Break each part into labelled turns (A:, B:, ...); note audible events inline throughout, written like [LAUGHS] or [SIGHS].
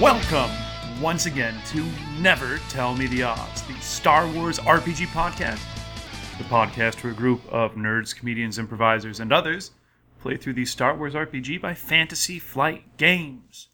A: Welcome once again to Never Tell Me the Odds, the Star Wars RPG podcast. The podcast where a group of nerds, comedians, improvisers, and others play through the Star Wars RPG by Fantasy Flight Games.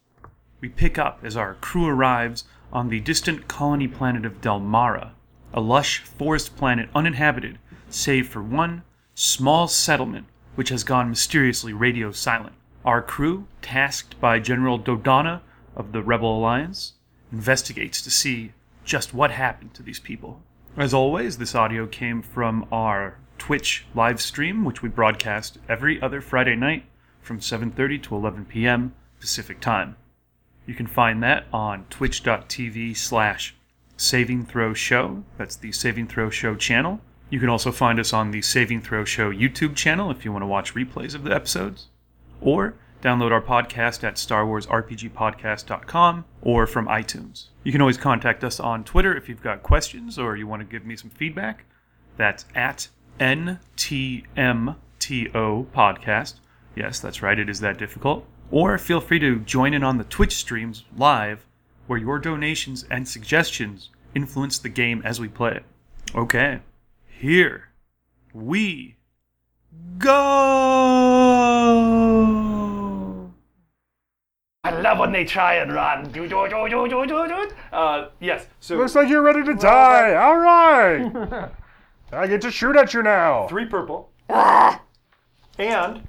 A: We pick up as our crew arrives on the distant colony planet of Delmara, a lush forest planet uninhabited save for one small settlement which has gone mysteriously radio silent. Our crew, tasked by General Dodonna of the Rebel Alliance, investigates to see just what happened to these people. As always, this audio came from our Twitch live stream, which we broadcast every other Friday night from 7:30 to 11 p.m. Pacific Time. You can find that on twitch.tv slash Saving Throw Show. That's the Saving Throw Show channel. You can also find us on the Saving Throw Show YouTube channel if you want to watch replays of the episodes. Or download our podcast at StarWarsRPGPodcast.com or from iTunes. You can always contact us on Twitter if you've got questions or you want to give me some feedback. That's at NTMTO Podcast. Yes, that's right, it is that difficult. Or feel free to join in on the Twitch streams live where your donations and suggestions influence the game as we play it. Okay, here we go!
B: I love when they try and run. Do, do, do, do, do, do, do. Uh, yes. So
C: Looks like you're ready to die. All right.
B: [LAUGHS]
C: I get to shoot at you now.
B: three purple. Ah. [GASPS] and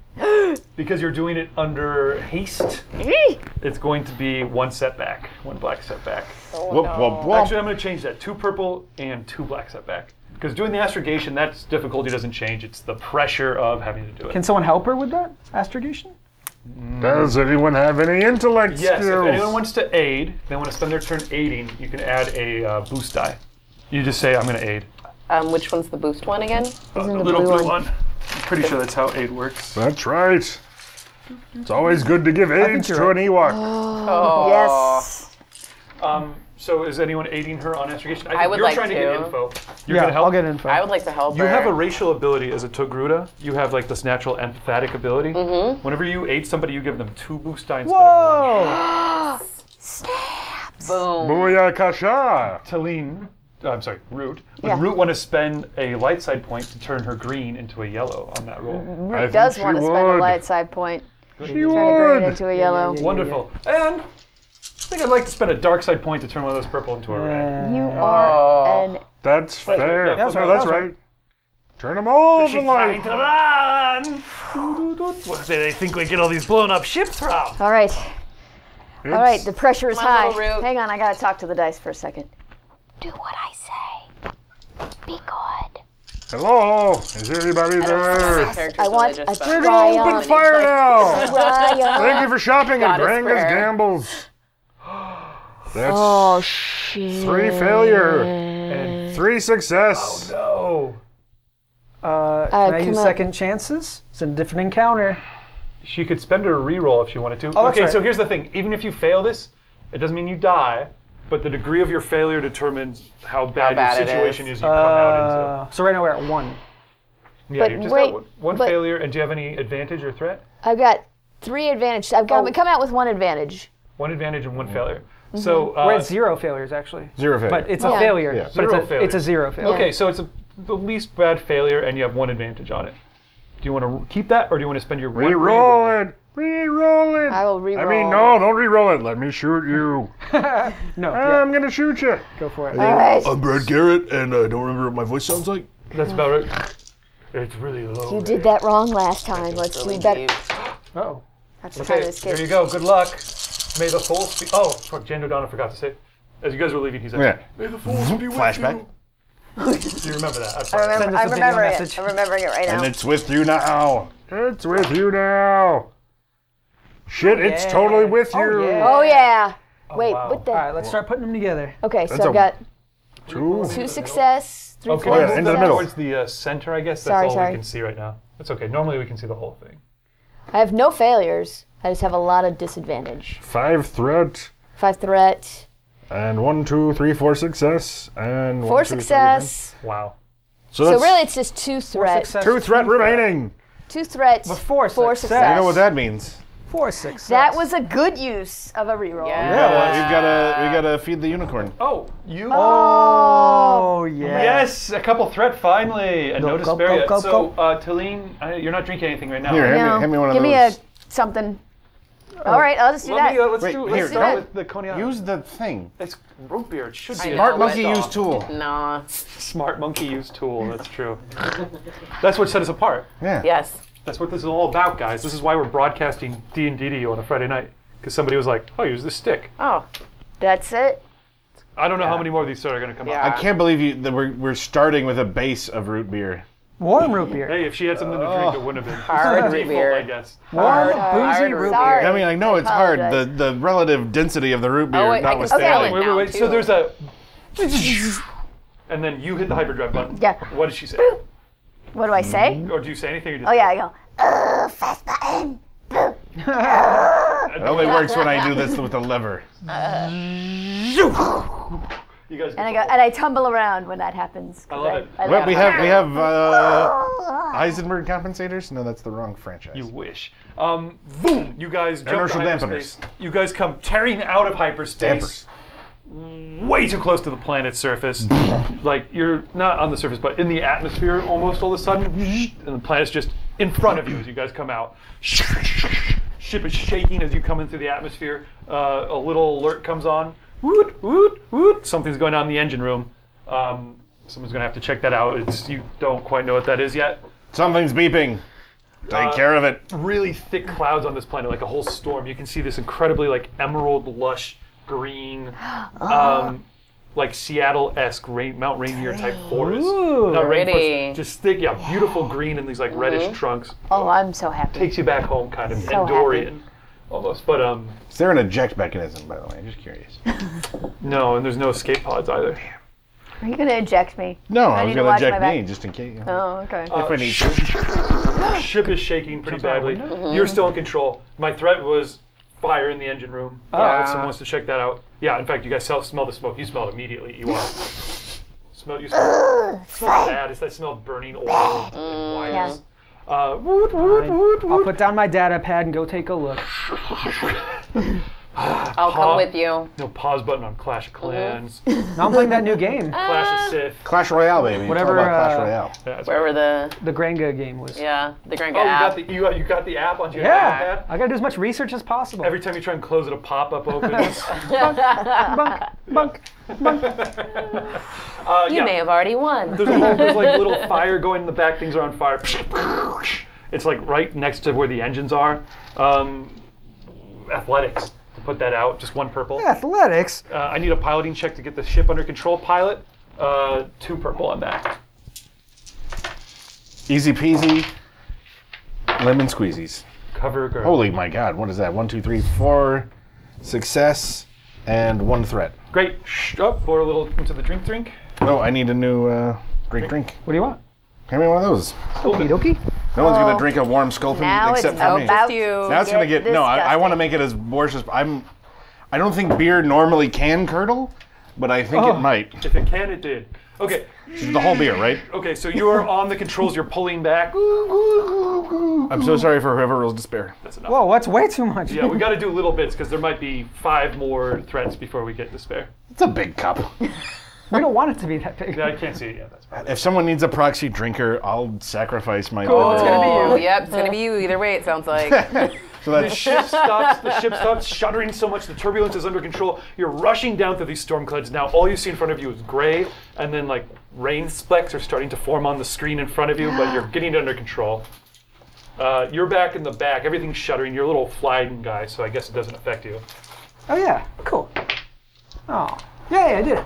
B: because you're doing it under haste, it's going to be one setback, one black setback.
C: Whoop, whoop, whoop.
B: Actually, I'm going to change that. Two purple and two black setback. Because doing the astrogation, that's difficulty doesn't change. It's the pressure of having to do it.
D: Can someone help her with that astrogation?
C: Does anyone have any intellect
B: yes. If
C: skills?
B: anyone wants to aid, they want to spend their turn aiding. You can add a uh, boost die. You just say, "I'm going to aid."
E: Um, which one's the boost one again? Isn't
B: The little blue one. I'm pretty sure that's how aid works.
C: That's right. It's always good to give aid
D: you're
C: to an Ewok.
E: Oh. Yes.
B: Um, so is anyone aiding her on astrogation? think
E: I would
B: you're
E: like
B: trying to. get
E: to.
B: info. You're
D: yeah,
B: gonna help.
D: I'll get info.
E: I would like to help
B: Oh, you
E: her.
B: have a racial ability as a Togruta. You have like this natural empathetic ability. Mm-hmm. Whenever you aid somebody, you give them two boost die instead of one.
D: Whoa!
E: Boom.
C: Booyah kasha.
B: Talene, uh, I'm sorry, Root. Would Root want to spend a light side point to turn her green into a yellow on that roll?
C: I think
F: does
C: she
F: want to spend a
C: would.
F: light side point.
C: She
F: Turn it
C: would.
F: into a yellow.
B: Wonderful. And I think I'd like to spend a dark side point to turn one of those purple into a red.
F: You are an
C: That's fair.
B: That's
C: no,
B: right,
C: that's
B: that's
C: right. Turn them all to
B: Trying
C: light.
B: to run! What, They they think we get all these blown up ships from.
F: all right. All right.
C: It's-
F: The pressure is
E: Come on,
F: high.
E: little Root.
F: Hang on, I gotta talk to the dice for a second.
G: Do what I say. Be good.
C: Hello. Is everybody there?
F: I want a
C: We're gonna open
F: triumph.
C: fire
F: [LAUGHS]
C: now.
F: Triumph.
C: Thank you for shopping at
E: God is
C: Branga's
E: fair.
C: Gambles. That's oh, shit. three failure and three success.
E: Oh.
B: No.
D: Uh, can I
F: come
D: use
F: on.
D: second chances? It's a different encounter.
B: She could spend her reroll if she wanted to.
D: that's
B: okay,
D: right.
B: so here's the thing. Even if you fail this, it doesn't mean you die, but the degree of your failure determines how bad,
E: bad
B: your
E: it
B: situation
E: is.
B: is you come out
D: Uh, so right now we're at one.
B: into. Yeah,
F: but
B: you're just
F: wait,
B: at one, one
F: but-
B: failure, and do you have any advantage or threat?
F: I've got three advantages. I've got come out with one advantage.
B: One advantage and one failure.
F: Mm-hmm.
B: So, uh,
D: We're at zero failures actually.
C: Zero failure.
D: But it's a
F: Yeah.
D: failure. But
B: Zero
D: it's, a,
B: failure.
D: it's a zero failure.
B: okay, so it's a, the least bad failure, and you have one advantage on it. Do you want to keep that, or do you want to spend your one
C: Re-roll
B: reroll?
C: it. Re-roll it.
F: I will
C: I
F: re-roll.
C: mean, no, don't re-roll it. Let me shoot you.
D: No, yeah,
C: I'm gonna shoot you.
D: go for it.
F: All right.
C: Oh.
H: I'm Brad Garrett, and I don't remember what my voice sounds like.
B: That's about it. It's really low.
F: You did that wrong last time. Let's do better.
D: Oh,
F: That's the
B: Okay,
F: time to skip.
B: there you go. Good luck. May the force be. Oh, fuck, Jan Dodonna forgot to say. As you guys were leaving, he's like,
C: Yeah. Mm-hmm.
B: May the force be with
H: Flashback.
B: you. Do you remember that? I'm
F: I
B: sorry.
F: remember,
D: us
F: I
D: a video
F: remember
D: message.
F: it. I'm remembering it right now.
H: And it's with you now.
C: It's with you now. Shit, it's totally with
D: Oh,
C: you.
D: yeah.
F: oh yeah. Wait,
B: wow.
F: what the?
D: all right. Let's start putting them together.
F: okay, so
C: That's a-
F: I've got
C: Two.
F: two success, three
B: Okay,
F: failures.
C: yeah, into the middle.
B: Towards Oh, the uh, center, I guess. That's
F: Sorry,
B: all
F: sorry.
B: we can see right now. That's okay. Normally we can see the whole thing.
F: I have no failures. I just have a lot of disadvantage.
C: Five threat
F: Five threat,
C: and one, two, three, four success and
F: four
C: one, two, three,
F: success.
B: Wow.
C: So,
F: So
C: that's
F: really, it's just two threat,
D: Success.
C: two threat remaining.
F: two threats,
D: four
F: four
D: success.
F: success.
D: You know
H: that means?
D: Four success.
F: That was a good use of a reroll.
E: Yeah.
C: Gotta- we gotta we gotta feed the unicorn.
A: Oh, you.
D: Oh yeah.
A: Yes, a couple threat finally. A
D: Go,
A: notice
D: go,
A: barrier.
D: go, go,
A: so,
D: go.
A: uh, Talene, I, you're not drinking anything right now.
C: Here, hand,
F: No,
C: me, hand me one of
F: give
C: those.
F: me a something. All right, I'll just do
A: Let
F: that.
A: me, uh, let's
C: Wait,
A: do,
C: here,
A: let's start
F: no.
A: with the Coney Island.
C: Use the thing.
A: It's root beer. It should
E: I
A: be. a
C: Smart
E: know,
C: monkey
E: it's
C: use
E: off.
C: tool.
E: Nah.
A: Smart monkey use tool. That's true. That's what set us apart.
C: Yeah.
E: Yes.
A: That's what this is all about, guys. This is why we're broadcasting D and D to you on a Friday night. Because somebody was like, "Oh, use this stick."
E: Oh.
F: That's it.
A: I don't know how many more of these are going to come
E: Yeah.
A: out.
C: I can't believe you that we're we're starting with a base of root beer.
D: Warm root beer.
A: Hey, if she had something to drink, it wouldn't have been
E: Hard root
A: default,
E: beer.
A: I guess.
D: Warm
A: uh,
D: boozy
E: hard
D: root
E: root
D: beer.
F: Sorry.
C: I mean, I know it's hard. The
F: apologize. Oh,
C: the relative density of the root beer
E: wait, I can
C: notwithstanding.
E: smell
A: Wait, wait, wait.
E: Now,
A: So
E: too.
A: there's
F: [LAUGHS]
A: a. And then you hit the hyperdrive button.
F: Yeah.
A: What did she say?
F: What do I say?
C: Mm-hmm.
A: Or do you say anything? Or just
F: Oh yeah, I go. Ugh, fast button.
C: It only works when I do this with a lever.
A: You guys.
F: And I go, and I tumble around when that happens.
C: Uh,
A: I
F: 'cause
A: love it.
F: [LAUGHS] I,
C: What we
F: it.
C: have we have uh, Eisenberg compensators? No, that's the wrong franchise.
A: You wish. Um, boom! You guys jump to
C: Inertial
A: hyperspace. You guys come tearing out of hyperspace.
C: Dampers.
A: Way too close to the planet's surface. like you're not on the surface, but in the atmosphere almost all of a sudden, [LAUGHS] and the planet's just in front of you as you guys come out. [LAUGHS] Ship is shaking as you come in through the atmosphere. Uh, a little alert comes on. Woot woot woot! Something's going on in the engine room. Um, someone's gonna have to check that out. It's you don't quite know what that is yet
C: Something's beeping. Take
D: Uh,
C: care of it.
A: really thick clouds on this planet, like a whole storm. You can see this incredibly like emerald, lush, green, um, like Seattle-esque rain, Mount Rainier type forest. Not
E: Pretty.
A: rainforest, just thick, yeah, beautiful green and these like reddish trunks.
F: Oh, I'm so happy.
A: Takes you back home, kind of
F: So
A: Andorian, almost. But um,
C: Is there an eject mechanism, by the way? I'm just
F: [LAUGHS]
C: curious.
A: no, and there's no escape pods either.
F: Are you gonna eject me?
C: No, I,
F: need
C: was
F: to
C: gonna
F: watch my
C: eject
F: back.
C: me just in case.
F: Oh, okay.
C: if I need to.
A: Ship is shaking pretty badly. You're still in control. My threat was fire in the engine room. Uh, if someone wants to check that out. Yeah, in fact, you guys self smell the smoke. You smell it immediately. You are. smell, you smell, smell bad. It's that smell of burning oil and wires. Uh, woot, woot, woot,
D: I'll
A: woot.
D: put down my data pad and go take a look.
E: I'll
A: Huh?
E: come with you.
A: No pause button on Clash of Clans,
D: Now I'm playing that
F: [LAUGHS]
D: new game,
A: Clash of Sith.
C: Clash Royale, baby. It's all
D: Whatever,
C: about Clash
D: uh,
C: Royale.
A: Yeah, that's
E: Wherever
A: right.
E: the
D: the Granga game was.
E: yeah the Grand
A: Oh, you
E: app.
A: got the you got, you got the app on your
D: Yeah,
A: iPad.
D: I gotta do as much research as possible.
A: Every time you try and close it, a pop up opens.
D: bunk,
F: [LAUGHS]
D: bunk.
A: Uh,
E: you
A: yeah.
E: may have already won.
A: [LAUGHS] There's, a whole, there's like little fire going in the back. Things are on fire. It's like right next to where the engines are. Um, athletics to put that out. Just one purple.
D: Athletics.
A: Uh, I need a piloting check to get the ship under control. Pilot. Uh, two purple on that.
C: Easy peasy. Lemon squeezies.
A: Cover girl.
C: Holy my god, what is that? One, two, three, four. Success and one threat.
A: Great. Shh, Oh, pour a little into the drink. Drink.
C: Oh, I need a new uh, drink drink.
D: What do you want?
C: Hand me one of those.
D: Okie dokie.
C: No one's gonna drink a warm sculpin
F: Now it's
C: except for me.
F: about
E: you.
C: Now it's gonna get no. I, I want to
F: disgusting.
C: make it as borscht as I'm. I don't think beer normally can curdle, but I think it might.
A: If it can, it did. Okay.
C: The whole beer, right?
A: Okay. So you are on the controls. You're pulling back.
C: I'm so sorry for whoever rolls despair.
A: That's enough.
D: Whoa, that's way too much.
A: Yeah, we got to do little bits because there might be five more threats before we get despair.
C: It's a big cup.
D: [LAUGHS] We don't want it to be that big.
A: Yeah, I can't see it yet. That's fine.
C: If someone needs a proxy drinker, I'll sacrifice my.
D: it's gonna be
E: [LAUGHS]
D: you.
E: Oh, yep, it's gonna be you either way. It sounds like.
C: So
A: The
C: that's
A: ship stops. The ship stops shuddering so much the turbulence is under control. You're rushing down through these storm clouds. Now all you see in front of you is gray, and then like rain specks are starting to form on the screen in front of you. But you're getting it under control. Uh, you're back in the back. Everything's shuddering. You're a little flying guy, so I guess it doesn't affect you.
D: Oh yeah, cool. Oh, yay! I did it.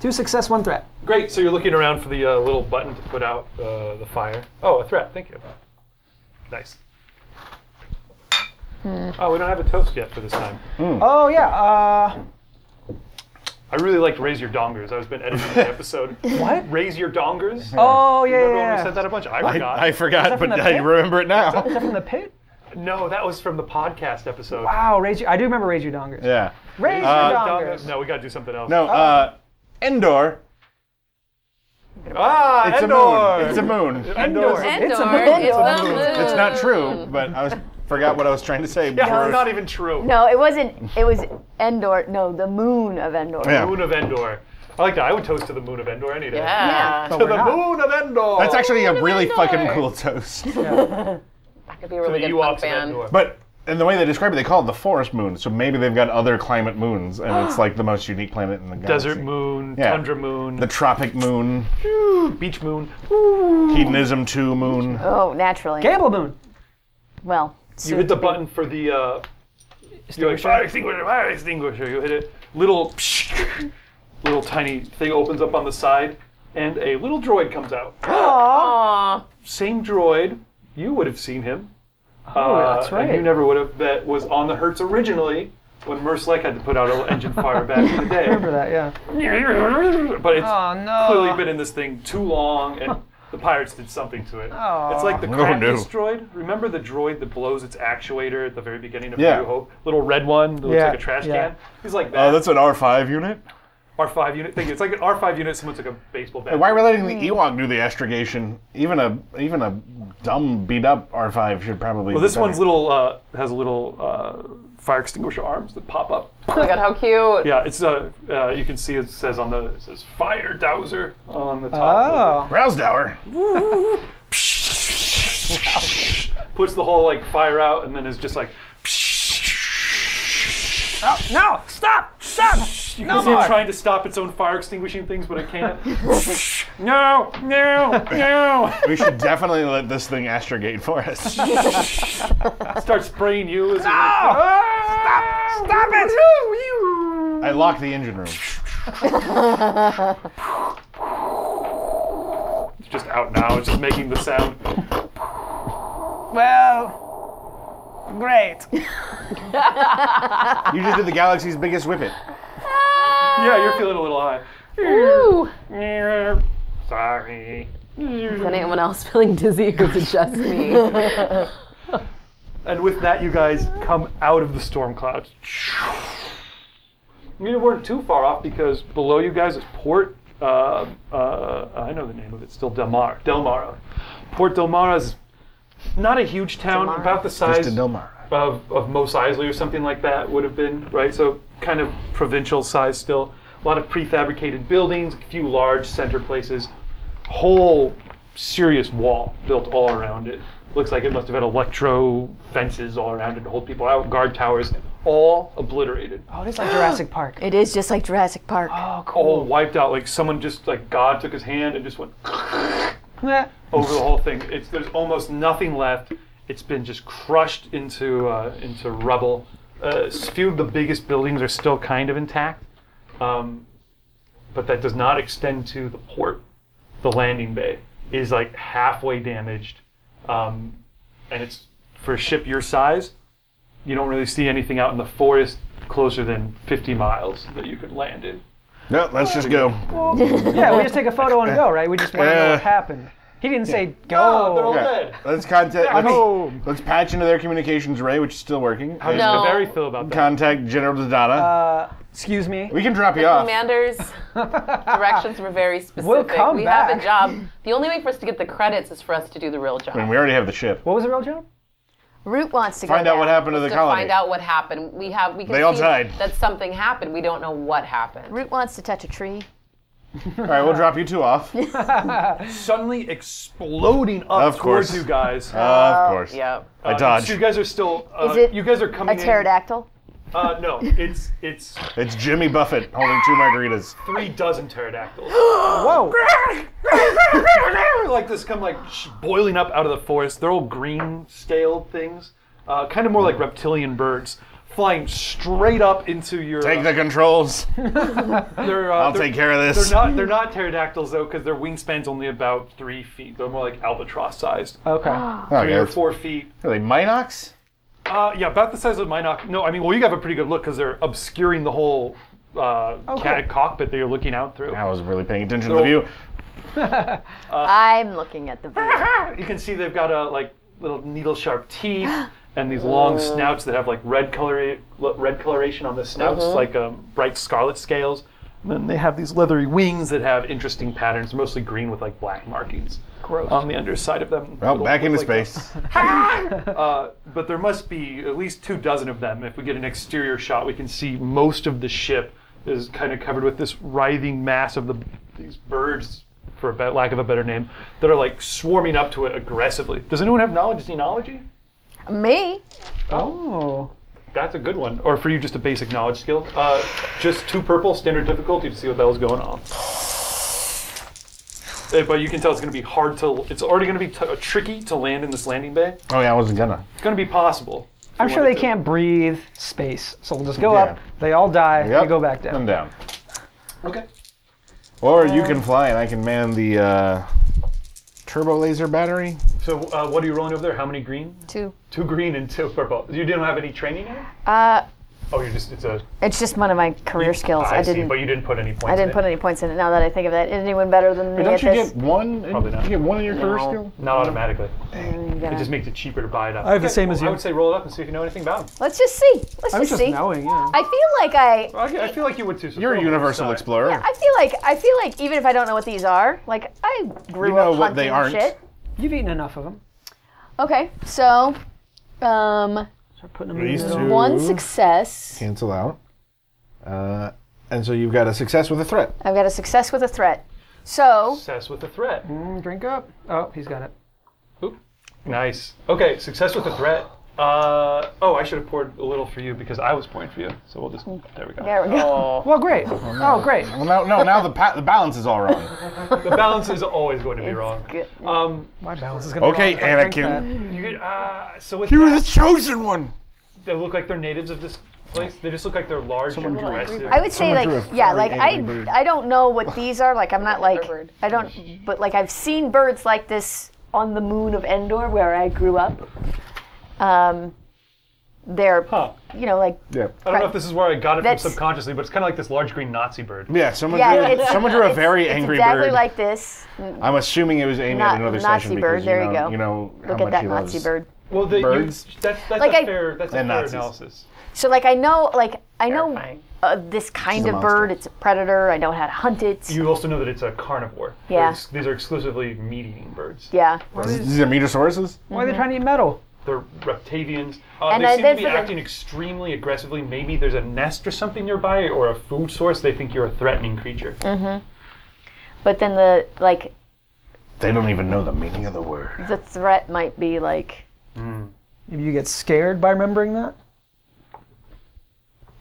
D: Two success, one threat.
A: Great. So you're looking around for the uh, little button to put out uh, the fire. Oh, a threat. Thank you. Nice. Oh, we don't have a toast yet for this time.
D: Oh yeah. Uh,
A: I really liked Raise Your Dongers. I've been editing the episode.
D: what?
A: Raise Your Dongers?
D: Oh yeah, yeah.
A: Remember when we
D: yeah.
A: said that a bunch? I
C: I,
A: forgot.
C: I forgot,
D: from
C: but
D: the
C: I
D: pit?
C: remember it
D: Is
C: now.
D: that from the pit?
A: No, that was from the podcast episode.
D: Wow, raise your, I do remember raise your dongers.
C: Yeah.
D: Raise
C: Uh,
D: your
A: Dongers.
D: dongers.
A: No, we gotta do something else.
C: No. Uh, Endor.
A: Ah,
C: It's
A: Endor.
C: a moon. It's a moon.
A: Endor.
E: Endor.
D: It's a
E: It's
F: moon.
E: the moon.
C: It's not true, but I was Forgot what I was trying to say.
A: Yeah,
C: before-
A: not even true.
F: No, it wasn't. It was Endor. No, the moon of Endor.
C: Yeah.
A: Moon of Endor. I like that. I would toast to the moon of Endor any day.
E: Yeah.
A: To the moon of Endor.
C: That's actually a really
E: Endor.
C: fucking cool toast.
E: Could be a really
A: the
E: good punk
A: Ewoks of
E: band.
A: Endor.
C: But and the way they describe it, they call it the forest moon. So maybe they've got other climate moons, and it's like the most unique planet in the galaxy.
A: Desert moon,
C: Yeah.
A: tundra moon,
C: The tropic moon,
A: beach moon.
C: hedonism two moon.
F: Oh, naturally.
D: Gamble Moon.
F: Well,
A: You hit the button for the uh, you're like, fire extinguisher, fire extinguisher. You hit it. Little, little tiny thing opens up on the side, and a little droid comes
D: [GASPS]
A: out.
E: Aw.
A: Same droid. You would have seen him.
D: Oh,
A: Uh,
D: that's
A: And you
D: right.
A: never would have. That was on the Hertz originally when Merslake had to put out a little engine fire back in the
D: [LAUGHS]
A: day.
D: Remember that, yeah.
A: But it's
D: no.
A: clearly been in this thing too long, and the pirates did something to it. It's like the Kraken's droid. Remember the droid that blows its actuator at the very beginning of
C: Yeah.
A: New Hope? Little red one that looks
D: Yeah,
A: like a trash
D: yeah.
A: can. He's like that.
C: Oh, that's an R five unit.
A: R5 unit thing. It's like an R5 unit. Someone took a baseball bat.
C: Why are we letting the Ewok do the astrogation? Even a even a dumb beat up R five should probably.
A: Well, this one's little uh, has little uh, fire extinguisher arms that pop up.
E: Oh my god, how cute.
A: Yeah, it's uh, uh, you can see it says on the it says fire dowser on the top.
D: Oh.
C: Browsdower.
A: Puts the whole like fire out, and then is just like
D: No, stop, stop.
A: You can see it trying to stop its own fire extinguishing things, but it can't. no, no, no!
C: We should definitely let this thing astrogate for us.
A: Start spraying you as no!
D: Stop, stop it.
C: I locked the engine room.
A: it's just out now. It's just making the sound.
D: Well, great.
C: You just did the galaxy's biggest whippet.
A: Yeah, you're feeling a little high.
E: Ooh.
A: Sorry.
E: Is anyone else feeling dizzy or is it
F: [LAUGHS]
E: just me?
A: And with that, you guys come out of the storm clouds. You weren't too far off because below you guys is Port. Uh, uh, I know the name of it. Still Delmar. Delmara. Port Delmara is not a huge town, about the size
C: Just a Delmar.
A: of, of Mos Eisley or something like that would have been, right? So kind of provincial size still. A lot of prefabricated buildings, a few large center places, whole serious wall built all around it. Looks like it must have had electro fences all around it to hold people out, guard towers, all obliterated,
D: Oh, it is like Jurassic
A: [GASPS]
D: Park.
F: It is just like
C: [GASPS]
F: Jurassic Park.
D: Oh,
A: all
D: cool.
A: wiped out. Like someone just like God took his hand and just went
D: Yeah.
A: over the whole thing. It's there's almost nothing left. It's been just crushed into uh, into rubble. Uh, a few of the biggest buildings are still kind of intact, um, but that does not extend to the port. The landing bay is like halfway damaged, um, and it's for a ship your size. You don't really see anything out in the forest closer than 50 miles that you could land in.
C: No, let's just go.
D: Yeah, we just take a photo and go, right? We just want to know
C: Yeah.
D: what happened. He didn't say
A: Oh, they're all
D: go.
A: dead.
C: Let's contact. Let's,
D: home.
C: let's patch into their communications array, which is still working. and
E: No.
A: Very feel about that.
C: Contact General Zadana.
D: Uh, excuse me.
C: we can drop you off.
E: Commanders, directions were very specific.
D: come
E: we have
D: back.
E: a job. The only way for us to get the credits is for us to do the real job.
C: I mean, we already have the ship.
D: What was the real job?
F: Root wants to go
C: Find out
F: down.
C: what happened to the
E: to
C: colony.
E: find out what happened. We have we can
C: They all
E: see
C: died.
E: that something happened. We don't know what happened.
F: Root wants to touch a tree.
C: All right, we'll drop you
A: [LAUGHS]
C: two off. Uh,
A: suddenly exploding up
C: Of
A: towards
C: course.
A: you guys. Uh,
C: of course.
E: Yep.
C: I
A: So you
C: dodged.
A: guys are still. Uh,
F: Is it
A: you guys are coming.
F: A pterodactyl.
A: In, uh, no, it's it's
C: It's Jimmy Buffett holding two margaritas.
A: three dozen pterodactyls.
D: Whoa.
A: like this, come like sh- boiling up out of the forest. They're all green scaled things, uh, kind of more like reptilian birds, flying straight up into your. uh,
C: Take the controls.
A: they're, uh,
C: I'll
A: they're-
C: take care of this.
A: They're not they're not pterodactyls though, because their wingspan's only about three feet. They're more like albatross sized, [GASPS]
D: Okay.
A: three
C: Okay,
A: or
C: that's-
A: four feet.
C: Are they Oh, Minox?
A: Uh, yeah, about the size of my knock. No, I mean, well, you have a pretty good look because they're obscuring the whole uh, ca- cockpit that you're looking out through.
C: I was really paying attention to the view.
F: I'm looking at
A: [LAUGHS]
F: the view.
A: You can see they've got uh, like little needle sharp teeth and these long snouts that have like red color red coloration on the snouts, like um, bright scarlet scales. And then they have these leathery wings that have interesting patterns, mostly green with like black markings.
F: Gross.
A: on the underside of them.
C: Well,
A: Little-
C: Oh, back into
A: like-
C: space.
A: uh, but there must be at least two dozen of them. If we get an exterior shot, we can see most of the ship is kind of covered with this writhing mass of the these birds, for a be- lack of a better name, that are like swarming up to it aggressively. Does anyone have knowledge of xenology?
F: Me?
D: Oh.
A: That's a good one. Or for you, just a basic knowledge skill. Uh, just two purple, standard difficulty to see what the hell's going on. Eh, But you can tell it's going to be hard to. It's already going to be t- uh, tricky to land in this landing bay.
C: oh yeah, I wasn't gonna.
A: It's going to be possible.
D: I'm sure they
A: to-
D: can't breathe space, so we'll just go
C: Yeah.
D: up. They all die.
C: Yep.
D: We go back down.
C: I'm down.
A: Okay.
C: Or you
A: Uh,
C: can fly, and I can man the uh, turbo laser battery.
A: So uh, what are you rolling over there? How many green?
F: Two.
A: Two green and two purple. You didn't have any training in it?
F: Uh,
A: Oh, you just, it's a.
F: it's just one of my career skills. I,
A: see,
F: didn't.
A: but you didn't put any points
F: I didn't
A: in
F: put any points in it. Now that I think of it, anyone better than me
C: Don't
F: at
C: you
F: this?
C: get one?
A: Probably not.
C: You get one in your career
A: No,
C: skill.
A: Not automatically.
F: I'm gonna-
A: It just makes it cheaper to buy it up.
D: I have the same as
A: I
D: you.
A: would say roll it up and see if you know anything about them.
F: Let's just see. Let's
D: I was
F: just
D: just
F: see.
D: knowing, yeah.
F: I feel like I.
A: I, I feel like you would too. So
C: You're a
A: throw them
C: universal
A: aside.
C: explorer.
F: I feel like I feel like even if I don't know what these are, like I grew
C: You know
F: up
C: what they
F: hunting
C: aren't.
F: shit.
D: You've eaten enough of them.
F: Okay, so um,
D: Start putting them in
C: These
D: the middle.
C: two.
F: one success.
C: Cancel out. Uh, and so you've got a success with a threat.
F: I've got a success with a threat. So
A: Success with a threat.
D: Mm, Drink up. Oh, he's got it.
A: Nice. Okay, success with a threat. Uh, oh, I should have poured a little for you because I was pouring for you. So we'll just. There we go.
F: there we go.
D: Well, great. Oh, great.
C: Well, no, no. Now the pa- the balance is all
F: [LAUGHS]
C: wrong.
A: The balance is always going to be wrong.
F: Good.
A: Um,
D: My balance is gonna.
C: Okay,
D: be off if I drink
C: Anakin.
D: that.
A: you get, uh, so with
C: You're
A: that-
C: the chosen one.
A: they look like they're natives of this place. They just look like they're large and aggressive.
F: I would say
C: Someone
F: like
C: drew a
F: yeah,
C: very
F: like I
C: angry bird.
F: I don't know what these are. Like I'm not like
E: bird.
F: I don't but like I've seen birds like this on the moon of Endor where I grew up. Um they're
A: Huh.
F: you know like
C: Yeah.
A: I don't know if this is where I got it
F: That's-
A: from subconsciously, but it's kind of like this large green Nazi bird.
C: Yeah. Someone
F: Yeah,
C: drew.
F: it's-
C: Someone drew a
F: it's-
C: very
F: it's
C: angry
F: exactly
C: bird.
F: like this.
C: I'm assuming it was aimed
F: Na-
C: at another
F: Nazi
C: session
F: bird,
C: because
F: there
C: you
F: you
C: know,
F: go.
C: you know how
F: Look
C: much
F: at that
C: he loves.
F: Nazi bird.
A: Well, the, you,
C: Birds?
A: that's that's
F: Like
A: a
F: I-
A: fair that's
C: And
A: a fair
C: Nazis.
A: analysis.
F: So like I know like I know uh, this
C: She's
F: kind
C: a
F: of
C: monster.
F: bird. It's a predator. I know how to hunt it.
A: You also know that it's a carnivore.
F: Yeah.
A: They're ex- These are exclusively meat-eating birds.
F: yeah.
C: These are meteosauruses.
D: Why are they trying to eat metal?
A: They're reptavians. Uh,
F: And
A: they seem
F: I-
A: to
F: they're
A: be
F: for the-
A: acting extremely aggressively. Maybe there's a nest or something nearby, or a food source. They think you're a threatening creature.
F: Mm. But then the like
C: They don't even know the meaning of the word.
F: the threat might be like
D: Maybe you get scared by remembering that.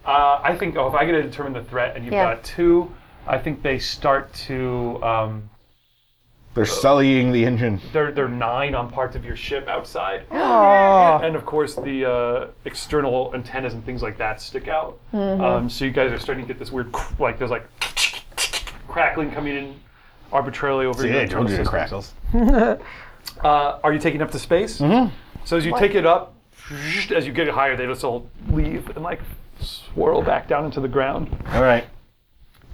A: Uh, I think oh, if I get to determine the threat, and you've
F: Yeah.
A: got two, I think they start to. Um,
C: They're sullying the engine.
A: they're they're nine on parts of your ship outside, and of course the uh, external antennas and things like that stick out. Um, so you guys are starting to get this weird cr- like there's like crackling coming in arbitrarily over your
C: Yeah, I told
A: internal
C: you to
A: system.
C: crackle.
A: Uh, are you taking up the space? Mm-hmm. So as you take it up, as you get it higher, they just all leave and like swirl back down into the ground.
C: All right.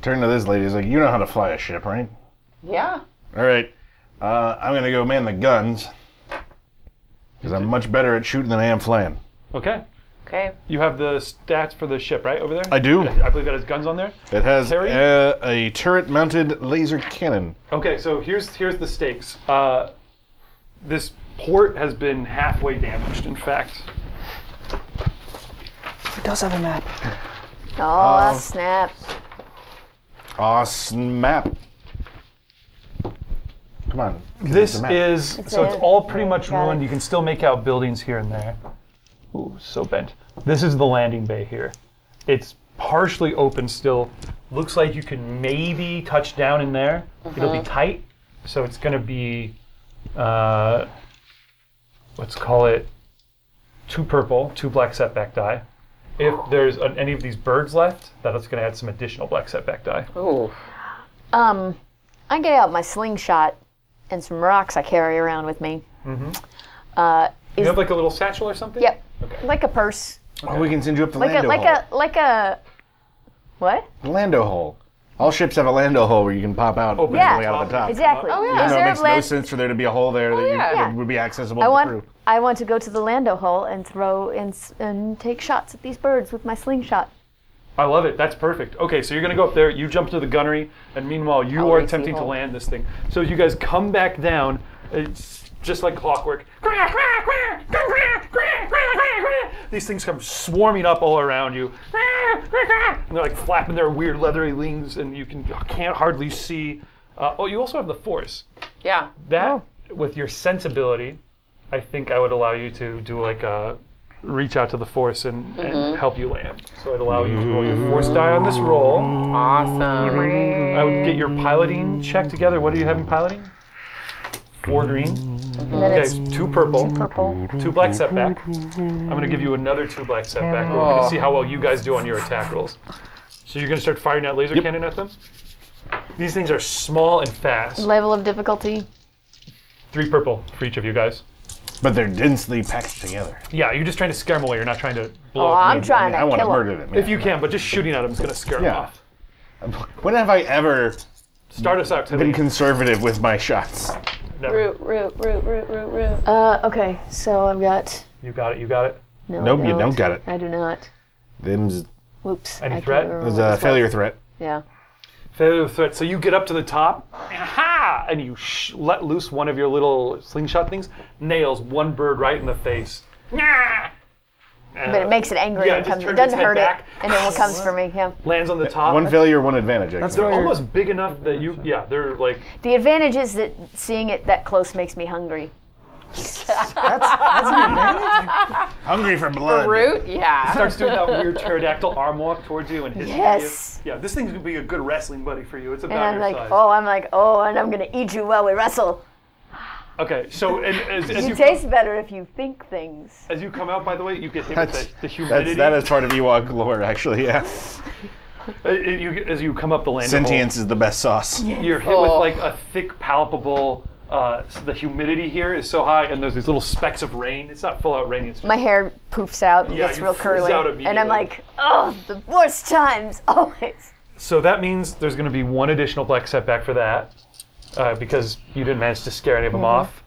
C: Turn to this lady. He's like, you know how to fly a ship, right?
E: Yeah.
C: All right. Uh, I'm gonna go man the guns. Because I'm much better at shooting than I am flying.
A: Okay,
E: Okay.
A: you have the stats for the ship right over there.
C: I do.
A: I believe that has guns on there.
C: It has
A: Terry?
C: uh, a turret-mounted laser cannon.
A: Okay, so here's here's the stakes. Uh, this port has been halfway damaged. In fact,
D: It does have a map.
F: oh snap.
C: Aw, snap. Come on.
A: this
C: map.
A: is so it's
F: a-
A: all pretty much
F: got it.
A: ruined. You can still make out buildings here and there. Ooh, so bent. This is the landing bay here. It's partially open still. Looks like you can maybe touch down in there. It'll
F: Uh-huh.
A: be tight, so it's gonna be, uh, let's call it two purple, two black setback die. If there's an, any of these birds left, that's gonna add some additional black setback die.
E: Oh.
F: Um, I get out my slingshot and some rocks I carry around with me.
A: You have like a little satchel or something?
F: Yep,
A: Okay.
F: like a purse,
C: Oh, we can send you up the
F: like
C: Lando
F: a like
C: hole.
F: a like a what?
C: The Lando hole. All ships have a Lando hole where you can pop out
A: Open
F: Yeah.
C: way out of the top.
F: Exactly.
E: Oh, yeah.
C: I know it
F: Reserve
C: makes no
F: land-
C: sense for there to be a hole there that, you,
E: yeah.
C: that
F: Oh, Yeah.
C: would be accessible
F: I
C: to
F: want
C: crew.
F: I want to go to the Lando hole and throw and s- and take shots at these birds with my slingshot.
A: I love it. That's perfect. Okay, so you're gonna go up there. You jump to the gunnery, and meanwhile you
E: I'll
A: are
E: race
A: attempting
E: you
A: to
E: home.
A: land this thing. So you guys come back down. It's just like clockwork. These things come swarming up all around you. And they're like flapping their weird leathery wings, and you can can't hardly see. Uh, oh, you also have the force.
E: Yeah.
A: That with your sensibility, I think I would allow you to do like a reach out to the force and, and help you land. So I'd allow you to roll your force die on this roll.
E: Awesome.
A: I would get your piloting check together. What do you have in piloting? Four green.
F: Then
A: Okay,
F: it's
A: two purple,
F: purple.
A: two black setback. I'm gonna give you another two black setback. We're gonna see how well you guys do on your attack rolls. So you're gonna start firing that laser cannon at them. These things are small and fast.
F: Level of difficulty.
A: Three purple for each of you guys.
C: But they're densely packed together.
A: Yeah, you're just trying to scare them away. You're not trying to blow
F: Oh,
A: up.
F: I'm trying
C: I
F: to
C: want to
F: kill him.
C: murder them.
A: If you can, but just shooting at them is going to scare them
C: Yeah.
A: off.
C: When have I ever
A: Start us out
C: been
A: today.
C: conservative with my shots?
E: Root, root, root, root, root, root.
F: Uh, okay, so I've got.
A: you got it. You got it.
F: No, I
C: Nope, you don't got it.
F: I do not.
C: Them's
F: Whoops.
A: Any
F: I can't
A: threat?
F: remember
C: is
F: what
C: a
F: this
C: failure
F: was.
C: threat.
F: Yeah.
A: Failure of threat. So you get up to the top, aha, and you sh- let loose one of your little slingshot things. Nails one bird right in the face.
F: But it makes it angry
A: Yeah,
F: and
A: it
F: comes,
A: just
F: it
A: turns its
F: doesn't
A: head
F: hurt
A: back.
F: it, and then it comes for me. Yeah.
A: Lands on the top.
C: One failure, one advantage. I guess.
A: They're almost big enough that you, yeah, they're like
F: The advantage is that seeing it that close makes me hungry.
C: Hungry for blood.
E: Root? Yeah.
A: starts doing that
F: [LAUGHS]
A: weird pterodactyl arm walk towards you and hits
F: Yes.
A: you. Yeah, this thing's gonna be a good wrestling buddy for you. It's about
F: And I'm
A: your
F: like,
A: size.
F: oh, I'm like, oh, and I'm gonna eat you while we wrestle.
A: Okay, so and as, as
F: You,
A: you,
F: taste better if you think things.
A: as you come out, by the way, you get hit
C: That's,
A: with the, the humidity.
C: that's, that is part of Ewok lore, actually. Yeah,
A: Uh, you, as you come up the land,
C: sentience is the best sauce.
A: you're hit
D: Oh.
A: with like a thick, palpable. Uh, so the humidity here is so high, and there's these little specks of rain. It's not full out rain. It's
F: My hair poofs out and
A: Yeah,
F: gets
A: you
F: real
A: frizz
F: curly.
A: out
F: and I'm
A: immediately.
F: like, oh, the worst times [LAUGHS] always.
A: so that means there's going to be one additional black setback for that, uh, because you didn't manage to scare any of them
D: Mm-hmm.
A: off.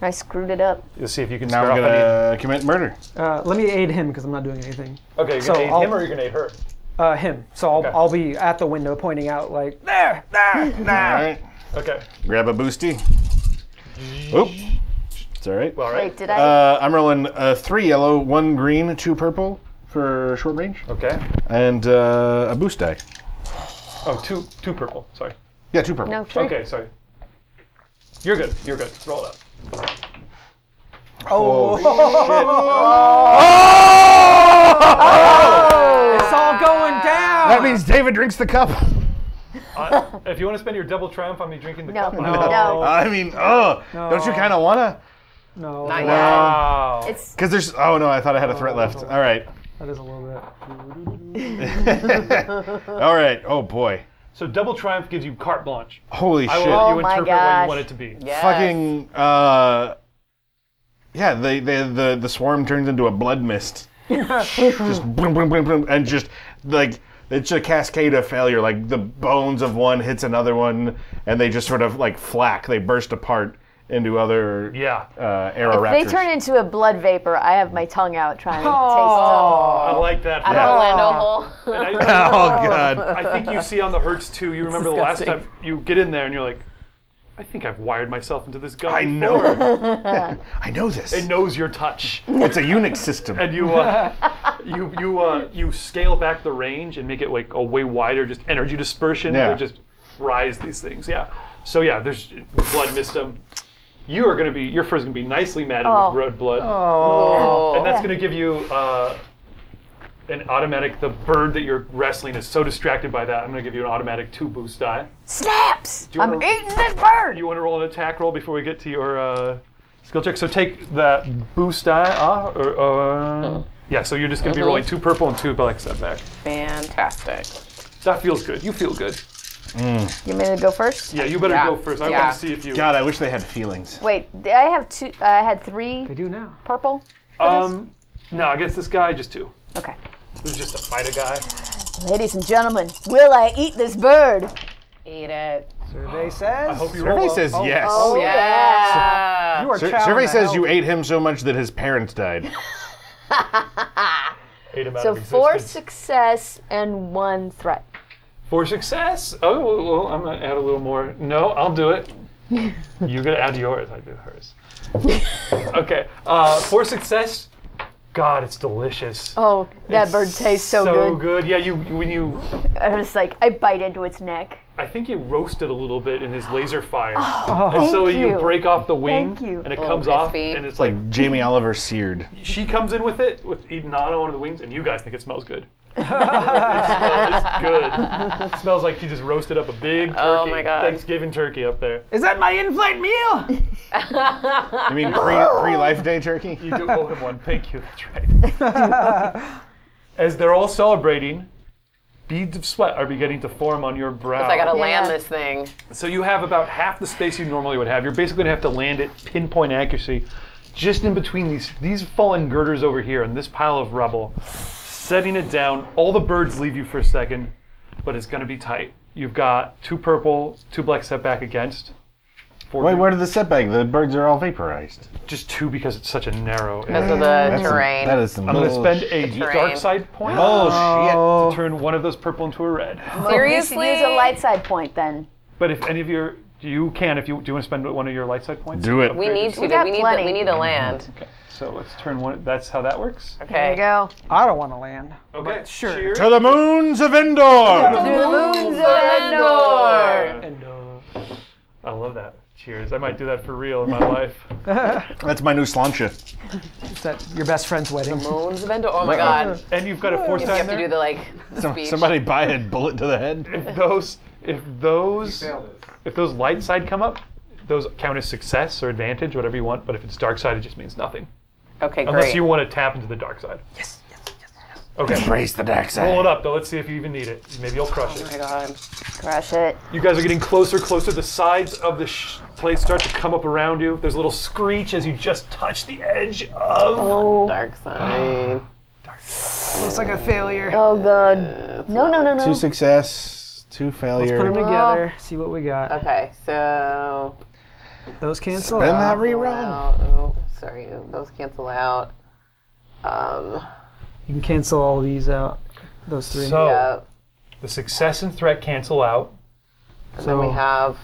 F: I screwed it up.
A: You'll see if you can
C: Now
A: scare
C: I'm
A: off any.
C: gonna commit murder.
D: Uh, let me aid him because I'm not doing anything.
A: Okay, you're
D: so
A: gonna aid
D: I'll-
A: him or you're gonna aid her.
D: Uh, him. So I'll,
A: Okay.
D: I'll be at the window pointing out like
F: Ah.
C: All right,
A: [LAUGHS] Okay,
C: grab a boosty. Oop, it's all right.
A: all right.
F: Wait, did I?
A: [LAUGHS]
C: Uh, I'm rolling uh, three yellow, one green, two purple for short range,
A: Okay.
C: and uh, a boost die.
A: Oh, two two purple. Sorry.
C: Yeah, two purple.
F: no, three.
A: Okay, sorry. You're good. You're good. Roll it up.
C: Oh,
D: it's all going
C: Oh!
D: down.
C: that means David drinks the cup.
A: Uh, if you want to spend your double triumph on me drinking the
F: No,
A: cup,
F: no.
C: I mean, oh, don't you kind of wanna?
D: no,
E: Not
D: that
E: yet.
A: Wow.
F: It's
C: Because there's. Oh no, I thought I had a threat left. All right.
D: is a little bit.
C: All right. Oh boy.
A: So double triumph gives you carte blanche.
C: Holy
A: I will
C: shit.
A: let you
F: Oh my
A: interpret what you
F: gosh.
A: want it to be.
E: Yes.
C: Fucking. Uh, yeah. The, the the the swarm turns into a blood
F: [LAUGHS]
C: mist. just boom, boom, boom, boom, and just like it's a cascade of failure. Like the bones of one hits another one, and they just sort of like flack. They burst apart into other
A: Yeah.
C: uh, arrow
F: they turn [LAUGHS] into a blood vapor. I have my tongue out trying to taste
A: I like that.
E: Orlando Hole.
A: And
C: oh
A: I,
C: god.
A: I think you see on the Hertz too. You remember the last time
E: disgusting.
A: you get in there and you're like, I think I've wired myself into this gun. [LAUGHS]
C: I
A: before."
C: know. [LAUGHS] I know this.
A: It knows your touch,
C: It's a Unix system.
A: and you uh, you you uh, you scale back the range and make it like a way wider, just energy dispersion.
C: Yeah.
A: It just fries these things. Yeah. So yeah, there's blood mist them. You are gonna be your fur's gonna be nicely matted
F: Oh.
A: with red blood.
E: Oh,
A: And that's going to give you uh, an automatic. The bird that you're wrestling is so distracted by that. I'm going to give you an automatic two boost die.
F: Snaps!
A: you
F: I'm
A: wanna-
F: eating this bird!
A: You want to roll an attack roll before we get to your uh, skill check. So take that boost die. Uh, or,
F: Uh-huh.
A: uh, yeah. So you're just going to be rolling two purple and two black setback.
E: Fantastic.
A: That feels good. You feel good.
F: You made me to go first?
A: Yeah. You better
E: Yeah.
A: go first. I
E: Yeah.
A: want to see if you.
C: God, I wish they had feelings.
F: Wait, did I have two. I had three
D: They do now.
F: purple.
A: Um. No, against this guy, just two.
F: Okay.
A: This is just a fighter guy.
F: Ladies and gentlemen, will I eat this bird?
E: Eat it.
D: Survey says. I
A: Hope you roll
C: Survey
A: well.
C: says yes.
F: Oh,
E: Yeah.
D: you are
C: Sur-
D: chowing
C: survey
D: the
C: says
D: hell-
C: you ate him so much that his parents died.
A: Ate him out
F: So
A: of
F: four
A: existence.
F: success and one threat.
A: For success? Oh, well, well, I'm gonna add a little more. No, I'll do
F: [LAUGHS]
A: it. You're gonna add yours. I do hers. [LAUGHS] okay. Uh, for success. God, it's delicious.
F: Oh, that bird tastes so,
A: so
F: good.
A: Yeah, you you- when you,
F: I was like, I bite into its neck.
A: I think you roasted a little bit in his laser fire, and so
F: Oh, thank
A: you.
F: you.
A: break off the wing,
F: Thank you.
E: Oh,
A: and it comes off,
E: crispy.
A: and it's like
C: Like Jamie Oliver seared.
A: she comes in with it with eating on one of the wings, and you guys think it smells
F: [LAUGHS]
A: good. it smells good. It smells like she just roasted up a big turkey,
E: Oh my God.
A: Thanksgiving turkey up there.
D: Is that my in-flight meal? [LAUGHS]
C: You mean pre pre Life Day turkey?
A: You do owe him one. Thank you. That's right. As they're all celebrating, beads of sweat are beginning to form on your brow.
E: I gotta land
F: Yeah.
E: this thing.
A: So you have about half the space you normally would have. You're basically gonna have to land it pinpoint accuracy, just in between these these fallen girders over here and this pile of rubble. Setting it down, all the birds leave you for a second, but it's gonna be tight. You've got two purple, two black setback against. Four
C: Wait, where did the setback? The birds are all vaporized.
A: Just two because it's such a narrow.
E: Because
A: area.
E: of the terrain.
C: That is some
A: I'm
E: Oh,
A: gonna spend
C: bullshit.
A: a
E: terrain.
A: dark side point.
E: Oh,
C: Bullshit.
A: to turn one of those purple into a red.
E: Seriously?
F: We should use a light side point then.
A: But if any of your you can if you do you want to spend one of your light side points?
C: Do it.
E: We need to. We,
F: got
E: need to
F: plenty.
E: we need to land.
A: Okay. So let's turn one. That's how that works.
F: There you
E: Okay.
F: go.
D: I don't want to land.
A: Okay. Sure. Cheers.
C: To the moons of Endor!
A: And, uh, I love that. Cheers. I might do that for real in my life.
C: That's my new slancha.
D: It's at your best friend's wedding.
E: Moons of Endor. Oh my god.
A: And you've got a fourth
E: You have
A: time
E: to do
A: there.
E: the like speech.
C: Somebody buy a bullet to the head.
A: If those if those if those light side come up, those count as success or advantage, whatever you want. But if it's dark side, it just means nothing.
E: Okay,
A: Unless
E: great.
A: you want to tap into the dark side.
D: Yes, yes, yes.
A: Okay.
C: Raise the dark
A: Roll
C: side.
A: it up though. Let's see if you even need it. Maybe you'll crush it.
E: oh my god.
F: Crush it.
A: You guys are getting closer, closer. The sides of the sh- place start to come up around you. There's a little screech as you just touch the edge of.
E: Dark side.
C: [GASPS]
D: Looks like a failure.
F: Oh god. No, no, no,
C: Two
F: no.
C: success, two
D: Put them
C: failure.
D: together. See what we got.
E: Okay, so.
D: Those cancel
C: Spend
D: out.
C: that reroll.
E: Out. Oh, sorry, those cancel out. Um,
D: You can cancel all these out. Those three.
A: So
E: yeah,
A: the success and threat cancel out.
E: then we have.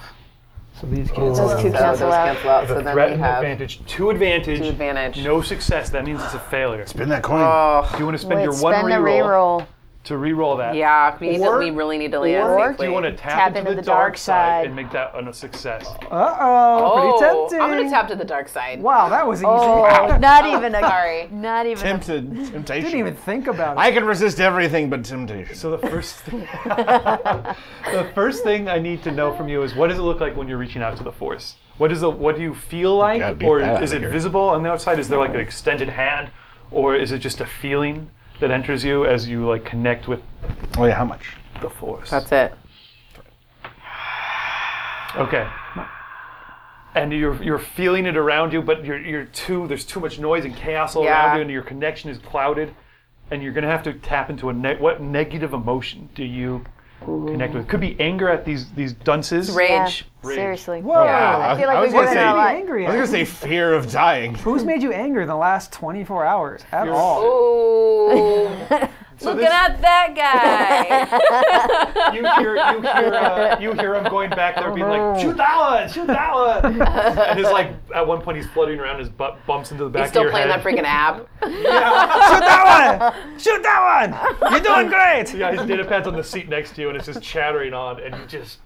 D: so these cancel.
F: Those two
E: so
F: cancel
E: those
F: out.
E: cancel
A: The
E: out. So then
A: threat
E: we
A: and
E: have.
A: advantage. Two advantage.
E: Two advantage.
A: No success. That means it's a failure. Do
C: Spend that coin.
E: Oh,
A: you want to spend
F: Wait,
A: your one
F: spend the
A: reroll
F: reroll.
A: to reroll that?
E: yeah. We, need to,
A: Or-
E: we really need to land.
A: Or do
E: safely.
A: you want to tap,
F: Tap
A: into,
F: into
A: the,
F: the
A: dark,
F: dark
A: side
F: side.
A: and make that a success?
D: Uh oh,
E: Oh,
D: pretty tempting.
E: I'm gonna tap to the dark side.
D: Wow, that was easy.
F: Oh, [LAUGHS]
D: I
F: not even a.
E: Sorry.
F: Not even. a-
C: Tempted temptation.
D: didn't even think about it.
C: I can resist everything but temptation.
A: So the first thing, [LAUGHS] the first thing I need to know from you is what does it look like when you're reaching out to the force? What is the, what do you feel like,
C: Gotta beat
A: or
C: that
A: is
C: out of
A: it
C: here.
A: visible on the outside? Is there like an extended hand, or is it just a feeling that enters you as you like connect with
C: Oh yeah, how much?
A: the force?
E: That's it.
A: okay. And you're you're feeling it around you, but you're you're too there's too much noise and chaos all
E: Yeah.
A: around you, and your connection is clouded, and you're gonna have to tap into a ne- what negative emotion do you connect with? Could be anger at these these dunces.
F: Yeah,
E: Rage.
F: Seriously.
D: Whoa.
C: Yeah.
F: I feel like
C: Ah, I was
F: we've
C: gonna
F: given
C: say-
F: it a
D: What are
F: lot.
D: you angry
C: I was
D: at?
C: gonna say fear of dying.
D: Who's made you angry in the last 24 hours at
E: [LAUGHS]
D: all?
E: Oh, looking
A: this-
E: at that guy.
A: you hear, you hear, uh, you hear him going back there, being
E: Uh-huh.
A: like, "Shoot that one, shoot that one," and it's like at one point he's floating around, his butt bumps into the back.
E: He's still
A: of your
E: playing
A: head.
E: that freaking app.
A: [LAUGHS]
E: Oh
D: Shoot that one! Shoot that one!
A: [LAUGHS]
D: You're doing great!
A: Yeah, his data pad's on the seat next to you, and it's just chattering on, and you just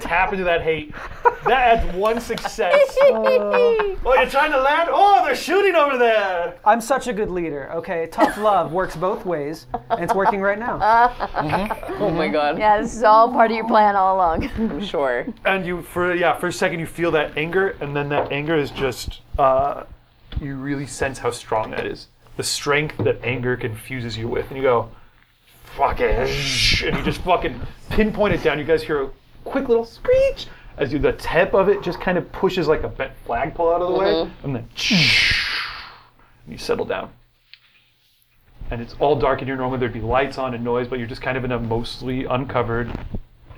A: tap into that hate. That adds one success. oh, you're trying to land? Oh, they're shooting over there.
D: I'm such a good leader. Okay, tough love works both ways, and it's working right now.
E: Oh my god.
F: [LAUGHS] Yeah, this is all part of your plan all along.
E: I'm sure.
A: And you, for yeah, for a second you feel that anger, and then that anger is just, uh, you really sense how strong that is. The strength that anger confuses you with, and you go, fuck it, and you just fucking pinpoint it down. You guys hear a quick little screech as you, the tip of it just kind of pushes like a bent flagpole out of the way, and then and you settle down. And it's all dark in here. Normally there'd be lights on and noise, but you're just kind of in a mostly uncovered,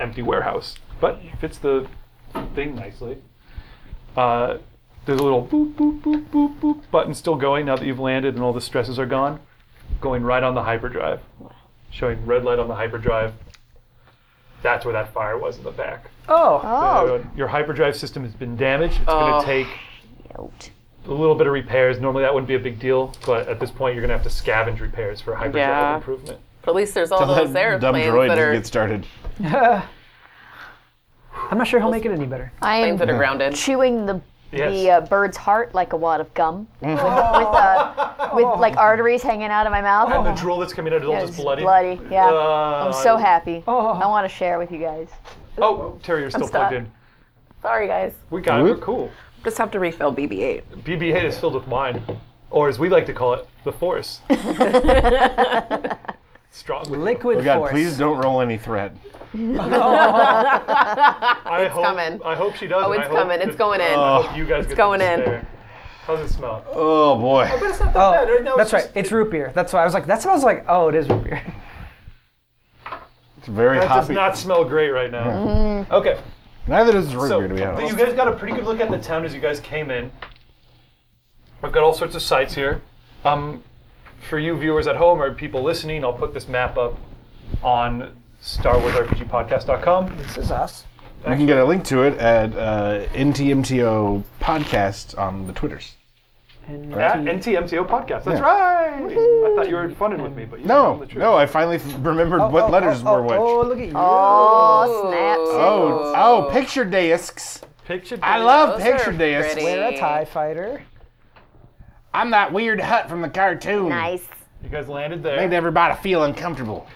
A: empty warehouse. But it fits the thing nicely. Uh, there's a little boop, boop, boop, boop, boop button still going now that you've landed and all the stresses are gone. going right on the hyperdrive, showing red light on the hyperdrive. That's where that fire was in the back. uh,
D: Oh,
F: Oh,
A: Your hyperdrive system has been damaged. It's going
D: Oh.
A: to take
F: shoot.
A: a little bit of repairs. Normally that wouldn't be a big deal, but at this point you're going to have to scavenge repairs for hyperdrive
D: Yeah.
A: improvement.
E: But at least there's all those
C: That dumb
E: airplanes
C: droid
E: that
C: doesn't
E: are
C: get started.
D: [LAUGHS] I'm not sure he'll make it any better.
F: I
E: planes
A: [LAUGHS]
E: that
F: am
E: are grounded.
F: chewing the the
A: Yes.
F: uh, bird's heart like a wad of gum [LAUGHS] with, with, uh, with like arteries hanging out of my mouth.
A: and the drool that's coming out is all
F: It's
A: Oh, just bloody.
F: Yeah.
A: Uh,
F: I'm so happy. I want to share with you guys.
A: Oh, Terry, you're still plugged
E: stuck.
A: in.
E: Sorry, guys.
A: We got it. We're cool.
E: Just have to refill BB-8.
A: BB-8 is filled with wine, or as we like to call it, the Force. Strong. with-
D: Liquid
C: Oh God,
D: force.
C: please don't roll any thread.
A: I hope,
E: coming.
A: I hope she does.
E: Oh,
A: and
E: it's
A: I hope
E: coming.
A: that-
E: It's
A: uh,
E: going in.
A: I hope you guys get
E: going
A: this
E: in.
A: there. How's it smell?
C: Oh boy.
D: Oh, that's right. It's root beer. That's why I was like, that smells like. Oh, it is root beer. [LAUGHS]
C: It's very
A: That does
C: hoppy.
A: not smell great right now.
D: Mm-hmm.
A: Okay,
C: Neither does root
A: so
C: beer, to be
A: but
C: honest.
A: you guys got a pretty good look at the town as you guys came in. I've got all sorts of sights here. Um, for you viewers at home or people listening, I'll put this map up on StarWarsRPGPodcast.com.
D: This is us.
C: You can get a link to it at uh, NTMTO podcast on the Twitters.
D: And
A: At NTMTO Podcast. That's
C: Yeah.
A: right. I thought you were funning with me, but you
C: No,
A: the truth.
C: no, I finally f- remembered what
D: Oh,
C: letters
D: oh,
C: were which.
D: Oh,
C: Oh,
D: look at you.
F: Oh, snaps.
C: oh, picture discs.
A: Picture
C: I love picture discs.
D: We're a TIE fighter.
C: I'm that weird hut from the cartoon.
F: Nice.
A: You guys landed there.
C: Made everybody feel uncomfortable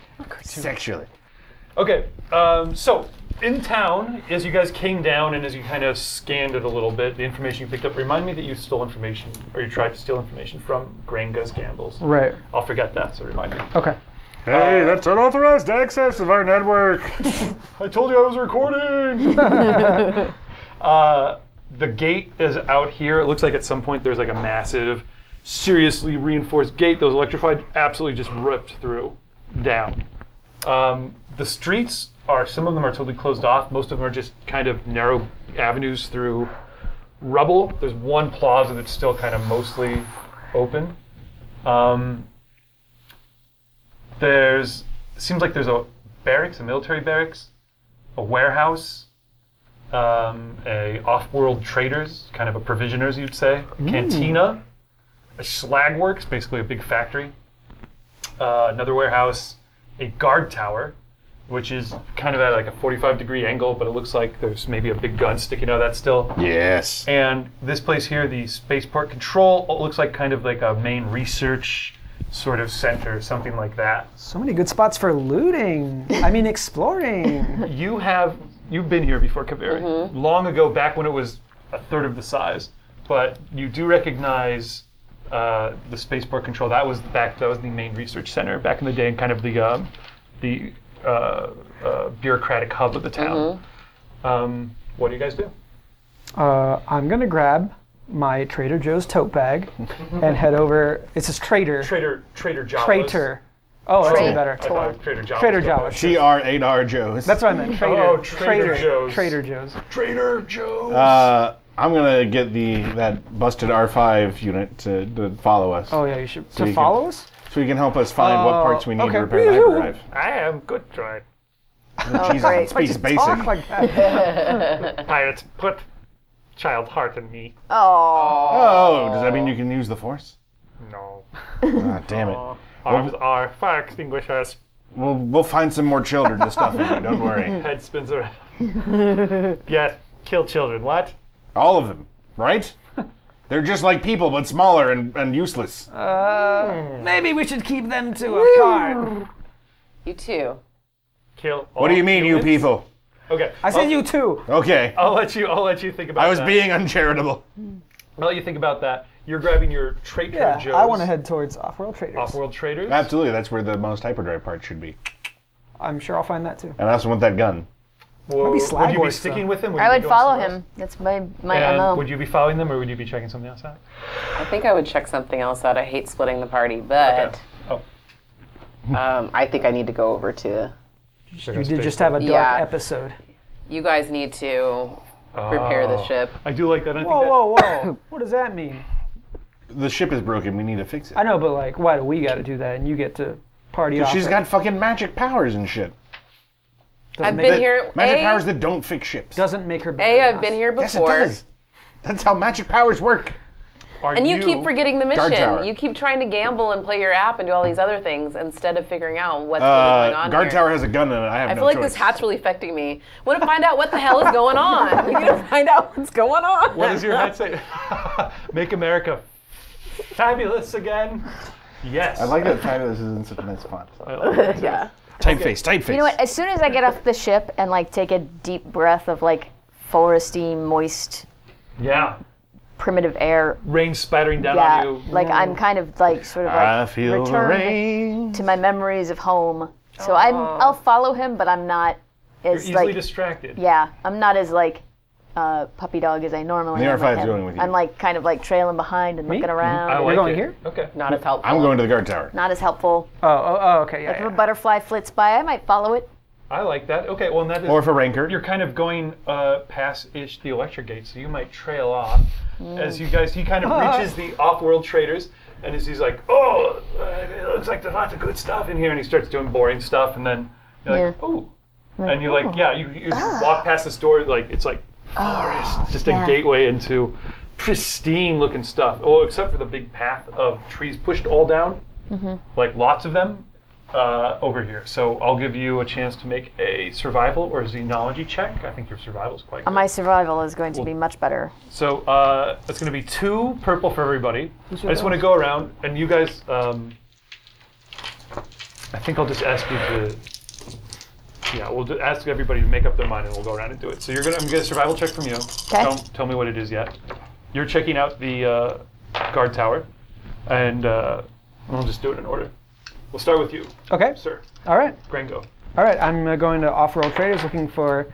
C: sexually.
A: Okay, um, so in town, as you guys came down and as you kind of scanned it a little bit, the information you picked up, remind me that you stole information, or you tried to steal information from Granga's Gambles.
D: Right.
A: I'll forget that, so remind me.
D: Okay.
I: Hey, that's unauthorized access of our network.
A: I told you I was recording! uh, the gate is out here. It looks like at some point there's like a massive, seriously reinforced gate that was electrified, absolutely just ripped through, down. Um, the streets are, some of them are totally closed off. Most of them are just kind of narrow avenues through rubble. There's one plaza that's still kind of mostly open. Um, there's, seems like there's a barracks, a military barracks, a warehouse, um, a off-world traders, kind of a provisioners, you'd say, cantina, a slagworks, basically a big factory, uh, another warehouse, a guard tower, which is kind of at like a 45 degree angle, but it looks like there's maybe a big gun sticking out of that still.
C: [LAUGHS] Yes.
A: And this place here, the spaceport control, it looks like kind of like a main research sort of center, something like that.
D: So many good spots for looting. I mean, exploring.
A: you have you've been here before Kaveri. Long ago, back when it was a third of the size. But you do recognize uh, the spaceport control. That was back. That was the main research center back in the day, and kind of the um, the uh, uh, bureaucratic hub of the town. Um, what do you guys do?
D: [LAUGHS] Uh, I'm gonna grab my Trader Joe's tote bag [LAUGHS] and head over. It says Trader.
A: Trader Trader Jawas.
D: Traitor. Oh, that's way
F: Traitor.
D: better.
A: I thought Trader Jawas.
D: Trader Jawa.
C: T R eight R Joe's.
D: That's what I meant. Trader.
A: Oh, Trader Joe's.
D: Trader Joe's.
A: Trader Joe.
C: Uh, I'm gonna get the that busted R5 unit to, to follow us,
D: Oh yeah, you should.
C: you
D: to
C: can-
D: follow us?
C: so he can help us find what
D: Oh,
C: parts we need
D: okay.
C: to repair the hyperdrive.
A: I am good, right?
D: Oh,
C: Jesus,
F: great.
C: it speaks basic.
D: Talk like that.
A: Pirates put child heart in me.
F: Oh,
C: oh, does that mean you can use the force?
A: No.
C: Ah, damn it.
A: Arms are fire extinguishers.
C: We'll, we'll find some more children to stuff in you. Don't worry.
D: [LAUGHS]
A: Head spins around. [LAUGHS] yeah, kill children. What?
C: All of them,
D: [LAUGHS]
C: right? They're just like people, but smaller and, and useless.
D: Uh, Maybe we should keep them to a card.
E: You too.
A: Kill.
C: what do you mean, you people?
A: Okay.
D: I said you too.
C: Okay.
D: Oh,
A: I'll let you. I'll let you think about.
C: I was
A: that.
C: being uncharitable.
A: I'll let you think about that. You're grabbing your trade
D: Yeah,
A: Joe's
D: I want to head towards off-world traders.
A: Off-world traders.
C: Absolutely, that's where the most hyperdrive part should be.
D: I'm sure I'll find that too.
C: And I also want that gun.
A: Whoa.
D: Maybe
A: Would you be
D: Slagworks,
A: sticking
D: though.
A: with him?
F: I
A: Oh, you be
F: would
A: going
F: follow
A: somewhere
F: him. That's my my
A: else?
F: mo.
A: And would you be following them, or would you be checking something else out?
E: I think I would check something else out. I hate splitting the party, but
A: Okay. Oh.
E: um, I think I need to go over to.
D: You did just have a dark
E: Yeah.
A: [LAUGHS]
D: episode.
E: You guys need to repair the ship.
C: Oh.
A: I do like that. I
D: Whoa,
A: think
D: [COUGHS] whoa, whoa! what does that mean?
C: The ship is broken. We need to fix it.
D: I know, but like, why do we got to do that? And you get to party off.
C: She's
D: it.
C: got fucking magic powers and shit.
D: Doesn't
E: I've
D: make-
E: been here.
C: Magic
E: a,
C: powers that don't fix ships.
D: Doesn't make her. better
E: A,
D: than
E: I've
D: us.
E: been here
C: yes, it
E: before.
C: does. That's how magic powers work.
A: Are
E: And you, keep forgetting the
C: Guard tower.
E: mission. You keep trying to gamble and play your app and do all these other things instead of figuring out what's really
C: Uh,
E: going on.
C: guard
E: here.
C: tower has a gun in it. I have
E: I
C: no
E: feel like
C: choice.
E: this hat's really affecting me. Want to find out what the hell is
C: [LAUGHS]
E: going on? We need to find out what's going on.
A: What does your head say? Make America fabulous again. Yes.
C: I like that fabulous is in such a nice font.
E: yeah.
C: Typeface, typeface.
F: You know what? As soon as I get off the ship and like take a deep breath of like foresty, moist,
A: Yeah.
F: primitive air,
A: Rain spattering down
F: yeah,
A: on you.
F: like I'm kind of like sort of
C: I
F: like
C: feel the
F: returned
C: rain. Oh.
F: to my memories of home. So I'm I'll follow him, but I'm not as
A: easily
F: like
A: distracted.
F: yeah, I'm not as like uh, puppy dog as I normally.
C: They are
F: am
C: five
F: him.
C: going with you.
F: I'm like kind of like trailing behind and looking around.
A: I like
D: going
A: it.
D: here?
A: Okay.
E: Not as helpful.
C: I'm going to the guard tower.
F: Not as helpful.
D: Oh, oh, oh, okay, yeah,
F: If
D: yeah.
F: a butterfly flits by, I might follow it.
A: I like that. Okay. Well, and that is.
C: Or for Ranker.
A: you're kind of going uh, past ish the electric gate, so you might trail off as you guys. He kind of reaches the off-world traders, and as he's like, "Oh, uh, it looks like there's lots of good stuff in here," and he starts doing boring stuff, and then you're like,
F: Yeah.
A: "Oh," Ah. and you're like, "Yeah," you, you walk past this door, like it's like forest, just a gateway into pristine-looking stuff. Oh, except for the big path of trees pushed all down, like lots of them. Uh, over here, so I'll give you a chance to make a survival or xenology check. I think your survival's quite. Good.
F: My survival is going to be much better.
A: So uh, it's going to be two purple for everybody. I just want to go around, and you guys. Um, I think I'll just ask you to. Yeah, we'll ju- ask everybody to make up their mind, and we'll go around and do it. So you're gonna. I'm gonna get a survival check from you.
F: Okay.
A: Don't tell me what it is yet. You're checking out the uh, guard tower, and uh, we'll just do it in order. We'll start with you,
D: Okay,
A: sir,
D: all right,
A: Grango.
D: all right. I'm uh, going to off-world traders looking for,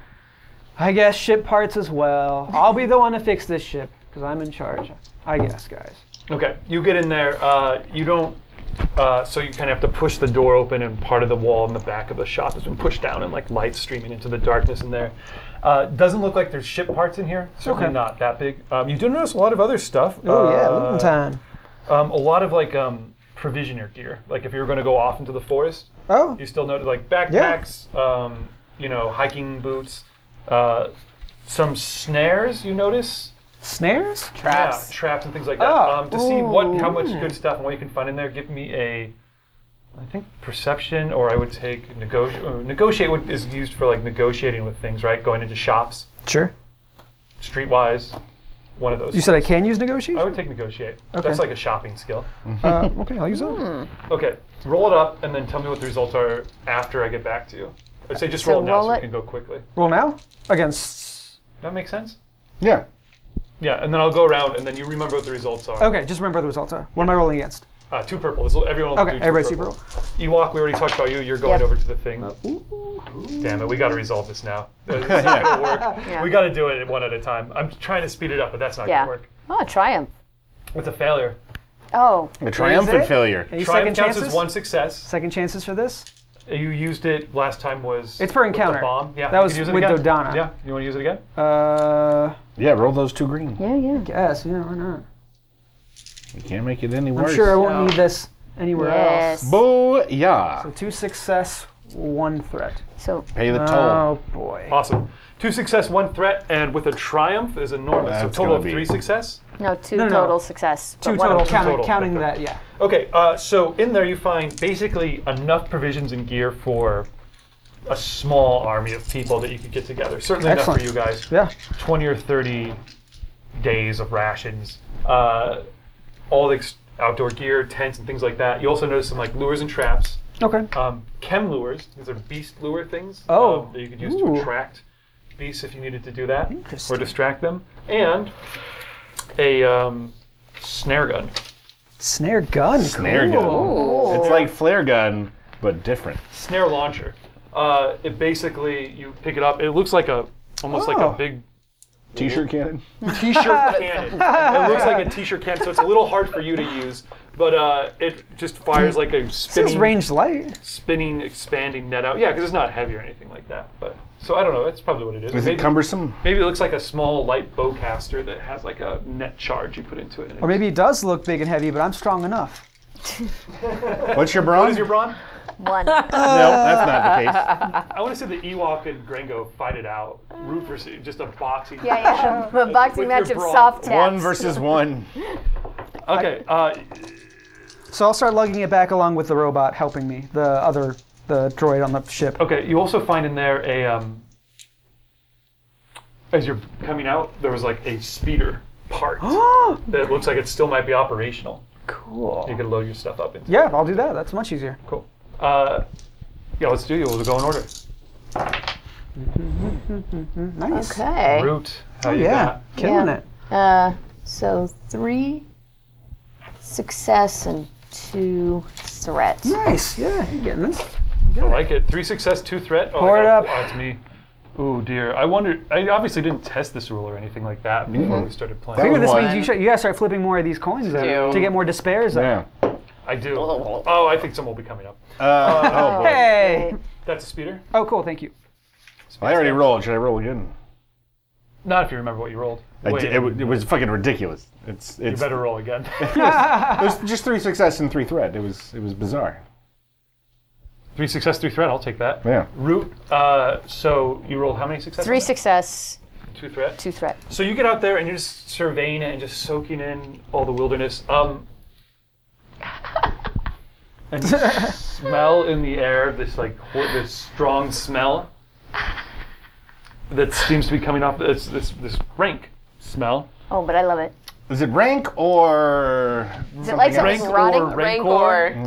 D: I guess, ship parts as well. I'll be the one to fix this ship because I'm in charge. I guess, guys.
A: Okay, you get in there. Uh, you don't. Uh, so you kind of have to push the door open, and part of the wall in the back of the shop has been pushed down, and like light streaming into the darkness in there. Uh, doesn't look like there's ship parts in here. Certainly
D: Okay.
A: not that big. Um, you do notice a lot of other stuff.
D: Oh yeah,
A: Uh,
D: looting time.
A: Um, a lot of like um, provisioner gear. Like if you were going to go off into the forest,
D: Oh,
A: you still noted like backpacks, um, you know, hiking boots, uh, some snares. You notice
D: snares?
A: traps, yeah, traps and things like that.
D: Oh.
A: Um, to see what, how much good stuff and what you can find in there, give me a, I think perception, or I would take negotiate. Negotiate would- is used for like negotiating with things, right? Going into shops,
D: Sure.
A: streetwise, one of those.
D: You said I can use negotiation.
A: I would take negotiate.
D: Okay.
A: That's like a shopping skill.
D: Uh, okay, I'll use that.
A: Okay, roll it up and then tell me what the results are after I get back to you. I'd say just roll it now
F: roll
A: so we
F: it-
A: can go quickly.
D: Roll now against.
A: That makes sense.
C: Yeah.
A: Yeah, and then I'll go around and then you remember what the results are.
D: Okay, just remember the results. Are. What am I rolling against?
A: Uh, two purple. This will, everyone will
D: Okay,
A: do two
D: everybody's
A: purple.
D: purple.
A: Ewok, we already talked about you. You're going
F: Yep.
A: over to the thing.
C: Uh,
A: Damn it, we got to resolve this
C: [LAUGHS]
A: now. It's not gonna work. [LAUGHS] We got to do it one at a time. I'm trying to speed it up, but that's not
F: Yeah.
A: gonna work.
F: Oh, triumph.
A: It's a failure.
F: Oh,
C: A triumphant
D: it?
C: failure.
D: Any
A: Triumph
D: second
A: counts
D: chances?
A: as one success.
D: Second chances for this?
A: You used it last time was
D: It's for
A: with the
D: encounter.
A: bomb. Yeah,
D: That
A: you
D: was
A: could use it
D: with
A: again.
D: Dodonna.
A: Yeah, you want to use it again?
D: Uh,
C: Yeah, roll those two green.
F: yeah, yeah.
D: guess yeah, why not?
C: You can't make it any
D: I'm
C: worse.
D: sure I won't need this anywhere
F: Yes.
D: else.
C: Oh yeah.
D: So two success, one threat.
F: So
C: Pay the toll.
D: Oh boy.
A: Awesome. Two success, one threat, and with a triumph is enormous. so
C: That's
A: total of
C: gonna be-
A: three success.
F: no, two
D: no, no.
F: total success. [LAUGHS] but
D: Two
F: one
D: total,
F: of-
D: counting,
A: total.
D: counting that, yeah.
A: Okay, uh, so in there you find basically enough provisions and gear for a small army of people that you could get together. Certainly
D: Excellent.
A: enough for you guys.
D: Yeah.
A: 20 or 30 days of rations, uh, all the ex- outdoor gear, tents, and things like that. You also notice some like lures and traps,
D: Okay.
A: um, chem lures. These are beast lure things
D: Oh.
A: um, that you could use
D: Ooh.
A: to attract beasts if you needed to do that or
D: Interesting.
A: distract them, and a um, snare gun.
D: Snare gun.
C: Snare gun. It's like flare gun, but different.
A: snare launcher. Uh, it basically you pick it up. It looks like a almost like
D: Oh.
A: a big
C: T-shirt cannon.
A: t-shirt cannon. [LAUGHS] it looks like a t-shirt cannon, so it's a little hard for you to use. But uh, it just fires like a
D: This is
A: spinning,
D: ranged light.
A: spinning, expanding net out. Yeah, because it's not heavy or anything like that. But so I don't know. That's probably what it is.
C: Is it
A: maybe,
C: cumbersome?
A: maybe it looks like a small light bowcaster that has like a net charge you put into it.
D: Or maybe it does look big and heavy, but I'm strong enough.
C: What's your bronze?
A: your brawn?
F: One.
C: no, that's not the case.
A: I want to say the Ewok and Grango fight it out. Root for just a boxing.
F: Yeah, yeah. A boxing
A: With your
F: match of
A: bra.
F: soft taps.
C: One versus one.
A: Okay. Uh,
D: So I'll start lugging it back along with the robot helping me, the other, the droid on the ship.
A: okay. You also find in there a um, as you're coming out, there was like a speeder part [GASPS]
D: [GASPS]
A: that looks like it still might be operational.
D: cool.
A: You can load your stuff up into.
D: Yeah, I'll do that. That's much easier.
A: Cool. Uh, yeah, let's do it. We'll go in order.
D: Nice.
F: Okay.
A: Root. How you
D: Oh, Yeah,
A: got?
D: killing
F: Yeah.
D: it.
F: Uh, so three success and two threats.
D: Nice. Yeah, you're getting this.
A: I like it. Three success, two threat. Oh, I
D: Pour it
A: got-
D: up.
A: Oh, it's me. Ooh dear. I wonder. I obviously didn't test this rule or anything like that before we started playing.
D: Maybe
C: That
D: this
C: one.
D: means you, should, you gotta start flipping more of these coins out to get more despairs out.
C: Yeah.
A: I do. Oh, I think some will be coming up.
C: Uh, oh boy.
D: Hey!
A: That's a speeder.
D: Oh, cool, thank you.
C: I already rolled. Should I roll again?
A: Not if you remember what you rolled.
C: I
A: Wait,
C: did- it, wa- it was fucking ridiculous. It's
A: you
C: it's
A: better roll again.
C: it was just three success and three threat. It was it was bizarre.
A: three success, three threat. I'll take that.
C: Yeah.
A: Root. Uh, so you rolled how many successes?
F: Three success,
A: Two threat.
F: two threat.
A: So you get out there and you're just surveying it and just soaking in all the wilderness. Um, and you smell in the air this like hor- this strong smell that seems to be coming off this this, this rank smell.
F: Oh, but I love it.
C: Is it rank or
F: Is it like
A: Rank
F: something's rotting?
A: or
E: Rancor.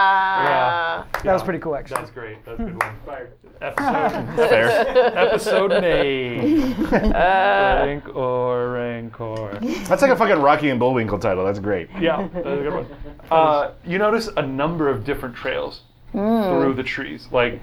A: Yeah,
D: That was pretty cool, actually.
A: that's great. That's a good one. Episode
C: fair?
A: episode name. rank or rancor.
C: That's like a fucking Rocky and Bullwinkle title. That's great.
A: Yeah, that's a
C: [LAUGHS]
A: good one. Uh, you notice a number of different trails
F: Hmm.
A: through the trees. Like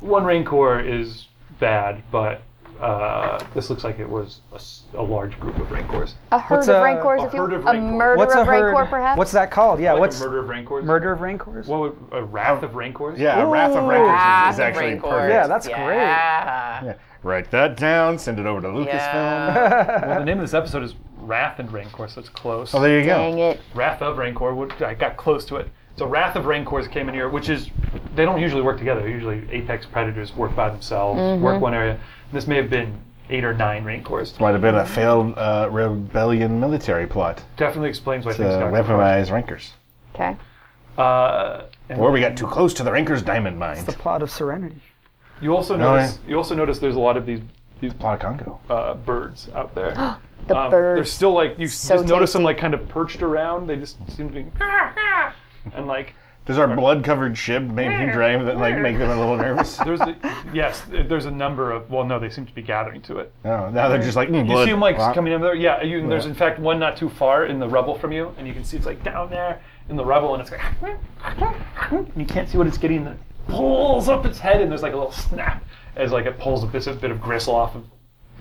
A: one rancor is bad, but uh, this looks like it was a, s- a large group of rancors.
F: A herd
D: What's
F: of
D: a-
F: rancors,
A: a
F: if you
A: herd of
F: a
A: rancor.
F: murder
D: What's a
F: of rancor,
D: herd?
F: perhaps.
D: What's that called? Yeah,
A: Like
D: what's
A: a murder of rancors.
D: murder of rancors?
A: What would, a wrath of rancors?
C: Yeah, Wrath of Rancors is, is
E: Wrath of
C: actually
E: Rancors.
C: perfect.
D: yeah, that's great.
E: Yeah.
C: Yeah. Write that down. Send it over to Lucasfilm.
E: Yeah.
A: Well, the name of this episode is Wrath and Rancor, so it's close.
C: Oh, there you go.
F: Dang it.
A: Wrath of Rancor. Would, I got close to it. So Wrath of Rancors came in here, which is they don't usually work together. Usually apex predators work by themselves,
F: Mm-hmm.
A: work one area. This may have been eight or nine Rancors.
C: Might have been a failed uh, rebellion military plot
A: Definitely explains why
C: to
F: uh,
A: things got
C: weaponize Rankers.
F: Okay.
A: Uh, and
C: Or we got too close to the Rankers' diamond mine.
D: The plot of Serenity.
A: you also
C: No,
A: notice you also notice there's a lot of these these
C: plot of Congo.
A: uh, birds out there.
F: [GASPS] The
A: Um, They're
F: birds.
A: still like you
F: So
A: just notice them
F: tasty.
A: like kind of perched around. They just seem to
F: [LAUGHS]
A: be and like
C: Does our blood-covered ship maybe
A: Mm.
C: drive that like make them a little
A: [LAUGHS]
C: nervous?
A: there's a, yes there's a number of well no they seem to be gathering to it.
C: No, now they're just like mm, blood.
A: You see him like
C: Wow.
A: coming in there. Yeah, you, there's
C: Yeah.
A: in fact one not too far in the rubble from you, and you can see it's like down there in the rubble, and it's like, and you can't see what it's getting. It pulls up its head, and there's like a little snap as like it pulls a bit, a bit of gristle off of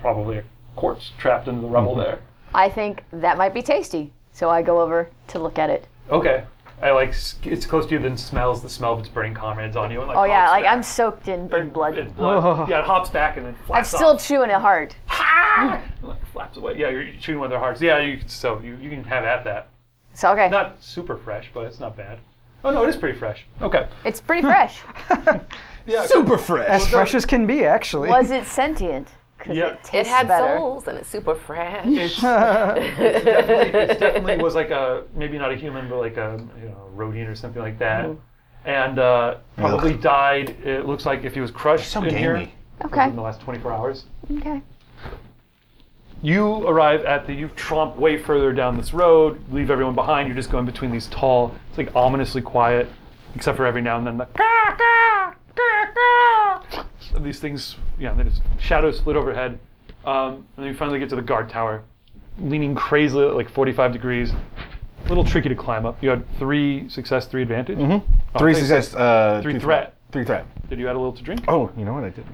A: probably a corpse trapped into the rubble
C: Mm-hmm.
A: there.
F: I think that might be tasty. So I go over to look at it.
A: Okay, I like s- it's close to you, then smells the smell of its burning comrades on you, and like
F: Oh, yeah,
A: hops
F: like
A: back.
F: I'm soaked in bird blood.
A: It's
C: Oh.
A: blood. Yeah, it hops back and then
F: I'm
A: flaps
F: still
A: off.
F: chewing it hard. [LAUGHS]
A: Like, [LAUGHS] flaps away. Yeah, you're shooting one of their hearts. Yeah, you so you, you can have at that.
F: So, okay.
A: Not super fresh, but it's not bad. Oh no, it is pretty fresh. Okay.
F: It's pretty fresh.
C: super fresh.
D: Fresh as can be, actually.
F: Was it sentient? 'Cause
A: Yeah.
F: it
E: It
F: tastes
E: had
F: better.
E: souls and it's super fresh.
A: It's, it's definitely, it's definitely was like a maybe not a human, but like a you know rodent or something like that, and uh, probably
C: Ugh.
A: died. It looks like if he was crushed
C: So
A: in here
C: gamey.
F: Okay.
A: in the last 24 hours.
F: Okay.
A: You arrive at the you tromp way further down this road, leave everyone behind. You're just going between these tall. It's like ominously quiet, except for every now and then the. these things, yeah, they just shadows flit overhead. Um, and then you finally get to the guard tower, leaning crazily at like 45 degrees. A little tricky to climb up. You had three success, three advantage. Mm-hmm.
C: Three success. Uh,
A: Three
C: two
A: threat.
C: Three threat.
A: Did you add a little to drink?
C: Oh, you know what I did?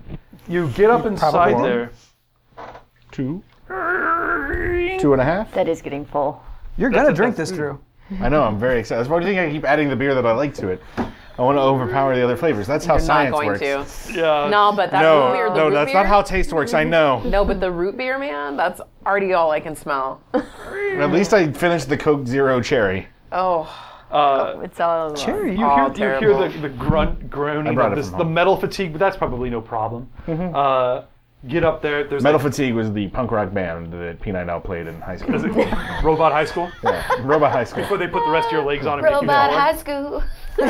A: You get up inside
C: wrong.
A: there.
C: Two. Two and a half?
F: That is getting full.
D: You're gonna drink this, Drew.
C: I know, I'm very excited. That's why do you think I keep adding the beer that I like to it? I want to overpower the other flavors. That's how
E: You're not
C: science
E: going
C: works.
E: to.
A: Yeah.
E: No, but that root beer,
C: No,
E: the
C: no,
E: root
C: that's
E: beer,
C: not how taste works. I know.
E: No, Oh, but the root beer, man, that's already all I can smell. [LAUGHS]
C: At least I finished the Coke Zero Cherry.
E: oh,
A: Uh,
F: It's all.
D: Cherry,
A: you
D: you
E: all
A: hear, you hear
E: terrible.
A: the, the
C: [LAUGHS]
A: grunt groaning
C: brought
A: of
C: it
A: this,
C: from
A: the
C: home. Mm-hmm.
A: metal fatigue, but that's probably no problem. Uh, get up there. There's
C: Metal
A: like,
C: Fatigue was the punk rock band that P9 now played in high school.
A: [LAUGHS] robot high school.
C: Yeah, [LAUGHS] Robot High
A: [LAUGHS]
C: School.
A: Where they put the rest of your legs on and make you
J: Robot
A: fall.
J: High School.
A: I'd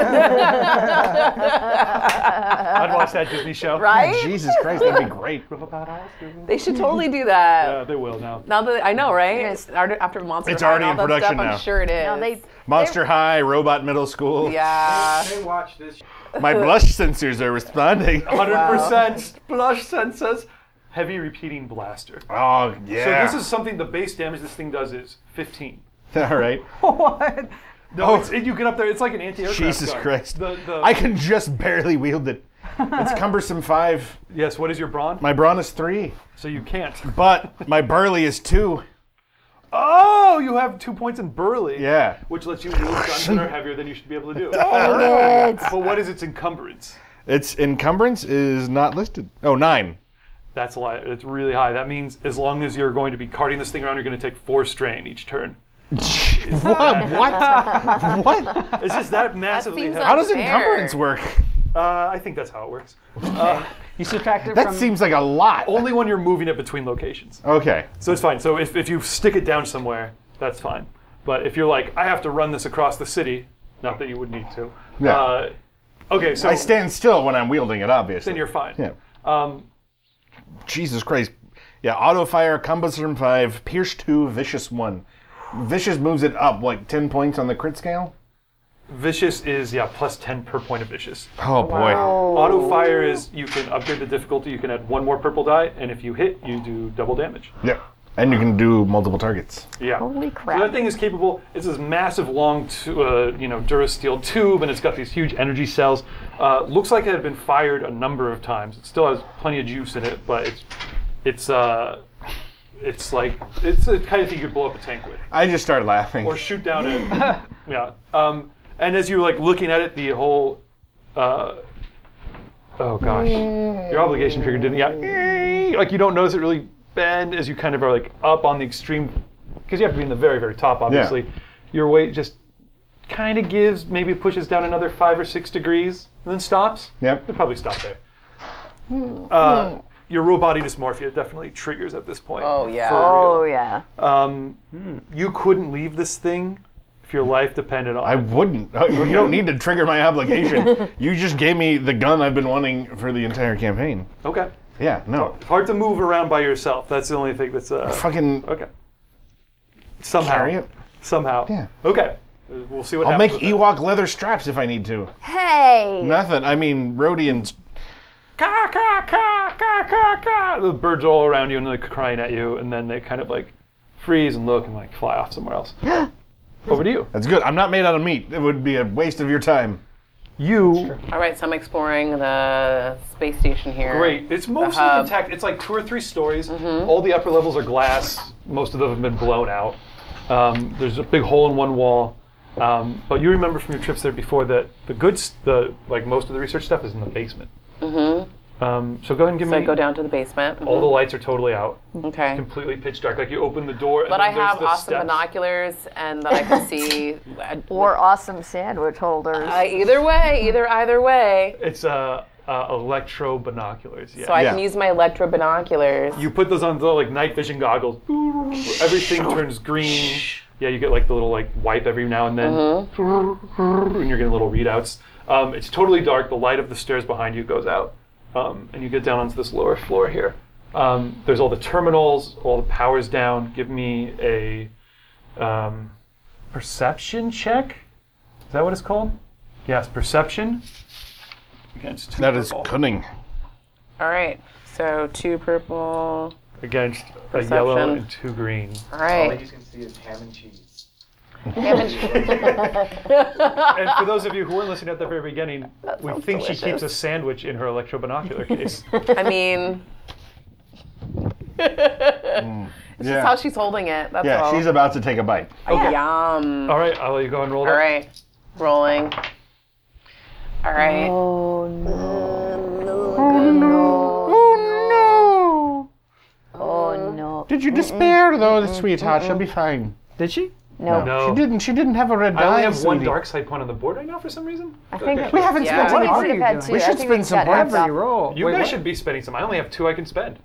A: watch that
J: [LAUGHS]
A: Disney show.
E: right?
C: Jesus Christ, that'd be great.
A: Robot high school.
E: They should totally do that.
A: Yeah, they will now.
E: Now that I know, right? After after Monster
C: It's
E: High and
C: already
E: all
C: in
E: that
C: production
E: stuff,
C: now.
E: I'm sure it is.
F: No, they,
C: Monster High, Robot Middle School.
E: yeah.
D: watch this.
C: My blush sensors
A: [LAUGHS]
C: are responding.
A: Oh, 100% blush senses. Heavy repeating blaster.
C: Oh, yeah.
A: So this is something the base damage this thing does is 15.
C: [LAUGHS] All right.
A: Oh,
D: What?
A: No,
C: Oh.
A: it's, it- you get up there. It's like an anti-aircraft.
C: Jesus
A: gun.
C: Christ.
A: The, the,
C: I can just barely wield it. It's cumbersome five.
A: yes. What is your brawn?
C: My brawn is three,
A: so you can't.
C: but my burly is two.
A: Oh, you have two points in burly.
C: Yeah.
A: Which lets you wield guns
C: [LAUGHS]
A: that are heavier than you should be able to do. But what is its encumbrance?
C: Its encumbrance is not listed. Oh, nine.
A: That's a lot. It's really high. That means as long as you're going to be carting this thing around, you're going to take four strain each turn. Uh,
C: what? What? what?
A: It's just that massively
E: seems
A: heavy.
C: How does
E: Fair.
C: encumbrance work?
A: uh, I think that's how it [LAUGHS] works.
D: You subtract it
C: That
D: from.
C: seems like a lot.
A: Only when you're moving it between locations.
C: Okay.
A: Oh. So it's fine. So if, if you stick it down somewhere, that's fine. But if you're like, I have to run this across the city, not that you would need to.
C: Yeah.
A: Uh, okay, so
C: I stand still when I'm wielding it, obviously.
A: then you're fine.
C: Yeah.
A: Um,
C: Jesus Christ. Yeah, auto fire, cumbersome five, pierce two, vicious one. Vicious moves it up like ten points on the crit scale.
A: vicious is, yeah, plus 10 per point of vicious.
C: Oh boy.
A: Auto fire is you can upgrade the difficulty, you can add one more purple die, and if you hit, you do double damage.
C: Yeah. And you can do multiple targets.
A: Yeah.
F: holy
A: So
F: crap.
A: that thing is capable. It's this massive, long, tu- uh, you know, Durasteel tube, and it's got these huge energy cells. Uh, looks like it had been fired a number of times. It still has plenty of juice in it, but it's, it's, uh, it's like it's the kind of thing you could blow up a tank with,
C: I just started laughing.
A: or shoot down
E: [LAUGHS]
A: a, yeah. Um, and as you're like looking at it, the whole, uh, oh gosh, your obligation trigger didn't, yeah, like you don't notice it really bend as you kind of are like up on the extreme, because you have to be in the very very top, obviously. Your weight just kind of gives, maybe pushes down another five or six degrees, and then stops.
C: Yep.
A: It'd probably stop there.
E: Hmm.
A: Uh, your robotic dysmorphia definitely triggers at this point.
E: Oh, yeah.
A: For
F: Oh
A: real.
F: yeah.
A: Um, you couldn't leave this thing if your life depended on
C: I
A: it.
C: wouldn't. [LAUGHS] Oh, You don't need to trigger my obligation. you just gave me the gun I've been wanting for the entire campaign.
A: Okay.
C: Yeah, no.
A: Hard to move around by yourself. That's the only thing that's. Uh,
C: Fucking
A: okay. Somehow.
C: carry it.
A: Somehow.
C: Yeah.
A: Okay. Uh, We'll see what
C: I'll make
A: happens. with
C: Ewok leather straps if I need to.
F: Hey.
C: Nothing. I mean, Rodian's.
A: that. Caw, caw, caw, caw, caw, caw. The birds are all around you and they're crying at you, and then they kind of like freeze and look and like fly off somewhere
C: [GASPS]
A: else. Over to you.
C: That's good. I'm not made out of meat. It would be a waste of your time.
A: You.
E: All right, so I'm exploring the space station here.
A: Great. It's mostly
E: hub. Mm-hmm.
A: intact. It's like two or three stories. All the upper levels are glass. Most of them have been blown out. Um, there's a big hole in one wall. Um, but you remember from your trips there before that the goods, the like most of the research stuff is in the basement. Mm-hmm. Um, so go ahead and give
E: So I
A: me.
E: go down to the basement. Mm-hmm.
A: All the lights are totally out,
E: Okay.
A: completely pitch dark. Like you open the door, and
E: But
A: then
E: I
A: there's
E: have
A: the
E: awesome
A: steps.
E: binoculars, and that I
A: [LAUGHS]
E: can see. I-
F: Or awesome sandwich holders.
E: I- either way, either either way,
A: It's uh, uh, electro binoculars. Yeah.
E: so I
C: Yeah.
E: can use my electro binoculars.
A: you put those on the like night vision goggles. Everything turns green. Yeah, you get like the little like wipe every now and then, and you're getting little readouts. Um, it's totally dark. The light of the stairs behind you goes out, um, and you get down onto this lower floor here. Um, there's all the terminals, all the powers down. Give me a um, perception check. Is that what it's called? Yes, perception. Against two
C: That is
A: purple.
C: cunning.
E: All right. So two purple.
A: against a yellow
E: Perception.
A: and two green.
E: All right.
K: can see is ham and cheese.
A: And for those of you who weren't listening at the very beginning, we think she keeps a
C: [LAUGHS]
A: sandwich in her electro binocular case.
E: I mean, It's
C: Yeah.
E: just how she's holding it. That's
C: Yeah,
E: all. Oh,
C: she's Oh. about to take a bite.
E: Yum.
A: All right, I'll let you go and roll that.
E: All right. Rolling. All right.
F: Oh no.
C: Oh
F: Oh no.
C: no! Did you despair though, sweetheart? She'll be fine.
D: Did she?
F: No.
A: No.
C: didn't. She didn't have a red
A: I only have one dark side point on the board right now for some reason.
F: I think
C: We haven't
E: Yeah.
C: spent
E: What
C: any.
D: are
F: should
D: you
F: have had
D: doing?
F: two.
D: We
F: I
C: should
F: think
C: spend
F: we've
C: some
F: got
C: points.
F: heads up.
D: Every roll.
A: You
D: Wait,
A: guys
D: what?
A: should be spending some. I only have two I can spend.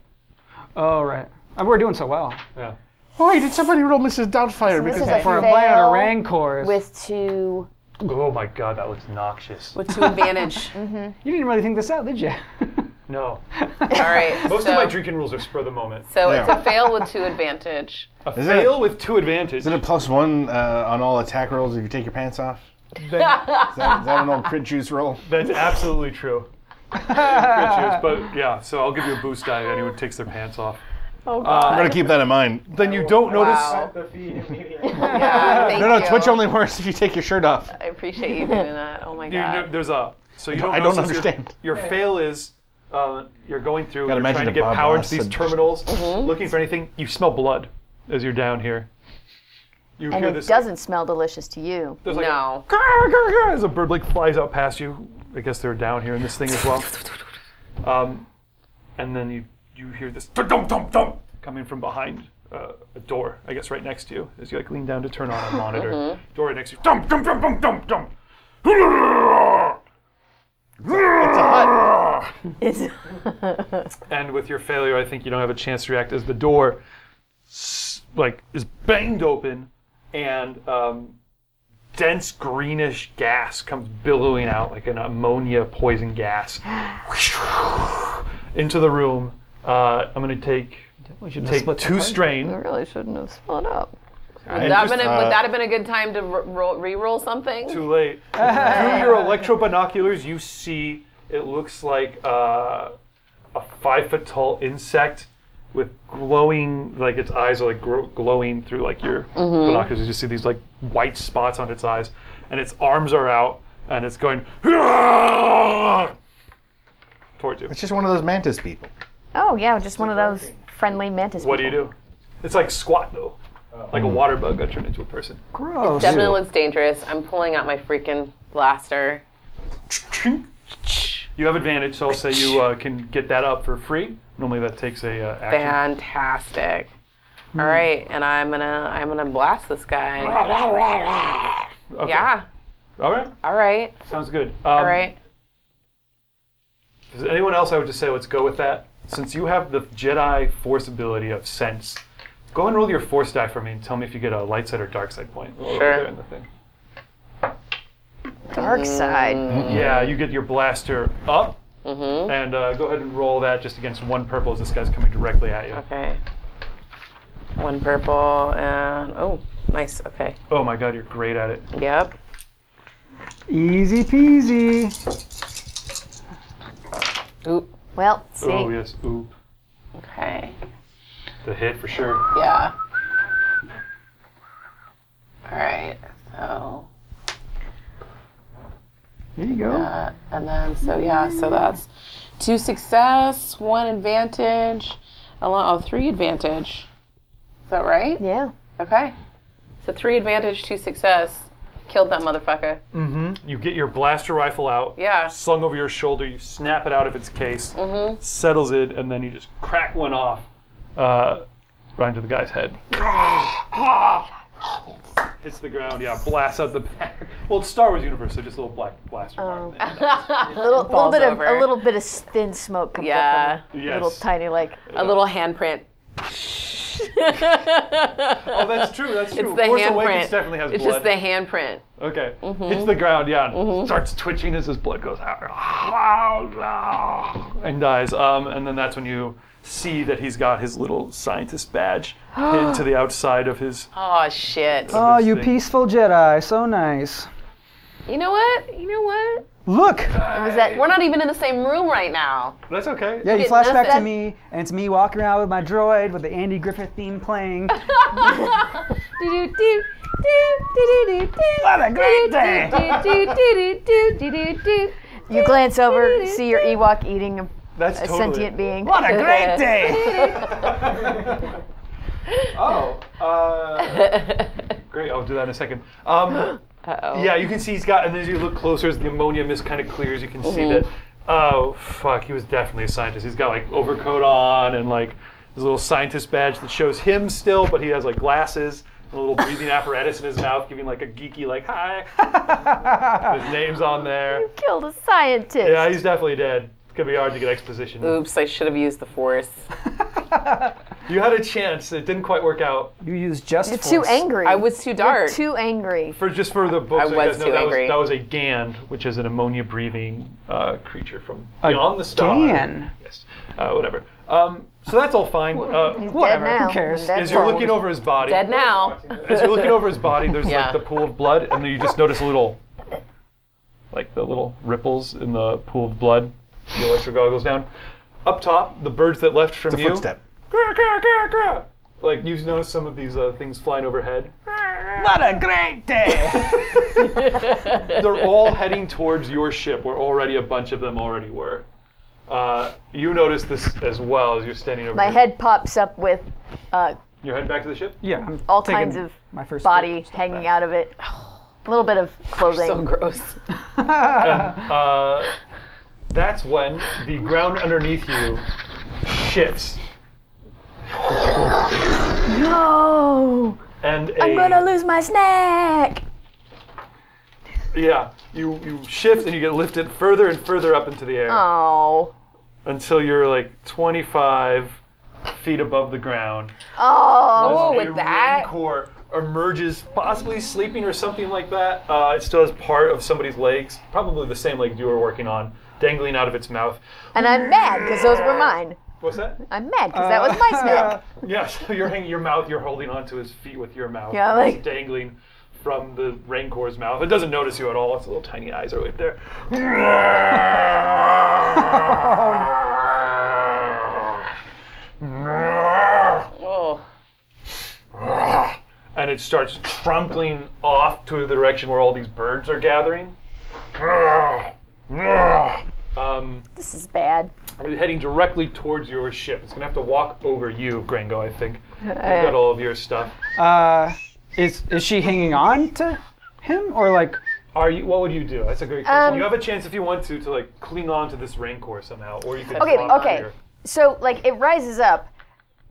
D: Oh right. Uh, We're doing so well.
A: Yeah.
C: Oh, wait, did somebody roll Mrs. Doubtfire?
F: this
C: because
F: is a
C: for
F: fail.
D: Playing on a rancor.
F: With two.
A: Oh my god, that looks noxious.
E: With two advantage. All
D: you didn't really think this out, did you? [LAUGHS]
A: No.
E: right.
A: Most
E: so,
A: of my drinking rules are spur of the moment.
E: so it's
C: Yeah.
E: a fail with two advantage.
A: A
C: Is it-
A: fail with two advantage.
C: Is it a plus one uh, on all attack rolls if you take your pants
E: [LAUGHS]
C: off? Is that, is that an old crit juice roll? [LAUGHS]
A: That's absolutely true. Good choice, but yeah, so I'll give you a boost die if anyone takes their pants off.
E: Oh god.
C: I'm gonna keep that in mind.
A: Then you don't notice.
E: Oh, wow. Yeah, thank
C: [LAUGHS] No, no,
E: you.
C: Twitch only works if you take your shirt off.
E: I appreciate you doing that. Oh my
A: You,
E: god.
A: there's a. So you don't.
C: I don't
A: notice your-
C: understand.
A: Your, fail is. Uh, you're going through. You're
C: imagine
A: trying to
C: if
A: get
C: Bob
A: power
C: Ross
A: to these
C: had-
F: [LAUGHS]
A: terminals,
F: Mm-hmm.
A: looking for anything. You smell blood as you're down here. You
F: And
A: hear
F: it
A: this.
F: doesn't smell delicious to you.
A: There's like
E: No.
A: A, "Grr, grr, grr," as a bird like flies out past you. I guess they're down here in this thing as well. Um, and then you you hear this dum dum dum coming from behind uh, a door. I guess right next to you as you like lean down to turn
F: [LAUGHS]
A: on a monitor.
F: Mm-hmm.
A: Door right next to you. Dum dum dum dum dum dum. [LAUGHS] and with your failure, I think you don't have a chance to react as the door s- like is banged open and um, dense greenish gas comes billowing out like an ammonia poison gas into the room. Uh, I'm gonna take
D: we should
A: take two strain.
E: really shouldn't have split up.
C: And
E: Would that,
C: just,
E: been a,
C: uh,
E: would that have been a good time to re- roll- re-roll something?
A: Too late. Through your electro binoculars, you see it looks like uh, a five foot tall insect with glowing, like its eyes are like gro- glowing through like your binoculars. You just see these like white spots on its eyes, and its arms are out, and it's going towards you.
C: It's just one of those mantis people.
F: [LAUGHS] Oh yeah, just one of those friendly mantis.
A: What do you do? It's like squat though, like a water bug got turned into a person.
D: Gross.
E: Definitely looks dangerous. I'm pulling out my freaking blaster.
A: You have advantage, so I'll say you uh, can get that up for free. Normally that takes a uh, action.
E: Fantastic. All right, and I'm gonna I'm gonna blast this guy.
A: Okay.
E: Yeah.
A: All right.
E: All right.
A: Sounds good. Um,
E: All right.
A: Does anyone else? I would just say let's go with that. Since you have the Jedi Force ability of sense, go and roll your Force die for me and tell me if you get a light side or dark side point. Sure. There in the thing.
F: Dark side.
A: Yeah, you get your blaster up,
E: Mm-hmm.
A: and uh, go ahead and roll that just against one purple as this guy's coming directly at you.
E: Okay. One purple and oh, nice. Okay.
A: Oh my God, you're great at it.
E: Yep.
D: Easy peasy.
E: Oop.
F: Well, see.
A: Oh yes, oop,
E: Okay.
A: the hit for sure.
E: Yeah. All right. So
D: There you go.
E: and then so yeah. So that's two success, one advantage, a lot, oh three advantage. Is that right?
F: Yeah.
E: Okay. So three advantage, two success. Killed that motherfucker.
A: You get your blaster rifle out.
E: Yeah.
A: slung over your shoulder. You snap it out of its case,
E: Mm-hmm.
A: settles it, and then you just crack one off uh, right into the guy's
E: [LAUGHS]
A: head. Hits the ground, yeah, blasts out the back. Well, it's Star Wars universe, so just a little black blaster.
E: Oh.
A: mark there.
E: [LAUGHS]
F: A little, little
E: Falls
F: bit of
E: over.
F: a little bit of thin smoke comes
E: Yeah.
F: up
A: Yes.
F: from a little tiny like
E: A little handprint. [LAUGHS]
A: Oh, that's true. That's true.
E: It's the
A: Force
E: handprint.
A: Awakens definitely has
E: It's
A: blood.
E: just the handprint.
A: Okay. Hits the ground, yeah. and Starts twitching as his blood goes out. [GASPS] And dies. Um, and then that's when you see that he's got his little scientist badge pinned to the outside of his.
E: Oh shit.
D: Oh, you
A: thing.
D: peaceful Jedi. So nice.
E: You know what? You know what?
D: Look.
F: was that
E: We're not even in the same room right now.
A: That's okay.
D: Yeah, you
E: Get
D: flash back to
E: nothing.
D: me, and it's me walking around with my droid with the Andy Griffith theme
F: [LAUGHS]
D: playing.
E: what
D: a great day.
F: you glance over, see your Ewok eating a,
A: That's
F: a
A: totally.
F: [LAUGHS] sentient being.
D: What a great day!
A: Oh, uh, great. I'll do that in a second. Um,
E: Uh-oh.
A: yeah, you can see he's got, and as you look closer, as the ammonia mist kind of clears, you can see that. Oh fuck, he was definitely a scientist. He's got like overcoat on and like his little scientist badge that shows him still, but he has like glasses. and A little breathing apparatus in his mouth, giving like a geeky like hi. His name's on there.
F: Killed a scientist.
A: Yeah, he's definitely dead. It's gonna be hard to get exposition.
E: [LAUGHS] Oops, I should have used the force.
A: You had a chance. It didn't quite work out
D: You use just
F: You're too
D: force.
F: angry.
E: I was too dark.
F: too angry.
A: for just for the books.
E: I
A: so you
E: was
A: guys know,
E: too
A: that
E: angry.
A: Was, that was a gand, which is an ammonia breathing uh, creature from beyond the star.
D: Gan.
A: Yes. Uh, whatever. Um, so that's all fine. Uh,
D: Whatever.
F: Dead now.
D: Who cares?
F: Dead
A: as you're
F: now.
A: looking over his body,
E: Dead now.
A: as you're looking over his body, there's
E: Yeah.
A: like the pool of blood, and then you just notice a little, like the little ripples in the pool of blood. You let your goggles down. Up top, the birds that left from
C: It's a
A: you.
C: [LAUGHS] footstep.
A: Grr, grr, grr, grr. Like you've noticed some of these uh, things flying overhead.
D: What a great day!
A: They're all heading towards your ship, where already a bunch of them already were. Uh, you notice this as well as you're standing over.
F: My
A: here.
F: head pops up with uh,
A: You're heading back to the ship.
D: yeah, I'm
F: all
D: taking
F: kinds of
D: my first
F: body
D: step
F: hanging
D: back.
F: out of it. A little bit of clothing.
E: So gross.
A: Uh, that's when the ground underneath you shifts,
F: no,
A: and a,
F: I'm gonna lose my snack.
A: yeah, you you shift and you get lifted further and further up into the air
F: Oh,
A: until you're like 25 feet above the ground.
F: oh,
A: Oh,
E: with that?
A: core emerges, possibly sleeping or something like that. Uh, it still has part of somebody's legs, probably the same legs you were working on, dangling out of its mouth.
F: and I'm mad because those were mine.
A: What's that? [LAUGHS]
F: I'm mad because that was my
D: Uh.
F: snack.
A: Yeah, so [LAUGHS] you're hanging your mouth, you're holding onto his feet with your mouth.
F: Yeah,
A: It's
F: like-
A: dangling from the Rancor's mouth. It doesn't notice you at all. Its little tiny eyes are right
F: [LAUGHS]
A: there.
E: Oh,
A: and it starts trampling off to the direction where all these birds are gathering. Um,
F: This is bad.
A: it's heading directly towards your ship. It's gonna have to walk over you, Gringo. I think you've got all of your stuff.
D: Uh, is is she hanging on to him or like?
A: Are you? What would you do? That's a great question.
F: Um,
A: you have a chance if you want to to like cling on to this rancor somehow, or you could.
F: Okay,
A: drop
F: okay.
A: Your,
F: So like it rises up.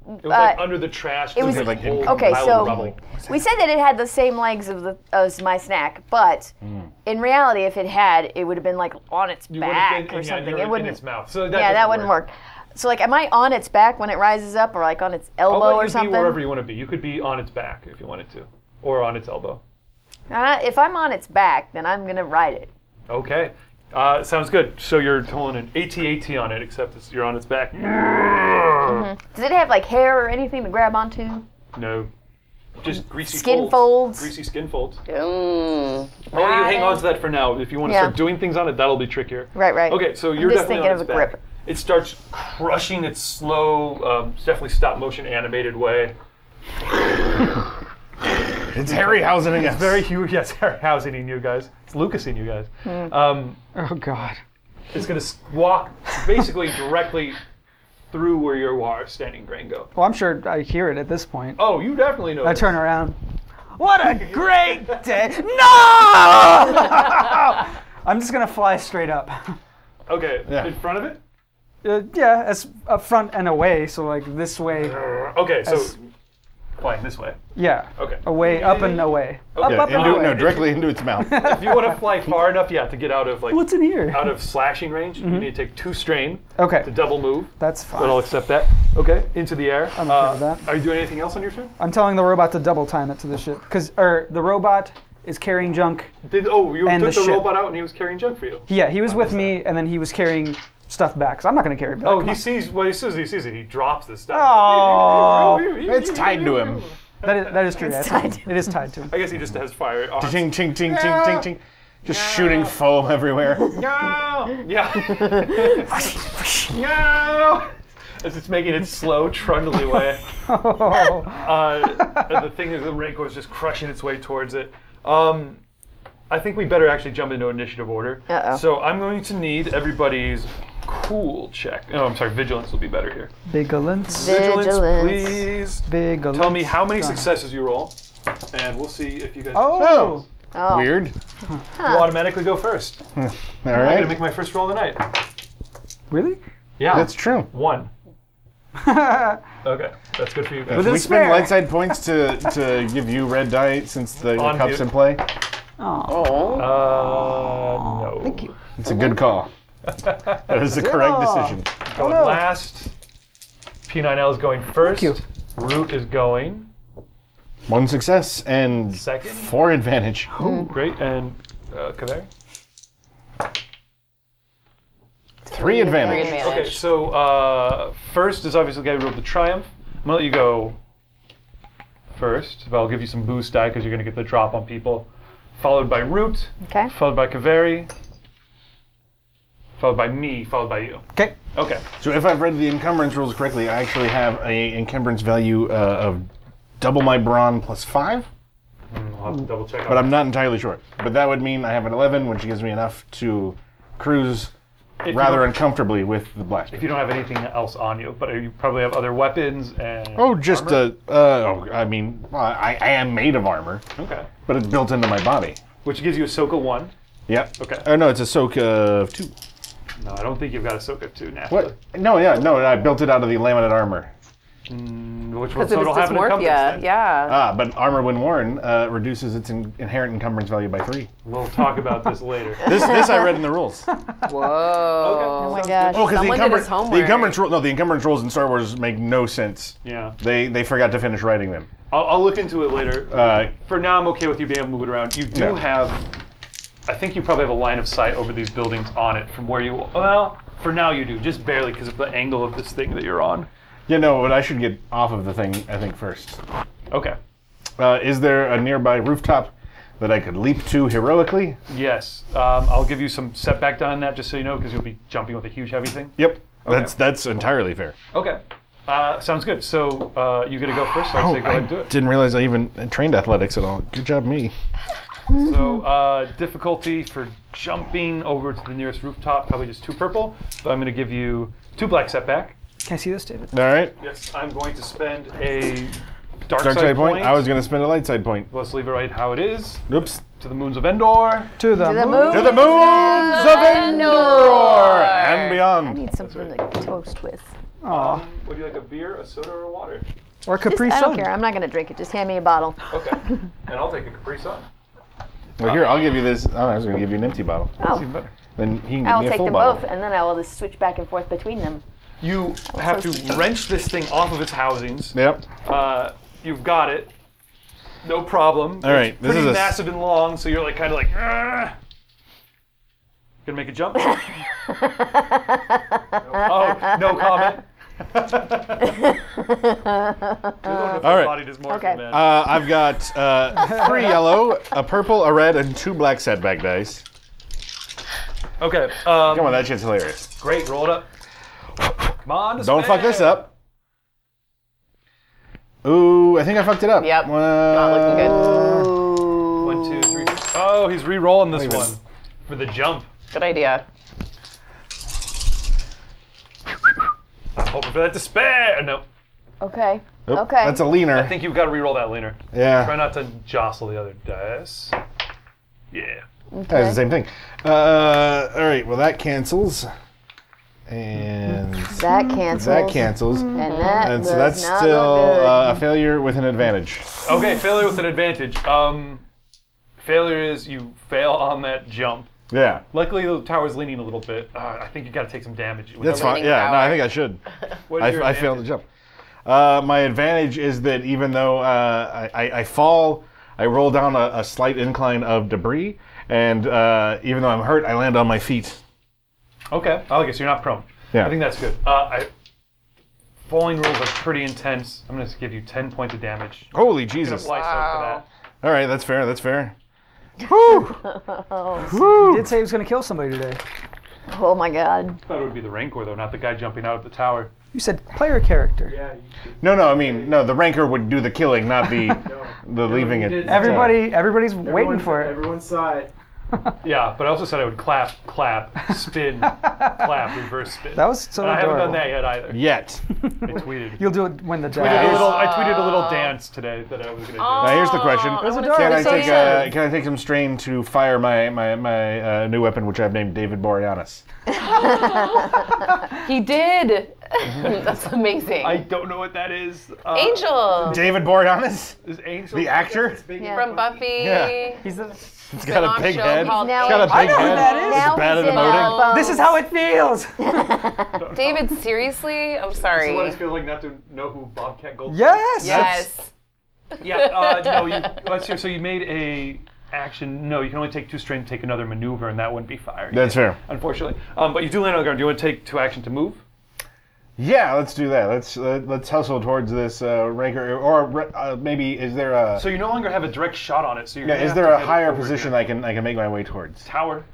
A: it was like
F: Uh,
A: under the trash. It
F: was-
A: like,
C: like,
F: okay, so-
A: Rubble.
F: We said that it had the same legs of the as my snack, but
D: Hmm.
F: in reality, if it had, it would have been like on its
A: You would've
F: back
A: been-
F: or
A: yeah,
F: something.
A: you're
F: it
A: in
F: wouldn't.
A: its mouth. So
F: yeah,
A: doesn't
F: that wouldn't work. So like, am I on its back when it rises up, or like on its
A: I'll
F: elbow
A: let
F: or
A: you
F: something?
A: be wherever you want to be. You could be on its back if you wanted to, or on its elbow.
F: Uh, if I'm on its back, then I'm gonna ride it.
A: Okay. Uh, sounds good. So you're towing an AT-AT on it, except it's, you're on its back.
F: Does it have like hair or anything to grab onto?
A: No. Just greasy
F: Skin
A: folds.
F: folds.
A: Greasy skin folds.
E: mm.
A: Oh, you hang on to that for now. If you want to
F: Yeah.
A: start doing things on it, that'll be trickier.
F: Right, right.
A: Okay,
F: [LAUGHS]
A: so you're
F: just
A: definitely on
F: thinking
A: its
F: of a
A: back.
F: grip.
A: It starts crushing its slow, um, it's definitely stop motion animated way.
C: It's Harryhausen again.
A: Very huge. [LAUGHS] Yes, how's eating you guys? It's Lucas eating you guys.
F: Hmm.
A: Um,
D: Oh God.
A: it's gonna s- walk basically directly through where you are standing, Gringo.
D: Well, I'm sure I hear it at this point.
A: Oh, you definitely know.
D: I turn around. What [LAUGHS] a great [LAUGHS] day! No! I'm just gonna fly straight up.
A: Okay,
C: Yeah.
A: in front of it.
D: Uh, yeah, as up front and away, so like this way.
A: Okay, so
D: As-
A: flying this way.
D: Yeah,
A: Okay.
D: away, up and away.
A: Okay.
C: Yeah,
D: Up, up,
C: into,
D: up.
C: no, directly into its mouth.
A: If you want to
D: [LAUGHS]
A: fly far enough, yeah, to get out of like
D: What's in here?
A: out of slashing range,
D: Mm-hmm.
A: you need to take two strain to
D: Okay,
A: double move.
D: that's
A: But I'll
D: fine.
A: accept that. Okay, into the air. Uh,
D: I'm okay with that.
A: Are you doing anything else on your turn?
D: I'm telling the robot to double time it to the ship, cause or the robot is carrying junk.
A: Did oh you
D: And
A: took
D: the
A: the,
D: ship.
A: robot out and he was carrying junk for you?
D: Yeah, he was with me, and then he was carrying stuff back. So I'm not gonna carry it back.
A: oh,
D: come [LAUGHS]
A: he
D: on.
A: sees well. As soon as he sees it, he drops this stuff.
D: Oh.
A: [LAUGHS]
C: It's tied to him.
D: that is that is true. It's
F: tied to-
D: It is tied to him.
A: I guess he just has fire. Arms.
C: Ting, ting, ting, ting, ting, ting. Just shooting foam everywhere.
A: No! Yeah. no! [LAUGHS] As it's making its slow, trundly
D: [LAUGHS]
A: way. Uh, and the thing is, the Rancor is just crushing its way towards it. Um, I think we better actually jump into initiative order.
F: Uh-oh.
A: So I'm going to need everybody's cool check. Oh, I'm sorry, vigilance will be better here.
D: Vigilance.
F: Vigilance.
A: please.
D: Vigilance.
A: Tell me how many
D: Done.
A: successes you roll, and we'll see if you guys
D: Oh,
F: Oh.
C: Weird.
A: you automatically go first.
C: All
A: I'm gonna
C: right.
A: make my first roll of the night.
K: [LAUGHS]
D: really?
A: Yeah,
C: That's true.
A: one. Okay, that's good for you guys.
C: Did we
D: it's
C: spend
D: fair.
C: light side points to, to give you red dye since the
A: On
C: cup's
A: mute.
C: in play?
E: Oh.
A: Uh, no. Thank you.
C: It's a good call. [LAUGHS] That is the correct decision.
A: Going
D: no.
A: last. P9L is going first.
D: you.
A: Root is going
C: One success and
A: second.
C: four advantage.
A: Great, and uh, Kaveri?
C: Three advantage.
A: Okay, so uh, first is obviously going to roll the triumph. I'm gonna let you go first, but I'll give you some boost die because you're gonna get the drop on people. Followed by Root,
F: Okay.
A: followed by Kaveri, followed by me, followed by you.
D: Okay.
A: Okay.
C: So if I've read the encumbrance rules correctly, I actually have a encumbrance value uh, of double my brawn plus five,
A: I'll have to double check.
C: but I'm not entirely sure. But that would mean I have an 11, which gives me enough to cruise rather uncomfortably with the blast.
A: If you don't have anything else on you, but you probably have other weapons and.
C: Oh, just a. Uh, oh, I mean, well, I, I am made of armor,
A: Okay.
C: but it's built into my body.
A: Which gives you a Soka 1.
C: Yep.
A: Okay.
C: Oh no, it's a soak of two.
A: No, I don't think you've got a Soka 2 now.
C: What? No, yeah, no, I built it out of the laminate armor.
A: Which one?
E: So
A: So
E: it's
A: it'll have an
E: dysmorphia.
A: encumbrance
E: Yeah.
A: then.
C: Ah, but armor when worn uh, reduces its in- inherent encumbrance value by three.
A: We'll talk about this
E: [LAUGHS]
A: later.
C: This, this I read in the rules.
E: Whoa.
F: Oh my gosh.
C: Oh, because the,
E: Someone did
C: encumbrance,
E: his homework.
C: the encumbrance rule, no, the encumbrance rules in Star Wars make no sense.
A: Yeah.
C: They they forgot to finish writing them.
A: I'll, I'll look into it later.
C: Uh,
A: For now, I'm okay with you being able to move it around. You do
C: Yeah.
A: have, I think you probably have a line of sight over these buildings on it from where you. Well, for now you do, just barely because of the angle of this thing that you're on.
C: you know, but I should get off of the thing. I think first.
A: Okay.
C: Uh, is there a nearby rooftop that I could leap to heroically?
A: Yes. Um, I'll give you some setback on that just so you know because you'll be jumping with a huge heavy thing.
C: Yep. That's that's entirely fair.
A: Okay. Uh, sounds good. So uh, you gonna go first?
F: Oh,
A: I'll say go ahead and do it.
C: didn't realize I even trained athletics at all. Good job, me.
A: So uh, difficulty for jumping over to the nearest rooftop, probably just two purple. But I'm gonna give you two black setback.
D: Can I see this, David?
C: All right.
A: Yes, I'm going to spend a dark,
C: Dark
A: side,
C: side
A: point.
C: point. I was gonna spend a light side point.
A: Let's leave it right how it is.
C: Oops.
A: To the moons of Endor.
D: To the,
F: The
D: moon.
F: moon.
C: To the moons of Endor and beyond.
F: Need something to toast with.
D: Aw.
A: Would you like a beer, a soda, or a water?
D: Or Capri
F: I
D: Sun.
F: don't care. I'm not gonna drink it. Just hand me a bottle.
A: Okay. [LAUGHS] and I'll take a Capri Sun.
C: Well, here I'll give you this. Oh, I was gonna give you an empty bottle.
F: Oh,
C: Then he can give
F: I'll
C: me a
F: take
C: full
F: them
C: bottle.
F: both, and then I will just switch back and forth between them. [LAUGHS]
A: You have to wrench this thing off of its housings.
C: Yep.
A: Uh, you've got it. No problem.
C: All right. This
A: Pretty
C: is a s-
A: massive and long, so you're like kind of like. "Argh." Gonna make a jump? oh, no comment.
C: All right.
A: Body dysmorphia,
F: Okay.
A: man.
C: Uh, I've got uh, three yellow, a purple, a red, and two black setback dice.
A: okay. Um,
C: Come on, that shit's hilarious.
A: Great, roll it up. Come on.
C: Don't fuck this up. Ooh, I think I fucked it up.
E: Yep.
C: Not
E: looking good.
A: Uh, One, two, three. Oh, he's re-rolling this one for the jump.
E: Good idea.
A: I'm hoping for that despair. Uh, No,
C: [LAUGHS]
F: Okay.
C: Oop,
F: Okay.
C: That's a leaner.
A: I think you've got to re-roll that leaner. Try
C: yeah.
A: not to jostle the other dice. Yeah.
C: That's the same thing. Uh, all right. Well, that cancels. And
F: That cancels.
C: that cancels.
F: And that
C: And
F: was
C: so that's
F: not
C: still
F: good. [LAUGHS]
C: uh, a failure with an advantage.
A: Okay, failure with an advantage. Um, failure is you fail on that jump.
C: Yeah.
A: Luckily, the tower's leaning a little bit. Uh, I think you got to take some damage.
C: That's fine.
E: leaning
C: Yeah. No,
E: tower.
C: I think I should.
A: What is your
C: I, I failed the
A: advantage?
C: jump. Uh, my advantage is that even though uh, I, I, I fall, I roll down a, a slight incline of debris, and uh, even though I'm hurt, I land on my feet.
A: Okay. Oh, I guess you're not prone.
C: Yeah.
A: I think that's good. Uh, I, falling rules are pretty intense. I'm going to give you 10 points of damage.
C: Holy Jesus!
A: Apply soak for that.
C: All right, that's fair. That's fair.
D: He did say he was going to kill somebody today.
F: Oh my god.
A: thought it would be the Rancor, though, not the guy jumping out of the tower.
D: You said player character.
C: No, no. I mean, no. The rancor would do the
A: [LAUGHS]
C: killing, not the the leaving it.
A: uh,
D: Everybody, everybody's waiting for it.
K: Everyone saw it.
A: Yeah, but I also said I would clap, clap,
K: [LAUGHS]
A: spin, clap, reverse spin.
K: That was so
A: And I haven't
K: adorable.
A: done that yet either.
C: Yet.
A: I
K: [LAUGHS]
A: tweeted.
K: You'll do it when the
A: I,
K: dad
A: did a
K: is.
A: little, I tweeted a little dance today that I was gonna do.
C: Now here's the question. Can I, take, uh, can I take some strain to fire my, my, my uh, new weapon, which I've named David Boreanaz?
E: He did. That's amazing.
A: I don't know what that is. Uh,
E: Angel
C: David Boreanaz?
A: is Angel
C: The actor?
E: from Buffy.
A: [LAUGHS]
K: He's a-
C: It's got a
E: Spin-off
C: big
E: show
C: head.
E: called
C: It's got a
F: I
C: big
K: know who
C: head.
K: that is. uh,
C: It's
F: Now
C: bad
F: he's
C: at
F: in our
C: emoting.
F: bones.
K: this is how it
F: [LAUGHS]
K: feels.
E: David, seriously? I'm sorry.
A: What it feels like not to know who Bobcat Goldthwait.
K: Yes.
E: yes.
A: Yeah. Uh, no. You, let's hear. So you made a action. No, you can only take two strain to take another maneuver, and that wouldn't be fire.
C: That's fair.
A: Unfortunately, um, but you do land on the ground. Do you want to take two action to move?
C: Yeah, let's do that. Let's uh, let's hustle towards this uh, ranker, or uh, maybe is there a
A: So you no longer have a direct shot on it. So you're
C: yeah,
A: gonna
C: is
A: have
C: there
A: to
C: a
A: get
C: higher
A: over
C: position
A: here.
C: I can I can make my way towards?
A: tower?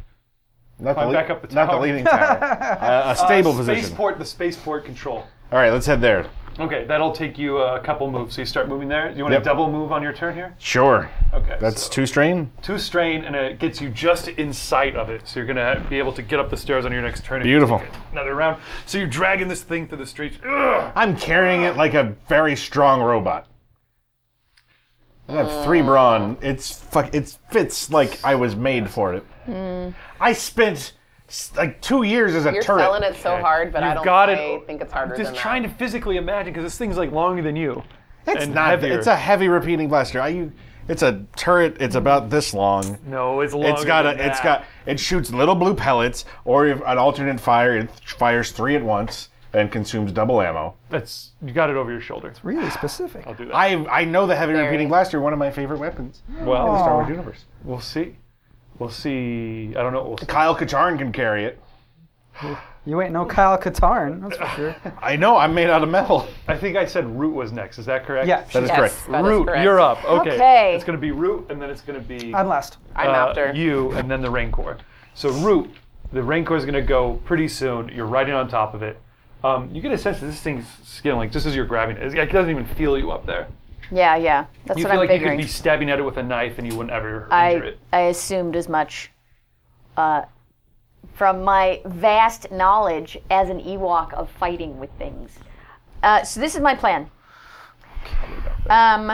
C: Not
A: Climb
C: the
A: back up the
C: not the
A: tower. [LAUGHS]
C: leading tower. uh, a stable position.
A: Spaceport. The spaceport control.
C: All right, let's head there.
A: Okay, that'll take you a couple moves. So you start moving there. Do you want
C: Yep.
A: to double move on your turn here?
C: Sure.
A: Okay.
C: That's
A: so-
C: two strain.
A: two strain, and it gets you just in sight of it. So you're gonna be able to get up the stairs on your next turn. if you
C: Beautiful.
A: take Another round. So you're dragging this thing through the streets. Ugh!
C: I'm carrying it like a very strong robot. I have three brawn. It's fuck. It fits like I was made for it. I spent s- like two years as a
E: You're
C: turret.
E: selling it so hard, but I
A: You've
E: don't
A: got
E: I
A: it.
E: think it's harder
A: Just
E: than
A: trying
E: that.
A: to physically imagine because this thing's like longer than you.
C: It's
A: and
C: not.
A: heavier.
C: It's a heavy repeating blaster. I, you, it's a turret. It's about this long.
A: No, it's longer.
C: It's got a.
A: than
C: It's
A: that.
C: got. It shoots little blue pellets, or if an alternate fire. It fires three at once and consumes double ammo.
A: That's you got it over your shoulder.
K: Really specific.
A: I'll do that.
C: I I know the heavy repeating
E: Very.
C: blaster. One of my favorite weapons.
A: well,
C: in the Star Wars universe.
A: we'll see. We'll see. I don't know. We'll see.
C: Kyle Katarn can carry it.
K: You ain't no Kyle Katarn, that's for sure.
C: I know. I'm made out of metal. [LAUGHS]
A: I think I said root was next. Is that correct?
K: Yeah,
C: That is
E: yes,
C: correct.
E: that is
A: Root,
E: correct.
A: you're up. Okay.
F: Okay.
A: It's gonna be root, and then it's gonna be.
K: I'm last.
E: I'm
A: uh,
E: after.
A: you and then the Rancor. So Root, the Rancor is going to go pretty soon. You're riding on top of it. Um, you get a sense that this thing's skin, like just as you're grabbing it, it doesn't even feel you up there.
F: Yeah, yeah. That's
A: You
F: what
A: feel
F: I'm
A: like
F: figuring.
A: you could be stabbing at it with a knife and you wouldn't ever injure
F: I
A: it.
F: I assumed as much. Uh, from my vast knowledge as an Ewok of fighting with things. Uh, so this is my plan. Um,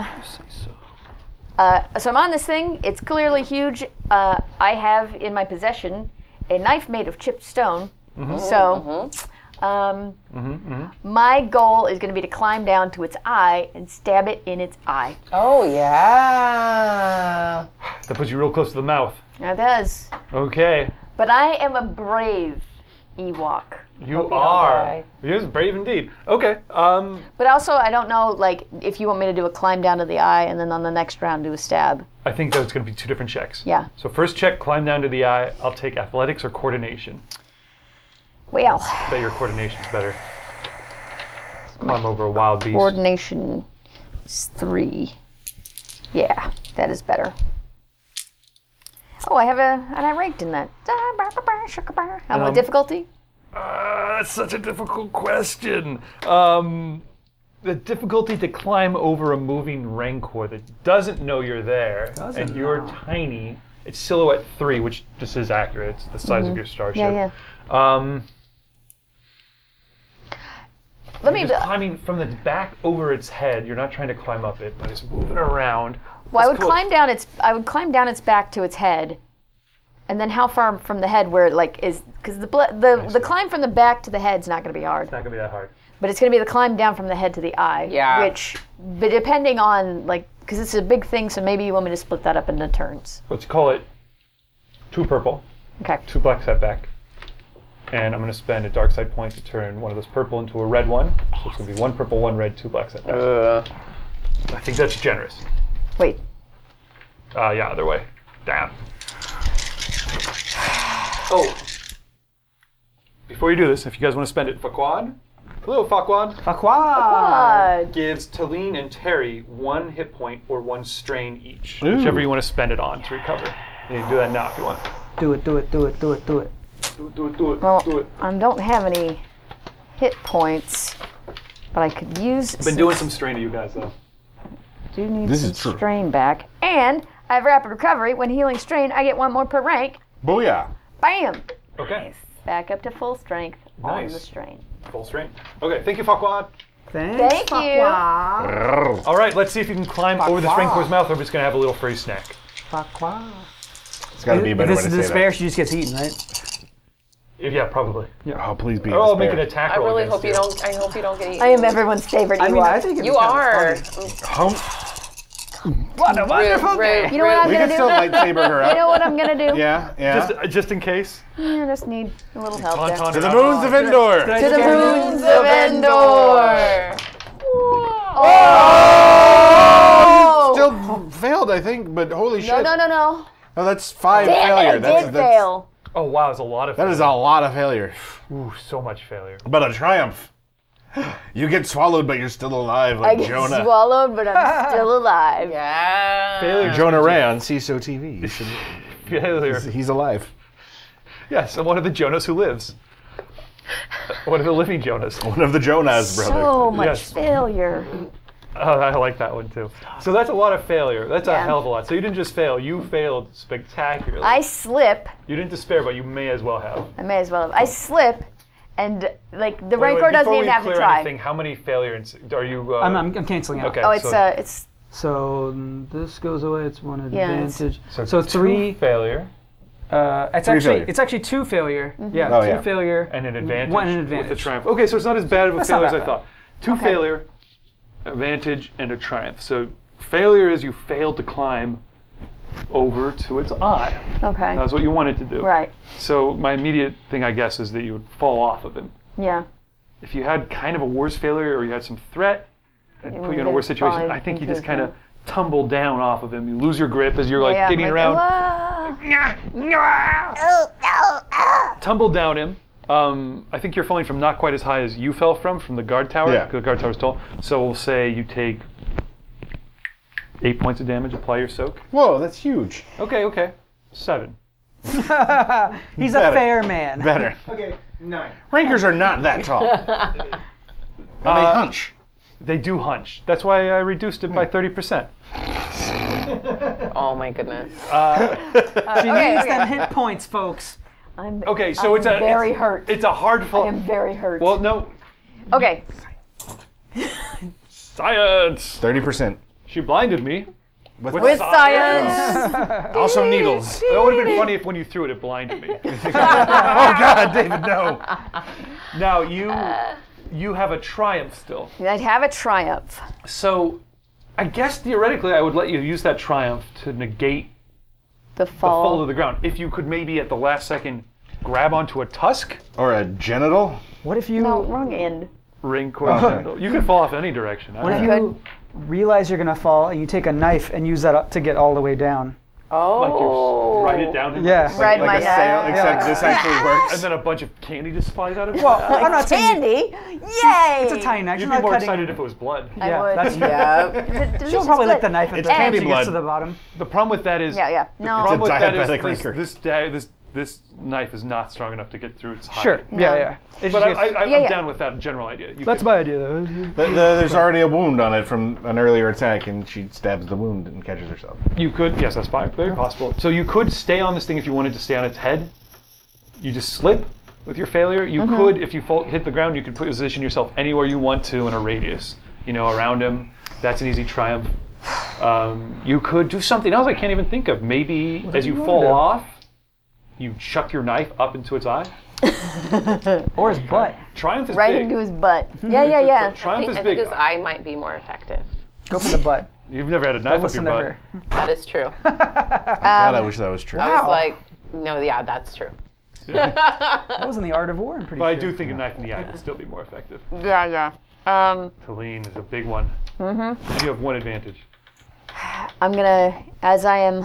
F: uh, so I'm on this thing. It's clearly huge. Uh, I have in my possession a knife made of chipped stone. So um, my goal is going to be to climb down to its eye and stab it in its eye.
E: Oh yeah.
A: That puts you real close to the mouth.
F: Now that is
A: Okay,
F: But I am a brave Ewok.
A: you are. You're brave indeed. Okay. Um,
F: But also, I don't know, like, if you want me to do a climb down to the eye and then on the next round do a stab.
A: I think that's going to be two different checks.
F: Yeah.
A: So first check, climb down to the eye. I'll take athletics or coordination.
F: Well,
A: Bet your coordination's better. Climb over a wild beast.
F: coordination is three. Yeah, that is better. Oh, I have a, and I ranked in that. How about
A: Um,
F: difficulty?
A: Ah, that's such a difficult question. Um, the difficulty to climb over a moving rancor that doesn't know you're there, and you're tiny. It's silhouette three, which just is accurate. It's the size of your starship.
F: Mm-hmm. Yeah, yeah.
A: Um,
F: Let me,
A: just climbing from the back over its head. You're not trying to climb up it, but it's moving around.
F: well, I would
A: cool.
F: climb down its, I would climb down its back to its head. And then how far from the head where it, like, is, because the, ble- the, the climb from the back to the head's not going to be hard.
A: It's not gonna be that hard.
F: but it's going to be the climb down from the head to the eye.
E: Yeah.
F: Which, but depending on like, because it's a big thing, so maybe you want me to split that up into turns.
A: Let's call it two purple,
F: Okay.
A: two black setback, and I'm gonna spend a dark side point to turn one of those purple into a red one. So it's gonna be one purple, one red, two black setback. I think that's generous.
F: Wait.
A: Uh, yeah, other way. Damn. Oh. Before you do this, if you guys want to spend it, Faquad. Hello, Faquad.
K: Aqua!
F: Uh,
A: Gives Talene and Terry one hit point or one strain each, whichever you want to spend it on to recover. You can do that now if you want.
K: Do it, do it, do it, do it, do it.
A: Do it, do it, do it,
F: well,
A: do it.
F: Uh, I don't have any hit points, but I could use.
A: Been doing some strain to you guys though.
F: do need
C: This
F: some
C: is true.
F: strain back, and I have rapid recovery. When healing strain, I get one more per rank.
C: Booyah!
F: Bam!
A: Okay.
F: Back up to full strength on the
A: Nice.
F: strain.
A: Full strength. Okay, thank you, Fakwan.
K: Thanks.
F: Thank you.
A: All right, let's see if you can climb over the Strangfor's mouth, or we're just gonna have a little free snack.
C: It's got to be a better way
K: this
C: to
K: is
C: say
K: despair. She just gets eaten, right?
A: If- Yeah, probably.
C: that. Oh, please be. a
A: Oh, I'll make an
C: despair.
A: attack
E: I
A: roll.
E: really
A: against
E: hope you don't. I hope you don't get eaten.
F: I am everyone's favorite.
K: I mean,
F: Ewok.
K: I think it's
E: You
K: kind of
E: are. [LAUGHS]
K: funny.
C: Hump.
K: What a wonderful
E: Rude, rude,
F: You know what I'm
C: We
F: gonna
C: can
F: do? [LAUGHS]
C: still lightsaber her
F: You know
C: up.
F: what I'm gonna
C: [LAUGHS]
F: do?
C: Yeah, yeah.
A: Just, uh, just in case.
F: I just need a little help there.
A: Tauntaun
C: to
A: or
C: the
A: not.
C: moons of Endor.
F: To the moons of Endor. Oh!
C: Still failed, I think, but holy
F: No,
C: shit!
F: no, no, no.
C: No, that's five
F: Damn
C: failure.
F: it, I
C: that's,
F: did
C: that's,
F: fail.
A: Oh wow, it's a lot of.
C: That is a lot of failure,
A: Ooh, so much failure.
C: but a triumph. [GASPS] You get swallowed, but you're still alive,
F: I
C: like
F: get
C: Jonah.
F: swallowed,
A: [LAUGHS]
F: but I'm still alive.
E: Yeah.
C: Jonah Ray on CISO TV. You should-
A: [LAUGHS] Failure.
C: he's alive.
A: [LAUGHS] Yes, and one of the Jonas who lives. One of the living Jonas. [LAUGHS]
C: One of the Jonas brothers.
F: So much
A: Yes.
F: failure.
A: Oh, I like that one too. So that's a lot of failure. That's a
F: Yeah.
A: hell of a lot. So you didn't just fail; you failed spectacularly.
F: I slip.
A: you didn't despair, but you may as well have.
F: I may as well. Have. I slip, and like the
A: Wait, wait,
F: Rancor doesn't
A: before
F: even
A: we
F: have to
A: clear
F: try.
A: Anything, how many failures are you? Uh,
K: I'm, I'm, I'm canceling out.
A: okay.
F: Oh, it's
A: so,
F: uh, it's
K: So mm, this goes away. It's one
F: Yeah, it's-
K: advantage.
A: so,
K: so
A: two
K: three.
A: failure
K: Uh, it's actually
C: failure.
K: it's actually two failure. Yeah,
C: Oh,
K: two
C: yeah.
K: failure.
A: and an advantage.
K: One an
A: with
K: advantage.
A: a triumph. Okay, so it's not as bad of a
K: That's not
A: failure as I
K: bad.
A: thought. Two failure, advantage, and a triumph. So failure is you failed to climb over to its eye.
F: okay.
A: That's what you wanted to do.
F: Right.
A: So my immediate thing, I guess, is that you would fall off of him.
F: Yeah.
A: If you had kind of a worse failure or you had some threat and put you in a
F: would've
A: worse situation,
F: fallen
A: I think you
F: into
A: just
F: his
A: kind of
F: mouth.
A: tumble down off of him. You lose your grip as you're like
F: yeah. I'm
A: getting
F: like,
A: around,
F: "Whoa."
A: tumble down him. Um, I think you're falling from not quite as high as you fell from from the guard tower.
C: Yeah.
A: The guard tower's tall. So we'll say you take eight points of damage. Apply your soak.
C: Whoa, that's huge.
A: Okay. Okay. Seven.
K: He's a
C: Better.
K: fair man.
C: Better.
K: Okay, nine.
C: Rankers are not that tall. and they
A: Uh,
C: hunch.
A: They do hunch. That's why I reduced it by thirty percent.
E: Oh my goodness.
K: She needs them hit points, folks.
F: I'm
A: Okay. So it's a
F: very
A: it's,
F: hurt.
A: it's a hard fall.
F: I'm very hurt.
A: Well, no.
F: okay.
A: Science.
C: 30%.
A: She blinded me.
C: With,
F: With science.
C: also needles.
A: That would have been funny if when you threw it, it blinded
F: [LAUGHS]
A: me.
C: oh, God, David, no.
A: now you you have a triumph still.
F: I'd have a triumph.
A: So I guess theoretically, I would let you use that triumph to negate
F: The fall.
A: fall to the ground. If you could maybe at the last second grab onto a tusk,
C: [LAUGHS] Or a genital.
K: What if you
F: no, wrong end.
A: ring
C: Oh,
A: cord. you could fall off any direction. I don't
K: if
A: know.
F: Good.
K: you realize you're gonna fall and you take a knife and use that up to get all the way down?
A: Like you
E: Oh.
A: write it down. in-
K: Yeah.
F: Ride
C: Like
F: my
C: a sail,
F: ass.
C: except this actually
A: And
C: works.
A: then a bunch of candy just flies out of it.
K: Oh, I'm not saying
F: Candy? Yay!
K: it's a tiny knife.
A: You'd
K: You're not
A: be more
K: cutting.
A: excited if it was blood.
F: I
K: yeah,
F: would.
K: that's-
F: yeah.
K: She'll probably lick the knife at the time
C: candy
K: she gets to
C: blood.
K: the bottom.
A: The problem with that is
F: Yeah, yeah. No.
A: problem
C: It's
A: with
C: a
A: that is
C: diabetic
A: this,
C: rancor.
A: this, di- this, this knife is not strong enough to get through its hide.
K: Sure. Yeah, yeah. It's
A: But I,
K: just-
A: I, I,
F: Yeah,
A: I'm
F: yeah.
A: down with that general idea. You
K: that's
A: could-
K: my idea, though.
C: The- the- there's already a wound on it from an earlier attack, and she stabs the wound and catches herself.
A: You could, yes, that's fine. Very possible. So you could stay on this thing if you wanted to stay on its head. You just slip with your failure. You could, if you fall, hit the ground, you could position yourself anywhere you want to in a radius, you know, around him. That's an easy triumph. Um, you could do something else I can't even think of. Maybe as you fall off, you chuck your knife up into its eye.
K: Or his butt.
A: Triumph is
F: Right
A: big.
F: into his butt. Yeah, yeah, yeah.
E: I
A: Triumph
E: think,
A: is
E: I
A: big.
E: think his eye might be more effective.
K: Go for the butt.
A: You've never had a knife up your
K: Listen to
A: butt.
K: her.
E: That is
F: [LAUGHS]
E: true.
C: God, I wish that was true.
E: I was like, no, yeah, that's true.
K: That was in the Art of War. I'm pretty
A: But I
K: sure.
A: do think a knife in the eye would still be more effective.
F: Yeah, yeah. Um,
A: To lean is a big one. Mm-hmm. You have one advantage.
F: I'm gonna, as I am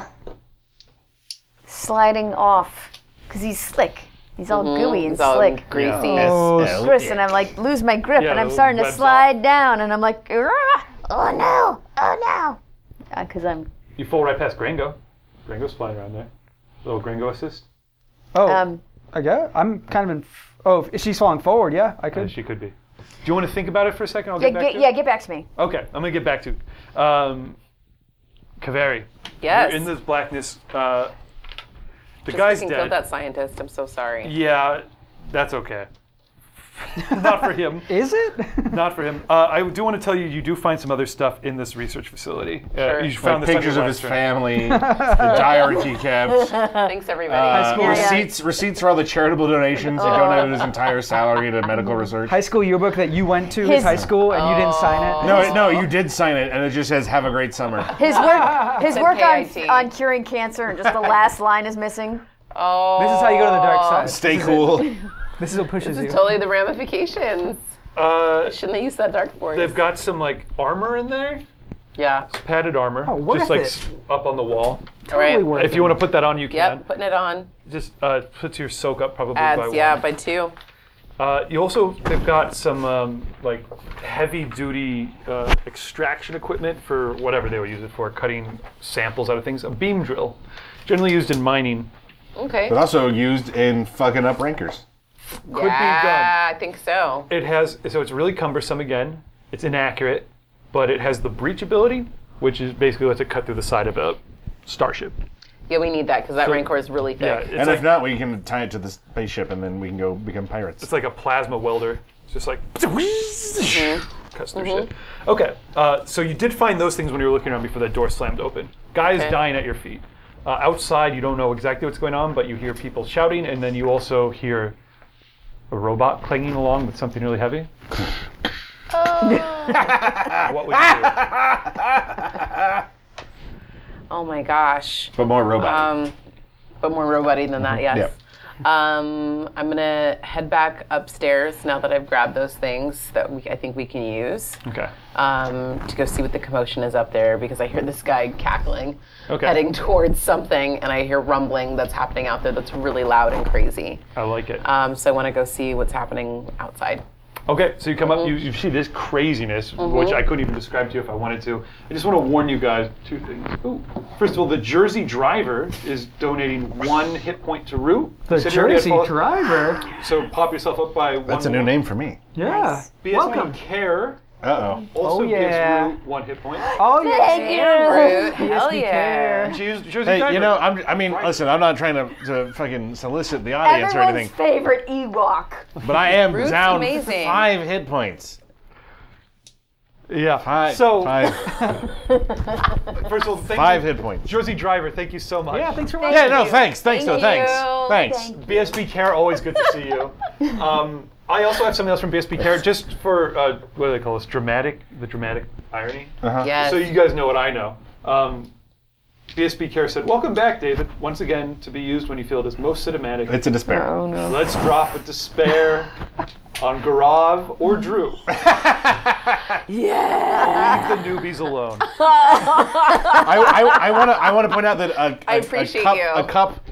F: sliding off, because he's slick. He's all gooey and
E: It's all
F: slick.
E: greasy.
C: S-L-E.
F: Chris, and I'm like, lose my grip,
A: Yeah,
F: and I'm
A: the
F: starting to
A: web's
F: slide down, and I'm like, "Rah! oh no, oh no. Because I'm,
A: You fall right past Gringo. Gringo's flying around there. Little Gringo assist.
K: Oh,
F: um,
K: I guess I'm kind of in. f- Oh, if she's falling forward, yeah, I
A: As
K: could.
A: she could be. Do you want to think about it for a second? I'll
F: yeah,
A: get back
F: get,
A: to
F: yeah, get back to me.
A: Okay, I'm going to get back to you. Um, Kaveri,
E: Yes.
A: You're in this blackness. Uh, the
E: Just
A: guy's
E: fucking
A: dead.
E: killed that scientist. I'm so sorry.
A: Yeah, that's okay. [LAUGHS] Not for him.
K: Is it?
A: Not for him. Uh, I do want to tell you, you do find some other stuff in this research facility. Uh,
E: Sure.
A: You
C: Like
A: found this on
C: pictures
A: your
C: of his
A: Western.
C: family, the diary he kept,
E: Thanks everybody.
C: uh,
K: school.
C: receipts receipts for all the charitable donations that donated his entire salary to medical research.
K: [LAUGHS] high school yearbook that you went to his
F: His-
K: high school and you didn't sign it.
C: No, it- no, you did sign it, and it just says "Have a great summer."
F: His
K: [LAUGHS]
F: work, his work on,
E: KIT.
F: on curing cancer, and just the last line is missing.
E: oh,
K: This is how you go to the dark side.
C: Stay cool.
K: This is what pushes you.
E: [LAUGHS] Totally the ramifications.
A: Uh,
E: Shouldn't they use that dark force?
A: they've got some like armor in there,
E: yeah.
A: padded armor,
K: Oh, worth
A: just like
K: it.
A: s- up on the wall.
E: All right.
K: Totally worth
A: If you want to put that on, you
E: Yep.
A: can.
E: Putting it on.
A: Just uh, puts your soak up probably by
E: Adds.
A: one.
E: Yeah. By two.
A: Uh, you also they've got some um, like heavy duty uh, extraction equipment for whatever they would use it for, cutting samples out of things. A beam drill, generally used in mining,
E: Okay.
C: But also used in fucking up rankers.
A: could be done.
E: yeah, I think so.
A: It has so it's really cumbersome again. It's inaccurate, but it has the breach ability, which is basically lets it cut through the side of a starship.
E: Yeah, we need that because that rancor is really
A: Yeah,
E: thick.
A: it's,
C: And
A: like,
C: if not, we can tie it to the spaceship, and then we can go become pirates.
A: it's like a plasma welder. It's just like
E: Mhm.
A: cuts through shit. Okay, uh, so you did find those things when you were looking around before that door slammed open. Guys
E: Okay.
A: dying at your feet. Uh, outside, you don't know exactly what's going on, but you hear people shouting, and then you also hear a robot clanging along with something really heavy. [LAUGHS] what would you do?
E: Oh my gosh.
C: but more robot.
E: Um, but more roboty than that,
A: Mm-hmm.
E: yes.
C: Yep.
E: Um, I'm gonna head back upstairs now that I've grabbed those things that we, I think we can use
A: Okay.
E: um, to go see what the commotion is up there because I hear this guy cackling,
A: Okay.
E: heading towards something, and I hear rumbling that's happening out there that's really loud and crazy.
A: I like it.
E: Um, so I want to go see what's happening outside.
A: Okay, so you come up, you, you see this craziness, which I couldn't even describe to you if I wanted to. I just want to warn you guys two things. Ooh. First of all, the Jersey driver is donating one hit point to Rue.
K: The Jersey driver.
A: So pop yourself up by one.
C: That's a new name for me.
K: Yeah.
A: BS
K: Welcome.
A: Care
C: Uh oh.
K: Oh,
A: also
K: yeah.
A: gives Rue one hit point.
K: Oh yeah.
F: Thank you.
E: Root, hell yeah.
A: Jersey, Jersey
C: Hey,
A: driver.
C: you know, I'm, I mean, listen, I'm not trying to, to fucking solicit the audience or
F: Everyone's
C: anything,
F: favorite Ewok.
C: but I am
E: Ruth's
C: down
E: amazing.
C: five hit points.
A: Yeah.
C: Five,
A: so, [LAUGHS]
C: five,
A: first of all, thank
C: five
A: you.
C: hit points.
A: Jersey driver, thank you so much.
K: Yeah. Thanks for watching.
C: Yeah, no, thanks, thanks, though,
E: Thank
C: thanks,
E: you.
C: thanks.
A: BSB Care, always good to see
K: [LAUGHS]
A: you. Um, I also have something else from BSB Care, just for uh, what do they call this? Dramatic, the dramatic irony.
C: Uh-huh.
E: Yes.
A: So you guys know what I know. Um, BSB Care said, "Welcome back, David. Once again, to be used when you feel it is most cinematic.
C: It's a despair. [LAUGHS]
E: Oh.
K: Oh,
A: Let's drop a despair on Garav or Drew. yeah. Leave the newbies alone.
C: I, I, I want to I want to point out that
E: [LAUGHS]
C: a, a,
E: appreciate
C: a cup,
E: you.
C: a cup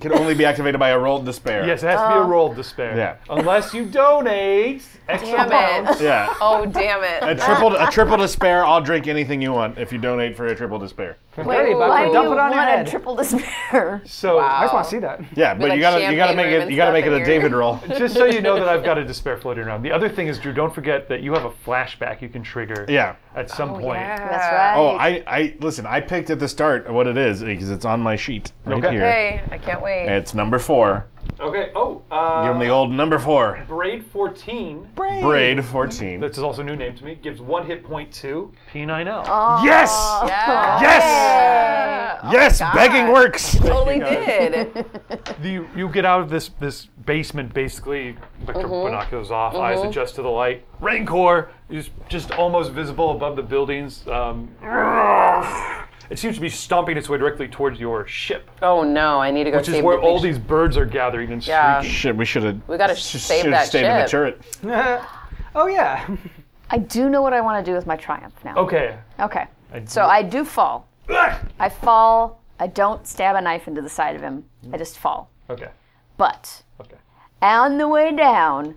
C: can only be activated by a rolled despair.
A: Yes, it has to be a roll of despair.
C: Yeah.
A: Unless you donate X amount.
E: Damn it.
C: Yeah.
E: [LAUGHS] Oh, damn
C: [LAUGHS]
E: it.
C: A triple a triple despair. I'll drink anything you want if you donate for a triple despair.
F: Wait,
E: but
F: why
E: we
F: do
E: dump
F: you
K: it on your
F: want
K: head.
F: a triple despair? [LAUGHS]
A: So
K: I
E: Wow.
K: just want to see that. [LAUGHS]
C: Yeah, but
E: like
C: you gotta you gotta
E: champagne
C: make
E: room
C: it
E: and
C: you gotta
E: stuff
C: make it
E: in
C: a
E: your-
C: David
E: [LAUGHS]
C: roll.
A: just so you know that I've got a despair floating around. The other thing is, Drew, don't forget that you have a flashback you can trigger
C: Yeah.
A: at some point.
F: That's right.
C: Oh, I, I listen. I picked at the start what it is because it's on my sheet right
A: Okay.
C: here.
E: Hey, I can't wait.
C: It's number four.
A: Okay. Oh,
C: Give
A: uh,
C: him the old number four.
A: Braid 14,
C: Braid fourteen.
A: which is also a new name to me, gives one hit point to oh. P9L.
C: Yes.
E: Yeah.
C: Yes. Yes. Begging works.
E: [LAUGHS]
A: [LAUGHS]
E: Totally did.
A: The, you get out of this this basement basically, like the binoculars off, eyes adjust to the light. Rancor is just almost visible above the buildings. Um, [SIGHS] it seems to be stomping its way directly towards your ship,
E: Oh no, I need to go
A: which
E: save
A: is where
E: the
A: all
E: big
A: these birds are gathering and
E: Yeah.
A: shrieking.
C: Shit, we should have.
E: We gotta save that
C: stayed in the
E: ship.
C: turret.
K: oh yeah. [LAUGHS]
F: I do know what I want to do with my triumph now.
A: Okay.
C: Oh.
F: Okay. so I do fall. I fall. I don't stab a knife into the side of him. I just fall.
A: Okay.
F: But
A: Okay.
F: on the way down,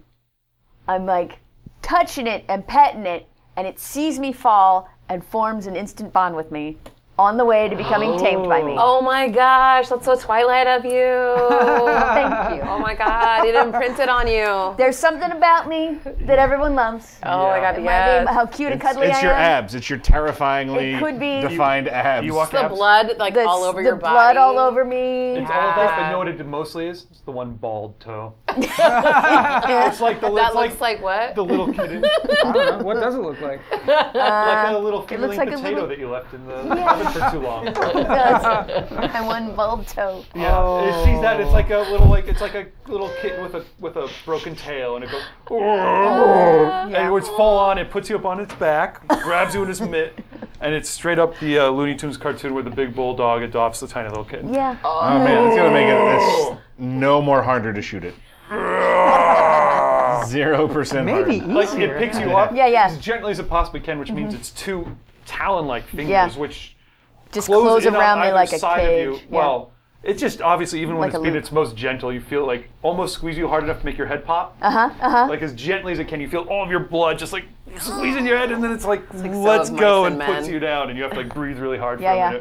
F: I'm like touching it and petting it, and it sees me fall and forms an instant bond with me on the way to becoming tamed by me.
L: Oh my gosh, that's so Twilight of you.
F: [LAUGHS] thank you.
L: oh my god, it imprinted on you. Oh
F: There's something about me that everyone loves.
E: Oh,
L: my god,
F: It might be
L: Oh, yes.
F: how cute and
C: It's,
F: cuddly
C: it's
F: I
C: your
F: am.
C: abs. It's your terrifyingly
F: It could be-
C: defined abs.
A: You walk
L: The
A: abs.
L: blood like
F: The,
L: all over
F: the
L: your body.
F: blood all over me.
A: It's all of that, but
L: Yeah.
A: you know what it mostly is? It's the one bald
F: [LAUGHS]
A: toe. it's like the it's
L: That
A: like,
L: looks like what?
A: the little
F: [LAUGHS]
A: kid,
K: I don't know. What does it look like?
A: like a little
F: looks
A: feeling
F: like a
A: potato
F: little-
A: that you left in the oven for too long.
F: [LAUGHS] That's my
L: [LAUGHS]
F: one bulb toe.
A: Yeah, it sees that it's like a little like it's like a little kitten with a with a broken tail, and it goes.
F: Uh.
A: And it's full on. It puts you up on its back, grabs you in its mitt, and it's straight up the uh, Looney Tunes cartoon where the big bulldog adopts the tiny little kitten.
F: Yeah.
C: Oh man, it's gonna make
A: Oh.
C: it it's no more harder
A: [LAUGHS]
C: to shoot it. Zero percent.
K: Maybe
C: harder.
A: Like
K: easier.
A: it picks you up
F: Yeah, Mm-hmm. yeah.
A: as gently as it possibly can, which means it's two talon-like fingers,
F: Yeah.
A: which
F: Just
A: close
F: close
A: in on
F: around me
A: either
F: like a
A: side
F: cage.
A: Of you.
F: Yeah.
A: Well, it's just obviously even when
F: Like
A: it's
F: a
A: being
F: loop.
A: its most gentle, you feel like almost squeeze you hard enough to make your head pop. Uh
F: Uh-huh, uh-huh.
A: Like as gently as it can, you feel all of your blood just like squeezing your head, and then it's like,
L: so
A: let's
L: is
A: go
L: mice
A: and
L: and
A: puts
L: men.
A: you down, and you have to like breathe really hard
F: Yeah, yeah.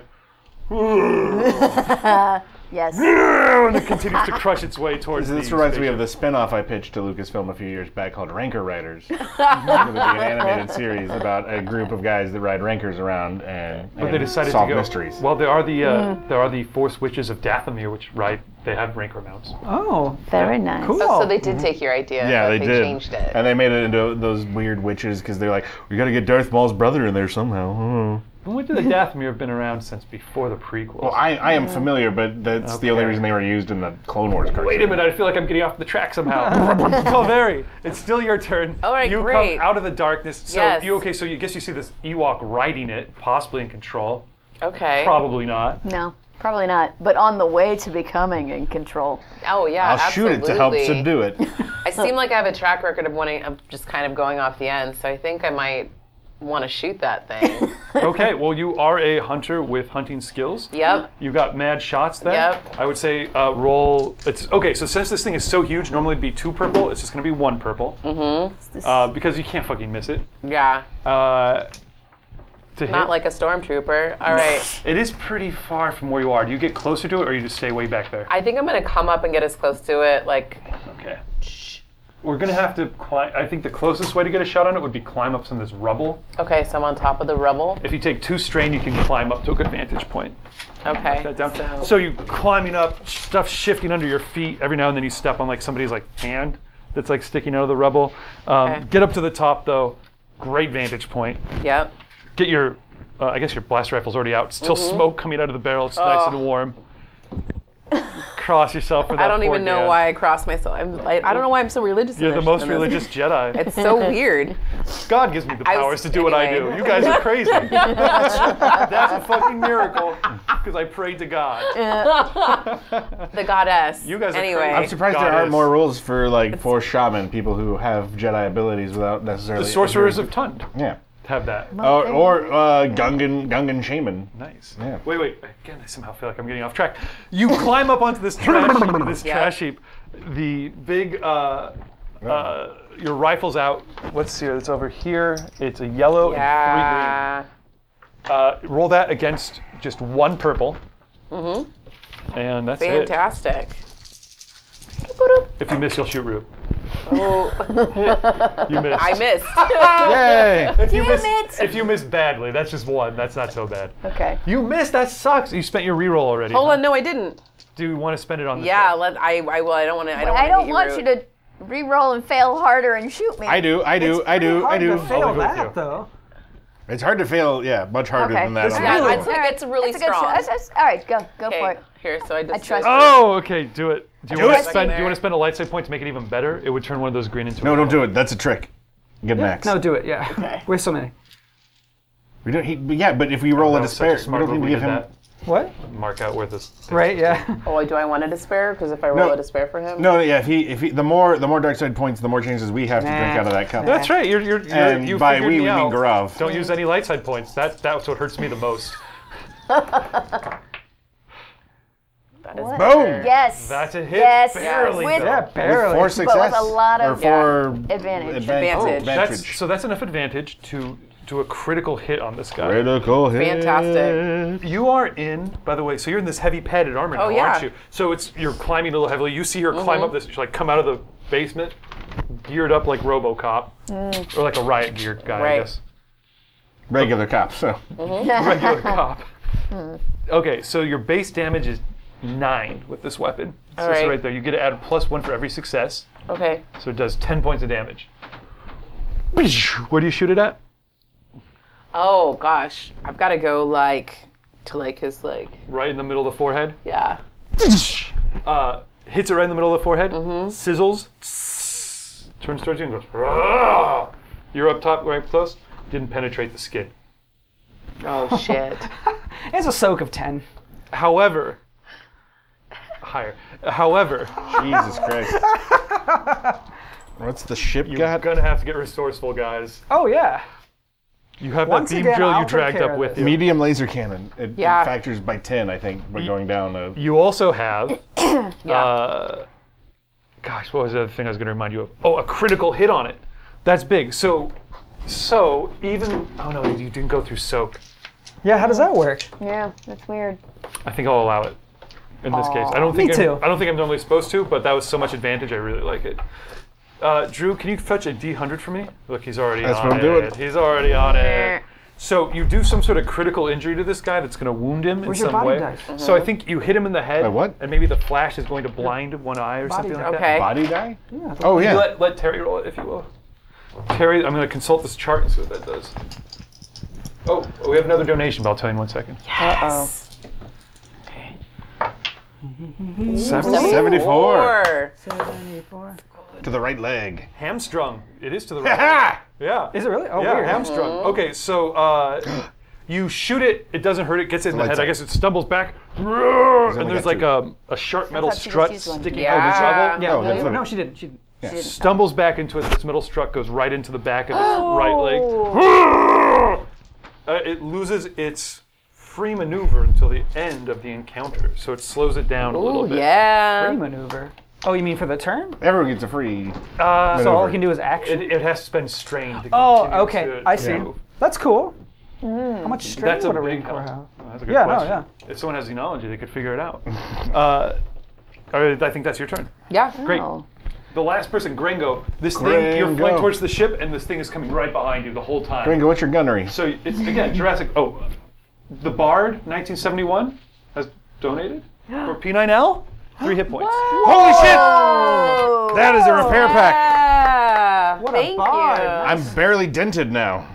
A: for a minute.
F: yes.
A: and it continues to crush its way towards.
C: This
A: the
C: reminds me
A: station.
C: of the spin-off I pitched to Lucasfilm a few years back called
A: [LAUGHS]
C: Ranker Riders. it's going to be an animated series about a group of guys that ride rankers around and,
A: But
C: and
A: they decided
C: solve
A: to go.
C: mysteries.
A: Well, there are the uh,
F: Mm-hmm.
A: there are the Force Witches of Dathomir, which right they have rancor mounts.
K: Oh,
F: Very nice.
K: cool.
E: Oh, so they did take your idea.
C: yeah,
E: but
C: they, did.
E: changed it.
C: And they made it into those weird witches because they're like, we got to get Darth Maul's brother in there somehow. Hmm.
A: And
F: [LAUGHS]
A: when did the Dathomir have been around since before the prequels?
C: Well, I, I am familiar, but that's the only
A: Okay.
C: reason they were used in the Clone Wars cartoon.
A: Wait a minute, I feel like I'm getting off the track somehow. [LAUGHS] Calvary, it's still your turn. All
L: right,
A: you
L: great.
A: come out of the darkness. So
L: Yes.
A: you okay, so you guess you see this Ewok riding it, possibly in control.
L: Okay.
A: Probably
L: [LAUGHS]
A: not.
F: No, probably not. But on the way to becoming in control.
L: Oh yeah,
C: I'll
L: absolutely.
C: shoot it to help subdue
A: [LAUGHS]
C: it.
L: I seem like I have a track record of wanting of just kind of going off the end, so I think I might want to shoot that thing.
A: Okay, well you are a hunter with hunting skills.
L: yep.
A: You got mad shots there.
L: Yep.
A: I would say uh, roll. It's okay. So since this thing is so huge, normally it'd be two purple. It's just gonna be one purple. Mm-hmm. Uh, because you can't fucking miss it.
L: Yeah.
A: Uh, to hit.
L: Not like a stormtrooper. All right.
A: [LAUGHS] it is pretty far from where you are. Do you get closer to it, or you just stay way back there?
L: I think I'm gonna come up and get as close to it. Like,
A: Okay. We're gonna have to climb. I think the closest way to get a shot on it would be climb up some of this rubble.
L: okay, so I'm on top of the rubble.
A: If you take two strain, you can climb up to a good vantage point.
L: Okay.
A: That down. So, you climbing up, stuff shifting under your feet. Every now and then you step on like somebody's like hand that's like sticking out of the rubble. Um,
L: Okay.
A: Get up to the top though. Great vantage point.
L: Yep.
A: Get your, uh, I guess your blast rifle's already out. Still smoke coming out of the barrel. It's nice and warm. Cross yourself for that.
L: [LAUGHS] I don't
A: poor
L: even know
A: Dan.
L: why I crossed myself. I'm, I, I don't know why I'm so religious. in
A: You're the
L: this-
A: most
L: in this.
A: religious
L: [LAUGHS]
A: Jedi.
L: It's so weird.
A: God gives me the
L: I was-
A: powers to do what I do.
L: anyway.
A: You guys
L: [LAUGHS]
A: are crazy. That's a fucking miracle because I prayed to God.
L: The goddess.
A: You guys are
L: anyway.
A: crazy.
C: I'm surprised there
A: Goddess.
C: aren't more rules for like for shaman people who have Jedi abilities without necessarily
A: The sorcerers of Tund
C: yeah.
A: have that.
C: Or, or uh, Gungan Gungan shaman.
A: Nice.
C: Yeah.
A: Wait, wait. Again, I somehow feel like I'm getting off track. You climb up onto
C: [LAUGHS]
A: this trash heap, this
L: Yeah.
A: trash heap. The big, uh, uh, your rifle's out. What's here? It's over here. It's a yellow and three
L: yeah.
A: green. Uh, roll that against just one purple. Mm-hmm. And that's it.
L: Fantastic.
A: If you miss, you'll shoot Rube.
L: Oh,
A: You missed.
C: [LAUGHS]
L: I missed.
A: [LAUGHS]
C: Yay!
A: If you miss,
F: it!
A: if you miss badly, that's just one. That's not so bad.
F: Okay.
A: You missed. That sucks. You spent your reroll already.
L: Hold on, no, I didn't.
A: Do you want to spend it on? This
L: Yeah,
A: roll?
L: let I I will. I don't want to. I don't, wanna
F: I don't
L: hit you,
F: want
L: Rue.
F: you to re-roll and fail harder and shoot me.
C: I do, I do, I do, I
K: Hard
C: do.
K: to fail
A: leave it with
K: that
A: you.
K: though.
C: It's hard to fail. Yeah, much harder
F: Okay.
C: than that.
F: This
C: on
L: Yeah,
C: the
L: I'd
C: roll.
L: say that's really
F: That's a good
L: strong.
F: shot. That's- that's- all right, go. Go for
L: okay,
F: it.
L: here, so I just
F: trust you.
A: Oh, okay. Do it. Do you
C: Do
A: want
C: it.
A: to spend? Do you
L: There.
A: want to spend a light side point to make it even better? It would turn one of those green into.
C: No, don't do it. That's a trick. Get max.
K: No, do it. Yeah.
D: [LAUGHS]
K: Waste so many.
C: we don't. He, but yeah, but if we roll a
A: That was such a
C: despair, we
A: smart
C: don't need
A: move.
C: to
A: We
C: give
A: did
C: him.
A: that.
K: What?
A: Mark out where this.
K: Right?
A: [LAUGHS]
K: Yeah.
E: Oh, do I want a despair? Because if I roll
C: No.
E: a despair for him,
C: No, yeah. If he, if he, the more, the more dark side points, the more chances we have to drink out of that cup.
A: That's right. You're, you're, you're
C: And
A: you
C: by
A: figured
C: we,
A: me
C: we mean
A: out.
C: Garav.
A: Don't use any light side points. That that's what hurts me the most.
C: Boom.
F: Yes.
A: That's a hit.
F: Yes.
A: Barely.
F: With-
A: though.
D: [LAUGHS]
K: Yeah. Barely.
C: Four success.
F: a lot
C: or
F: of-
C: four
F: advantage.
C: advan-
L: Advantage.
C: advantage.
A: That's, so that's enough advantage to do a critical hit on this guy.
C: Critical hit.
E: Fantastic.
A: You are in, by the way, so you're in this heavy padded armor now,
E: Oh, yeah. Mm-hmm.
A: aren't you? So it's you're climbing a little heavily. You see her climb up this, she like come out of the basement, geared up like RoboCop or like a riot geared guy, I
E: Mm. Right.
A: guess.
C: Regular cop. So
E: [LAUGHS]
A: Regular cop.
E: Mm.
A: Okay, so your base damage is nine with this weapon. So it's
E: right.
A: right there. You get to add plus one for every success,
E: Okay.
A: so it does ten points of damage. Where do you shoot it at?
E: Oh gosh, I've got to go like to like his leg.
A: Right in the middle of the forehead.
E: Yeah.
A: uh, hits it right in the middle of the forehead, sizzles, tss, turns towards you and goes, "Rah!" You're up top, right close, didn't penetrate the skin.
F: [LAUGHS]
E: Oh shit.
D: [LAUGHS] It's a soak of 10.
A: However, higher. However,
C: Jesus Christ. [LAUGHS] What's the ship
A: you're
C: got?
A: gonna have to get resourceful, guys.
D: Oh, yeah.
A: You have
D: Once
A: that beam
D: again,
A: drill
D: I'll
A: you
D: take
A: dragged
D: care
A: up
D: of
A: with
D: this.
A: you.
C: Medium laser cannon. It, it
E: Yeah.
C: factors by ten, I think, by going down. A,
A: You also have,
E: Yeah.
A: uh, gosh, what was the other thing I was going to remind you of? Oh, a critical hit on it. That's big. So, so even oh no, you didn't go through soak.
D: Yeah, how does that work?
F: Yeah, that's weird.
A: I think I'll allow it in this case. I don't think
D: me
A: I'm-
D: too.
A: I don't think I'm normally supposed to, but that was so much advantage. I really like it. Uh, Drew, can you fetch a D100 for me? Look, he's already
C: That's
A: on
C: what I'm
A: it.
C: doing.
A: He's already on it. So you do some sort of critical injury to this guy that's going to wound him
D: Where's
A: in
D: your
A: some way.
D: body dice?
A: So I think you hit him in the head,
C: Wait, what?
A: and maybe the flash is going to blind one eye or something like that.
E: Okay.
C: Body die? oh yeah.
A: Let, let Terry roll it, if you will. Terry, I'm going to consult this chart and see what that does. Oh, we have another donation, but I'll tell you in one second.
E: Yes.
C: Seventy-four.
E: Four.
C: to the right leg.
A: Hamstrung. It is to
C: [LAUGHS]
A: the
C: Ha
A: right.
C: ha!
A: yeah.
D: Is it really? Oh,
A: Yeah,
D: weird.
A: hamstrung. Okay, so uh, you shoot it, it doesn't hurt, it gets in the
C: Lights
A: head. I
C: out.
A: guess it stumbles back, and
C: only
A: there's
C: got
A: like
C: two.
A: a, a sharp metal
F: thought she
A: strut
F: just used one.
A: sticking out of the
E: Yeah.
A: shovel.
D: Yeah,
C: Oh,
D: no,
C: that's
D: no,
C: a-
D: she didn't. She didn't.
A: Stumbles back into it, this metal strut goes right into the back of its right leg. [LAUGHS] Uh, it loses its free maneuver until the end of the encounter, so it slows it down a little
E: Ooh,
A: bit.
E: yeah.
D: maneuver. Oh, you mean for the turn?
C: Everyone gets a free.
A: Uh,
D: So
C: maneuver.
D: all he can do is action.
A: it, it has to spend strain to
D: Oh,
A: continue
D: okay,
A: to-
D: I
A: to
D: see.
A: move. Oh,
D: That's cool. How much strength
A: That's a
D: would
A: big
D: ring
A: help. Oh, that's a good
D: Yeah, no,
A: question.
D: yeah.
A: If someone has xenology, they could figure it out. [LAUGHS] uh, all right, I think that's your turn.
E: Yeah.
A: Great. The last person, Gringo. This thing, you're
C: Gringo.
A: flying towards the ship, and this thing is coming right behind you the whole time.
C: Gringo, what's your gunnery?
A: So it's again Jurassic. Oh, the Bard, 1971, has donated for P9L. Three hit points.
C: Holy shit! That is a repair pack.
E: Yeah.
D: What
E: Thank
D: a vibe.
E: you.
C: I'm barely dented now.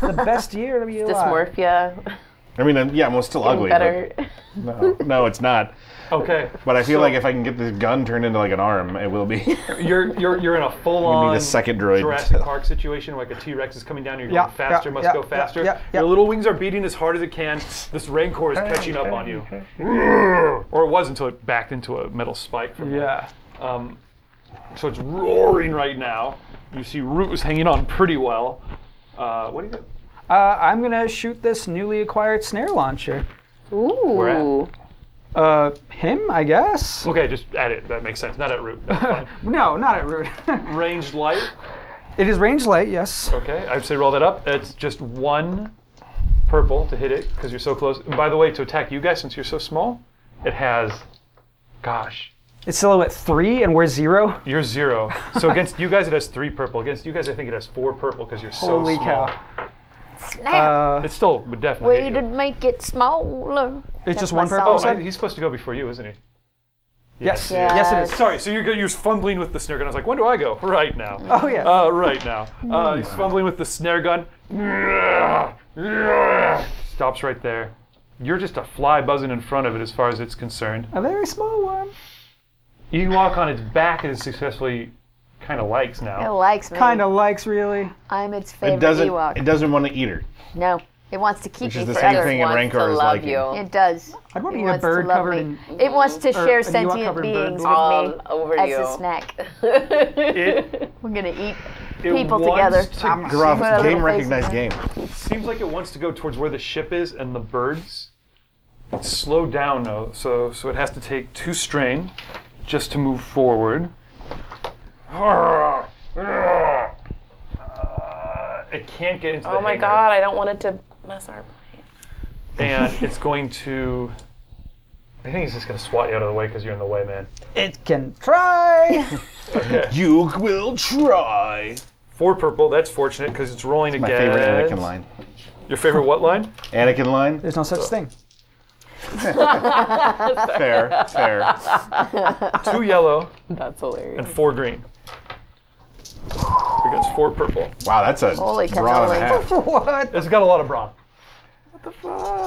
D: The [LAUGHS] best year to be alive.
E: Dysmorphia.
C: I mean, I'm, yeah, I'm still ugly. but
E: Better.
C: No, no, it's not.
A: Okay,
C: But I feel
A: So-
C: like if I can get this gun turned into like an arm, it will be. Be
A: you're you're you're in a full-on
C: the second droid.
A: Jurassic Park situation, like a T Rex is coming down, you're
D: Yeah,
A: going faster,
D: yeah,
A: must
D: yeah,
A: go
D: yeah,
A: faster.
D: yeah, yeah.
A: Your little wings are beating as hard as it can. This Rancor is catching up on you. or it was until it backed into a metal spike. From
D: Yeah.
A: Um, so it's roaring right now. You see Root was hanging on pretty well. Uh, what do you got?
D: Uh, I'm gonna shoot this newly acquired snare launcher.
A: at?
E: Ooh.
D: Uh, him, I guess.
A: Okay, just at it. That makes sense. Not at
D: [LAUGHS]
A: Root. That's fine.
D: No, not at root. [LAUGHS]
A: Ranged light.
D: it is range light, yes.
A: Okay, I'd say roll that up. It's just one purple to hit it because you're so close. And by the way, to attack you guys, since you're so small, it has, gosh,
D: It's silhouette three, and we're zero.
A: you're zero.
D: [LAUGHS]
A: So against you guys, it has three purple. Against you guys, I think it has four purple because you're so
D: Holy
A: small.
D: cow!
A: It still would definitely.
F: Way
A: hit
F: to
A: you.
F: make it smaller.
D: It's just
F: my
D: one purple.
A: Oh,
F: song.
D: side?
A: I- he's supposed to go before you, isn't he?
D: yes. yes, it is.
A: Sorry, so you're, go- you're fumbling with the snare gun. I was like, when do I go? [LAUGHS] Right now.
D: Oh yeah.
A: Uh, right now. Uh, he's fumbling with the snare gun. Stops right there. You're just a fly buzzing in front of it as far as it's concerned.
D: a very small one.
A: You walk on its back and it successfully kind of likes
F: It
A: now.
E: Oh,
F: likes me.
D: Kind of likes really.
F: I'm its favorite
C: It doesn't.
F: Ewok.
C: It doesn't want to eat her.
F: no, it wants to keep
C: Which is
F: me
C: the same
F: forever.
C: thing in
E: Wants
C: Rancor
E: to
C: is
E: love
C: liking.
E: you.
F: It does.
D: I'd want
F: It
D: to eat a
F: wants to
D: bird
F: love
D: covered
F: me.
D: in.
F: It wants to
D: Or
F: share
D: a Ewok
F: sentient
D: covered in
F: beings
D: bird
F: with
D: blood.
E: All
F: me
E: over
F: as
E: you.
F: a
J: [LAUGHS]
F: snack.
A: It,
F: We're gonna eat
A: it
F: people
A: wants
F: together.
A: to-
C: Garov,
F: Well,
C: game
F: face
C: recognized
A: [LAUGHS]
C: game.
A: seems like it wants to go towards where the ship is and the birds. It's slowed down though, so so it has to take two strain just to move [SIGHS] forward. Uh, it can't get into the
E: Oh my
A: hangar.
E: god, I don't want it to mess our
A: And it's going to. I think it's just going to swat you out of the way because you're in the way, man.
D: It can [LAUGHS] try.
A: You will try. Four purple. That's fortunate because it's rolling
C: My
A: again.
C: favorite Anakin line.
A: Your favorite what
E: [LAUGHS]
A: line?
C: Anakin line.
D: There's no such thing. [LAUGHS]
C: Fair,
F: [LAUGHS]
C: fair.
A: Two yellow
E: That's hilarious.
A: and four green. Against four purple.
C: Wow, that's a
F: Holy
C: brawn and a
F: cannoli.
C: half.
D: what?
A: It's got a lot of brawn.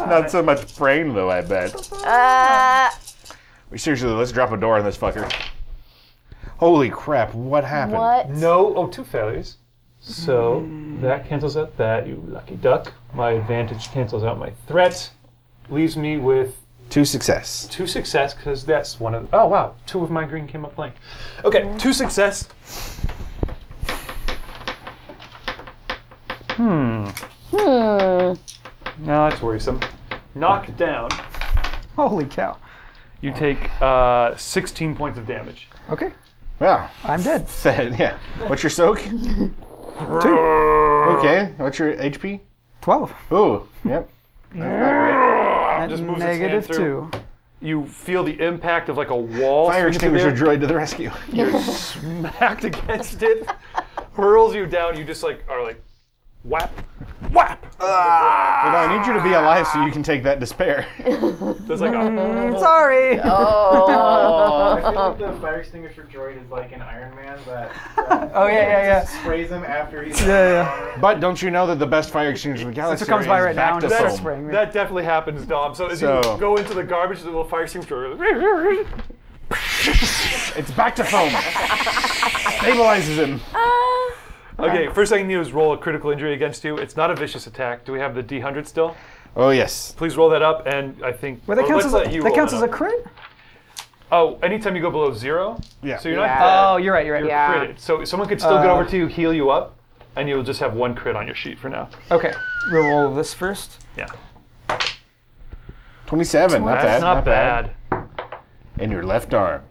C: Not so much brain though, I bet.
F: Uh,
C: We seriously, let's drop a door on this fucker. Holy crap! What happened?
F: what?
A: No, oh, two failures. So that cancels out that, you lucky duck. My advantage cancels out my threat. Leaves me with
C: Two success.
A: two success because that's one of. Oh, wow. Two of my green came up blank. Okay, two success.
M: Hmm.
A: No, that's worrisome. Knock down.
D: Holy cow.
A: You take uh, 16 points of damage.
D: Okay,
C: Yeah.
D: I'm dead.
C: [LAUGHS] yeah. What's your
F: [LAUGHS]
C: soak? Okay. What's your HP?
D: Twelve.
C: Ooh. Yep.
D: At
A: just moves its hand
D: negative
A: through.
D: two.
A: [LAUGHS] You feel the impact of like a wall.
C: Fire
A: swinging through
C: extinguisher
A: the air.
C: droid to the rescue.
A: You're [LAUGHS] smacked against it, hurls you down. You just like are like, whap, whap.
C: But I need you to be alive so you can take that
D: [LAUGHS]
C: despair.
A: There's like a
D: Sorry.
M: Oh.
N: I feel like the fire extinguisher droid is like an Iron Man
D: [LAUGHS]
N: that uh,
D: [LAUGHS] Oh yeah, yeah, yeah.
N: sprays him after he's
D: Yeah,
C: but don't you know that the best fire extinguisher in the galaxy
D: comes by
C: is
D: right
C: back
D: now
C: to
D: and
C: foam?
D: just spray. Spring.
A: That definitely happens, Dom. So as
C: So-
A: you go into the garbage, the little fire extinguisher. [LAUGHS]
C: It's back to
D: [LAUGHS]
C: foam. Stabilizes him.
A: Okay, first thing you do is roll a critical injury against you. It's not a vicious attack. Do we have the D100 still?
C: Oh yes.
A: Please roll that up, and I think.
D: But that
A: or
D: counts as
A: let's
D: a,
A: let you
D: that
A: roll
D: counts as a
A: up.
D: crit.
A: Oh, anytime you go below zero,
C: Yeah.
A: so you're
D: Oh, you're right. You're right.
A: not
E: Yeah.
A: critted. So someone could still get
D: Uh,
A: over to you, heal you up, and you'll just have one crit on your sheet for now.
D: Okay, we'll roll this first.
A: Yeah.
C: Twenty-seven. Not bad.
A: That's not bad.
C: And your left arm.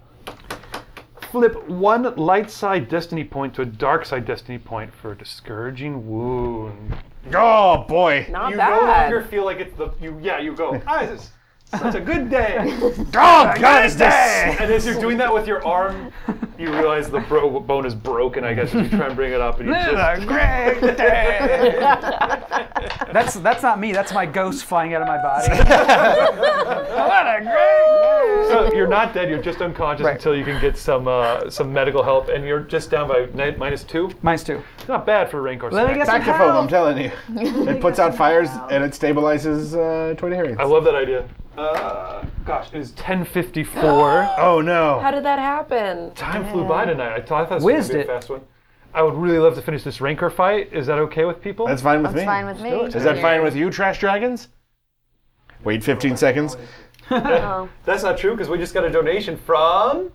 A: Flip one light side destiny point to a dark side destiny point for a discouraging wound.
C: Oh boy.
E: Not
A: you no
E: bad.
A: longer feel like it's the you. Yeah, you [LAUGHS] go. Ah, this is such a good day. [LAUGHS]
C: Oh god, is this?
A: and as you're doing that with your arm, you realize the bro- bone is broken. I guess you try and bring it up, and you just
D: Great day. that's that's not me. That's my ghost flying out of my [LAUGHS] body.
A: so you're not dead. You're just unconscious
D: Right.
A: until you can get some uh, some medical help, and you're just down by ni- minus two.
D: Mine's two.
A: Not bad for Rancor.
D: Let me
A: Smack.
D: get some
C: Back to foam, I'm
D: help.
C: telling
D: [LAUGHS]
C: you. It puts out fires and it stabilizes uh, Twenty Harry.
A: I love that idea. Uh, gosh, it is [LAUGHS]
D: [GASPS]
A: 10:54.
C: Oh no.
E: [LAUGHS] How did that happen?
A: Time flew by tonight. I thought, I thought this was
D: Whizzed
A: gonna be a
D: it.
A: fast one. I would really love to finish this Rancor fight. Is that okay with people?
C: That's fine with me.
F: It's fine with me.
C: Is that fine with you, Trash Dragons? Wait 15 seconds.
A: That's not true because we just got a donation from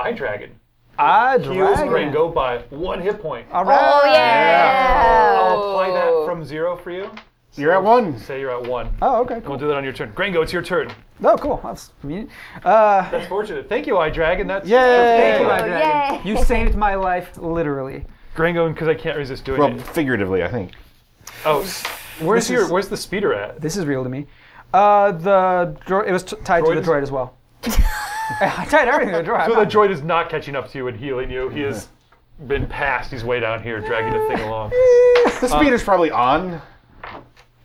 A: iDragon.
D: Ah,
A: Heals
D: dragon.
A: Rango by one hit point.
D: All right.
F: Oh, yeah.
A: I'll apply that from zero for you.
C: You're at one.
A: Say you're at one.
D: Oh, okay.
A: We'll
D: Cool.
A: do that on your turn. Grango, it's your turn.
D: Oh, cool. That's me. Uh,
A: That's fortunate. Thank you, iDragon. That's
C: Yay!
F: Oh,
D: thank
A: Thank
D: you, my
A: you,
D: dragon.
F: Yay.
D: You saved my life, literally.
A: Grango, because I can't resist doing
C: Well,
A: it.
C: figuratively, I think.
A: Oh, where's your
D: is-
A: where's the speeder at?
D: This is real to me. Uh, the dro- it was t- tied to
A: Droid?
D: the droid
C: [LAUGHS]
D: as well. [LAUGHS] I tied everything to the droid.
A: So the droid is not catching up to you and healing you. He
C: [LAUGHS]
A: has been passed. He's way down here dragging the thing along.
C: The [LAUGHS] speeder's probably on.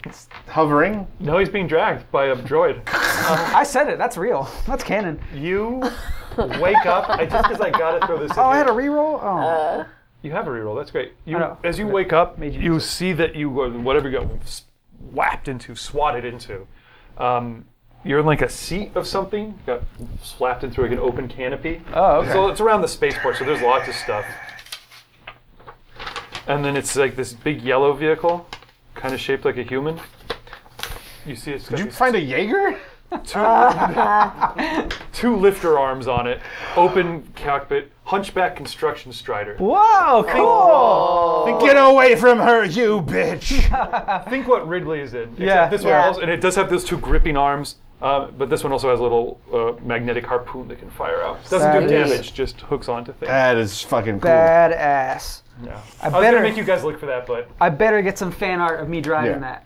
C: It's hovering.
A: No, he's being dragged by a droid.
D: [LAUGHS] I said it. That's real. That's canon.
A: You wake up. I just because I gotta throw this. in
D: Oh, I
A: here.
D: had a reroll. Oh,
C: Uh,
A: You have a reroll. That's great. You,
D: know.
A: as you wake up,
D: Made you
A: you see that you were whatever you got s- whapped into, swatted into. Um, you're in like a seat of something. Got slapped into like an open canopy.
D: Oh, okay.
A: So it's around the spaceport. So there's lots of stuff. And then it's like this big yellow vehicle, kind of shaped like a human. You see, it's got
C: Did you
A: these
C: find a Jaeger?
A: two lifter arms on it, open cockpit, hunchback construction strider.
D: Whoa, cool.
C: Get away from her, you bitch!
A: Think what Ridley is in.
D: Yeah.
A: Except this one
F: Yeah.
A: also, and it does have those two gripping arms, Um, but this one also has a little uh, magnetic harpoon that can fire out. Doesn't
O: That
A: do
O: is-
A: damage, just hooks onto things.
C: [LAUGHS] That is fucking cool.
O: Badass.
A: Yeah.
O: I
A: I, was
O: better-
A: gonna make you guys look for that, but
O: I better get some fan art of me driving
A: Yeah.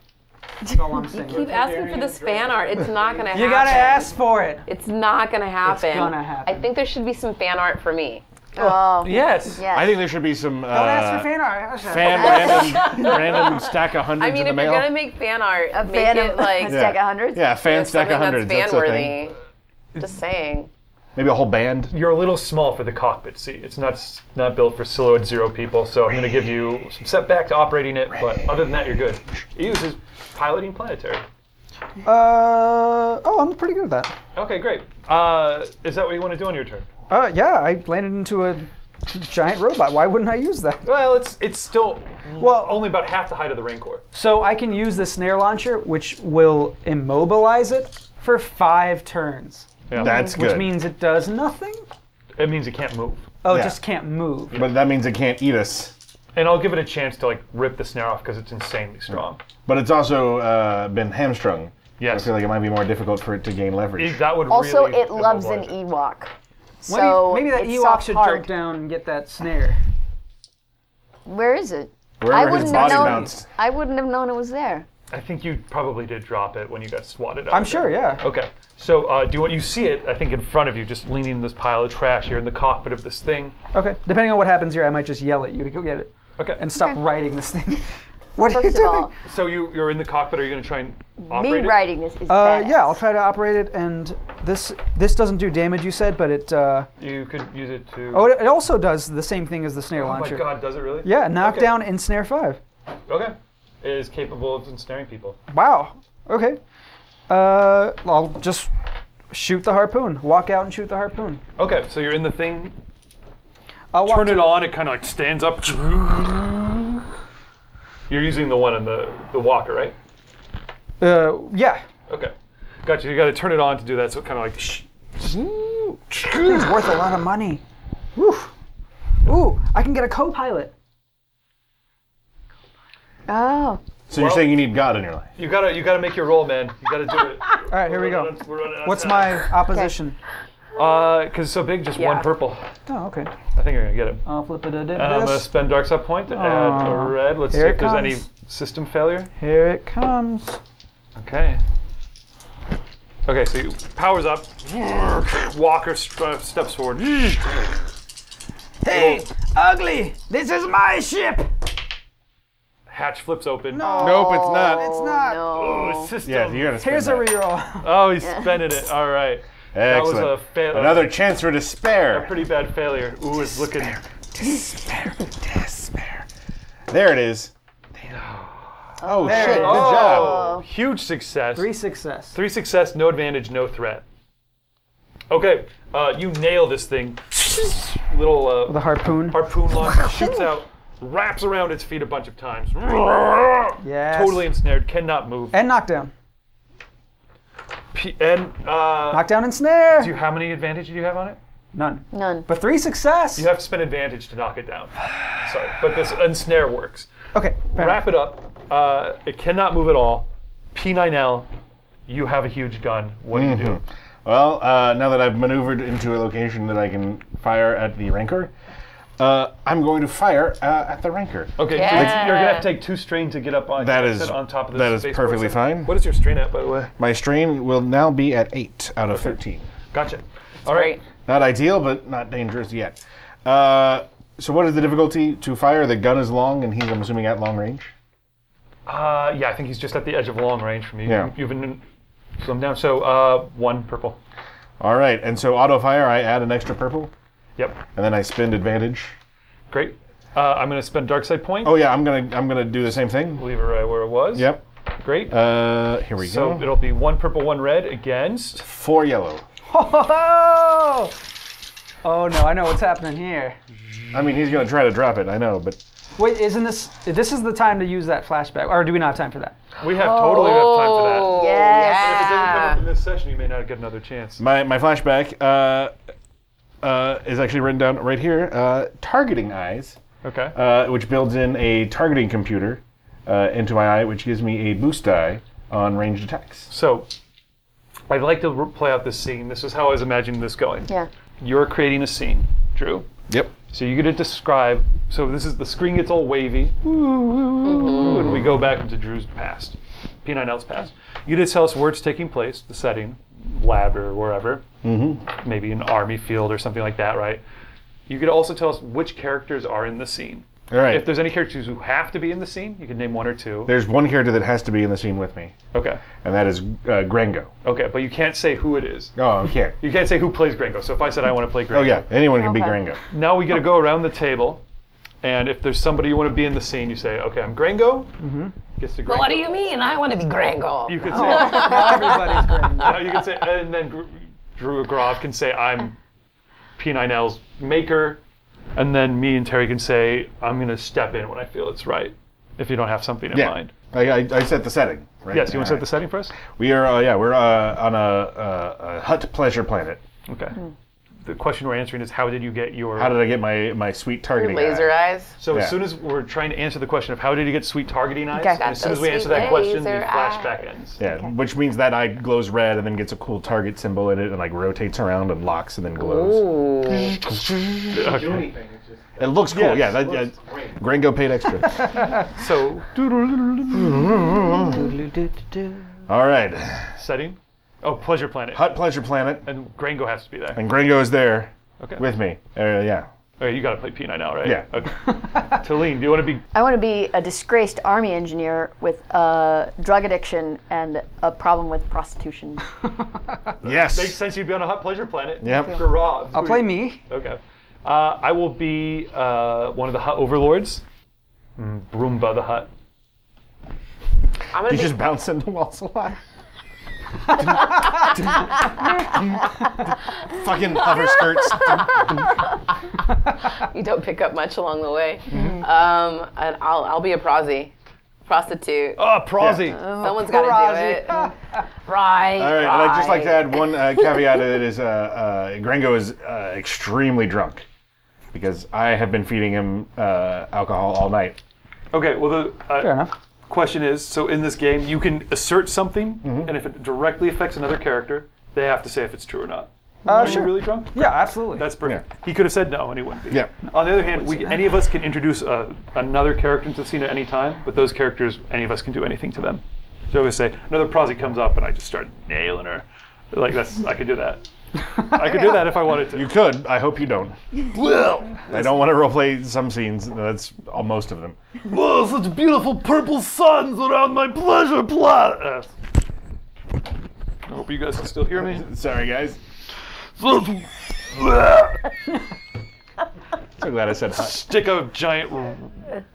O: that.
F: [LAUGHS]
O: That's all I'm saying.
E: Keep asking for this fan art. It's not gonna happen.
O: You gotta ask for it.
E: It's not gonna happen.
O: gonna happen.
E: I think there should be some fan art for me.
F: Oh.
A: Yes.
C: I think there should be some.
E: Don't ask
C: uh,
E: for fan art.
C: Fan
E: [LAUGHS]
C: random, random stack of hundreds
E: I mean,
C: in the
E: if
C: mail.
E: you're gonna make fan art, make
F: fan
E: it
F: of-
E: like
C: Yeah. Yeah, fan stack of
E: something
C: hundreds.
E: that's
C: That's a thing.
E: fan worthy. Just saying.
C: Maybe a whole band.
A: You're a little small for the cockpit seat. It's not s- not built for silhouette zero people, so I'm going to give you some setback to operating it. But other than that, you're good. It uses piloting planetary.
D: Uh, oh, I'm pretty good at that.
A: Okay, great. Uh, is that what you want to do on your turn?
D: Uh, yeah, I landed into a giant robot. Why wouldn't I use that?
A: Well, it's it's still well only about half the height of the Rancor.
D: So I can use the snare launcher, which will immobilize it for five turns.
A: Yeah. That's
D: Which
C: good.
D: means it does nothing.
A: It means it can't move.
D: Oh, it
A: Yeah.
D: just can't move.
C: But that means it can't eat us.
A: And I'll give it a chance to like rip the snare off because it's insanely strong.
D: Mm.
C: But it's also uh, been hamstrung.
A: Yes.
C: I feel like it might be more difficult for it to gain leverage.
A: It- that would
F: Also,
A: really
F: it loves an
A: immobilize it.
F: Ewok.
D: Maybe-
F: So
D: maybe that
F: it's
D: Ewok
F: soft
D: should
F: hard.
D: jump down and get that snare.
F: Where is it?
C: Wherever
F: I
C: his
F: wouldn't have
C: body
F: known.
C: bounced.
F: I wouldn't have known it was there.
A: I think you probably did drop it when you got swatted. out
D: I'm
A: of
D: sure,
A: there.
D: yeah.
A: Okay. So, uh, do you want you see it? I think in front of you, just leaning in this pile of trash here in the cockpit of this thing.
D: Okay. Depending on what happens here, I might just yell at you to go get it.
A: Okay.
D: And stop writing this thing. [LAUGHS] what are you doing?
A: So you you're in the cockpit. Are you going to try and operate it?
F: this is
D: Uh, yeah, I'll try to operate it, and this this doesn't do damage. You said, but it. Uh,
A: You could use it to.
D: oh, it it also does the same thing as the snare
A: Oh my
D: launcher.
A: God! Does it really?
D: Yeah, knockdown
A: Okay.
D: and snare five.
A: Okay. It is capable of ensnaring people.
D: Wow. Okay. Uh, I'll just shoot the harpoon. Walk out and shoot the harpoon.
A: Okay, so you're in the thing.
D: I'll walk
A: Turn it on. It kind of like stands up. You're using the one in the the walker, right?
D: Uh, yeah.
A: Okay. Gotcha. You got to turn it on to do that. So it kind of like.
D: It's worth a lot of money. Woo. Ooh, I can get a co-pilot.
F: Oh.
C: So you're saying you need God in your life.
A: You gotta, you gotta make your roll, man. You gotta
D: [LAUGHS]
A: do it. All
D: right, here we go.
A: We're running out of
D: What's
A: time.
D: my opposition?
A: Uh, cause so big, just one purple.
D: Oh, okay.
A: I think you're gonna get him.
D: I'll flip it a
A: And Uh, I'm gonna
D: Uh, this.
A: spend dark side point to add a
D: Aw.
A: red. Let's
D: Here
A: see
D: it
A: if there's any
D: comes.
A: system failure.
D: Here it comes.
A: Okay. Okay, so you powers up. Walker str- steps forward.
D: Hey, ugly! This is my ship.
A: Hatch flips open.
C: Nope, it's not.
D: It's not.
A: Oh, system.
C: Yeah, you gotta spend
D: Here's a
C: that.
D: reroll.
A: Oh, he's spending it. All right. That was
C: Excellent.
A: a fail.
C: Another chance for despair.
A: pretty bad failure. Ooh, it's looking.
C: Despair. Despair. There it is. Oh
A: There
C: shit!
A: it
C: Good
A: is. Oh.
C: job.
A: Huge success.
D: [LAUGHS] Three success.
A: Three success, no advantage, no threat. Okay, uh, you nail this thing. Little uh,
D: The harpoon.
A: harpoon
D: [LAUGHS]
A: launcher shoots out, wraps around its feet a bunch of times.
D: Yes.
A: Totally ensnared, cannot move.
D: And knockdown.
A: P- and uh,
D: Knockdown and snare.
A: do you, how many advantage do you have on it?
D: None.
F: None.
D: But three success.
A: You have to spend advantage to knock it down. [SIGHS] Sorry, but this ensnare works.
D: Okay. fair
A: Wrap it up. Uh, it cannot move at all. P9L, you have a huge gun. What do you do?
C: Mm-hmm. Well, uh, now that I've maneuvered into a location that I can fire at the rancor, uh, I'm going to fire uh, at the rancor.
A: Okay, so it's- you're gonna have to take two strain to get up on.
C: That
A: you
C: is-
A: said on top of this.
C: that is
A: space
C: perfectly
A: person.
C: fine.
A: What is your strain at, by the way?
C: My strain will now be at eight out of thirteen.
A: Gotcha. All right.
C: Not ideal, but not dangerous yet. Uh, so, what is the difficulty to fire? The gun is long, and he's, I'm assuming, at long range.
A: Uh, yeah, I think he's just at the edge of long range from you.
C: Yeah.
A: You've been slimmed down. So uh, one purple.
C: All right, and so auto fire, I add an extra purple,
A: Yep.
C: and then I spend advantage.
A: Great. Uh, I'm gonna spend dark side point.
C: Oh yeah, I'm gonna I'm gonna do the same thing.
A: Leave it right where it was.
C: Yep.
A: Great.
C: Uh, here we
A: so
C: go.
A: it'll be one purple, one red against.
C: Four yellow.
D: [LAUGHS] Oh! Oh no, I know what's happening here.
C: I mean, he's gonna try to drop it. I know, but
D: Wait, isn't this this is the time to use that flashback, or do we not have time for that?
A: We have totally have time for that.
F: Yes.
A: If it doesn't come up in this session, you may not get another chance.
C: my my flashback uh, uh, is actually written down right here. Uh, targeting eyes,
A: Okay.
C: uh, which builds in a targeting computer uh, into my eye, which gives me a boost die on ranged attacks.
A: So, But I'd like to re- play out this scene. This is how I was imagining this going.
F: Yeah.
A: You're creating a scene, Drew.
C: Yep.
A: So you're gonna describe. So this is the screen gets all wavy, Ooh,
C: Mm-hmm.
A: and we go back into Drew's past, P9L's past. You just tell us where it's taking place, the setting, lab or wherever,
C: Mm-hmm.
A: maybe an army field or something like that, right? You could also tell us which characters are in the scene.
C: All right.
A: If there's any characters who have to be in the scene, you can name one or two.
C: There's one character that has to be in the scene with me,
A: Okay.
C: and that is uh, Grango.
A: Okay, but you can't say who it is.
C: Oh, okay.
A: You can't say who plays Gringo. So if I said I want to play Gringo,
C: Oh yeah, anyone can be
A: Okay.
C: Grango.
A: now we got to go around the table, and if there's somebody you want to be in the scene, you say, "Okay, I'm Gringo." Mm-hmm. Gets to Gringo.
L: What do you mean? I want to be Grangle.
A: You
L: [LAUGHS]
A: could
L: can
A: say.
D: [LAUGHS]
L: everybody's
A: Now you can say, and then Gr- Drew Grov can say, "I'm P9L's maker," and then me and Terry can say, "I'm gonna step in when I feel it's right." If you don't have something in
C: Yeah.
A: mind.
C: I, I, I set the setting. Right?
A: Yes, you want to
C: All
A: set the setting for us?
C: right. We are. Uh, yeah, we're uh, on a, uh, a hut pleasure planet.
A: Okay.
L: Hmm.
A: The question we're answering is, how did you get your?
C: How did I get my my sweet targeting? eye?
L: eyes.
A: So
C: Yeah.
A: as soon as we're trying to answer the question of how did you get sweet targeting eyes,
L: Got
A: as soon as
L: those
A: we answer
L: sweet
A: that question, the
L: laser
A: flashback ends.
C: Yeah, which means that eye glows red and then gets a cool target symbol in it and like rotates around and locks and then glows.
A: do
C: Okay. It looks cool. Yeah, that, yeah. Gringo paid extra.
A: [LAUGHS] so
C: All right,
A: setting. Oh, pleasure planet.
C: hut pleasure planet,
A: And Grango has to be there.
C: and Gringo is there
A: Okay.
C: with me. Uh, yeah,
A: Okay, you gotta play P9 now, right?
C: Yeah.
A: Okay. [LAUGHS] Talene, do you want to be?
F: I want to be a disgraced army engineer with uh, drug addiction and a problem with prostitution.
C: Yes.
A: Makes
C: [LAUGHS]
A: sense. You'd be on a hot pleasure planet.
C: Yep.
A: Garov.
D: I'll play me.
A: Okay. Uh, I will be uh, one of the hut overlords. Mm, Broomba the hut.
L: I'm gonna
C: you
L: be
C: just bounce into walls a
A: [LAUGHS]
C: lot. [LAUGHS] Fucking hover skirts.
L: you don't pick up much along the way.
C: Mm-hmm.
L: Um, and I'll, I'll be a prosy. Prostitute.
C: Ah,
A: Oh, prosy.
L: Someone's got to do it. [LAUGHS] right.
C: All right, and I'd just like to add one uh, caveat that is uh, uh, Gringo is uh, extremely drunk because I have been feeding him uh, alcohol all night.
A: Okay, well, the uh, question is so in this game, you can assert something,
C: Mm-hmm.
A: and if it directly affects another character, they have to say if it's true or not. Are you
D: Uh, sure.
A: really drunk?
D: Yeah, absolutely.
A: That's perfect. He could have said no, and he wouldn't be.
C: Yeah.
A: On the other hand, we, any of us can introduce uh another character into the scene at any time, but those characters, any of us can do anything to them. So I always say, another prosy comes up, and I just start nailing her. Like, that's, I could do that. I could do that if I wanted [LAUGHS] to.
C: You could. I hope you don't. Well, I don't want to roleplay some scenes. That's all, most of them.
A: Whoa, such beautiful purple suns around my pleasure plot. Uh, I hope you guys can still hear [LAUGHS] me.
C: Sorry, guys. So glad I said hot.
A: Stick a giant r-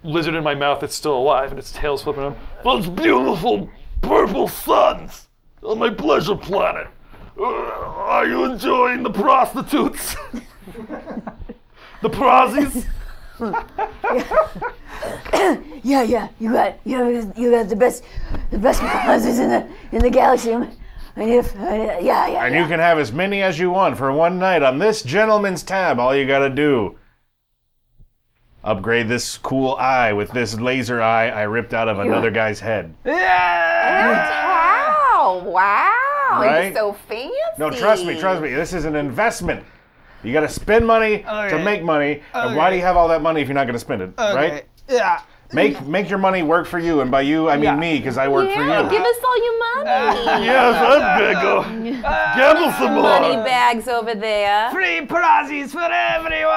A: lizard in my mouth that's still alive and its tail's flipping up. Those beautiful purple suns on my pleasure planet. Uh, are you enjoying the prostitutes? the prosies?
G: Yeah, yeah, you got, you got, you got the best, the best prizes in the in the galaxy. And if, uh, yeah, yeah.
C: And you can have as many as you want for one night on this gentleman's tab. All you gotta do. Upgrade this cool eye with this laser eye I ripped out of another guy's head.
L: Wow. Wow.
C: Right?
L: You're so fancy.
C: No, trust me, trust me. This is an investment. You gotta spend money to
L: Okay.
C: make money. And why do you have all that money if you're not gonna spend it? Right?
L: Yeah.
C: Make make your money work for you, and by you I mean me, because I work for you.
J: give us all your money.
C: Yes, I'm Gringo. Gamble some
J: Money bags over there.
K: Free prazzies for everyone!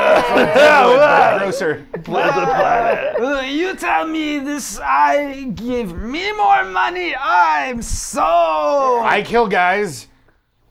C: Yeah, grocer.
K: Uh,
D: [LAUGHS]
K: you tell me this, I give me more money. I'm so.
C: I kill guys.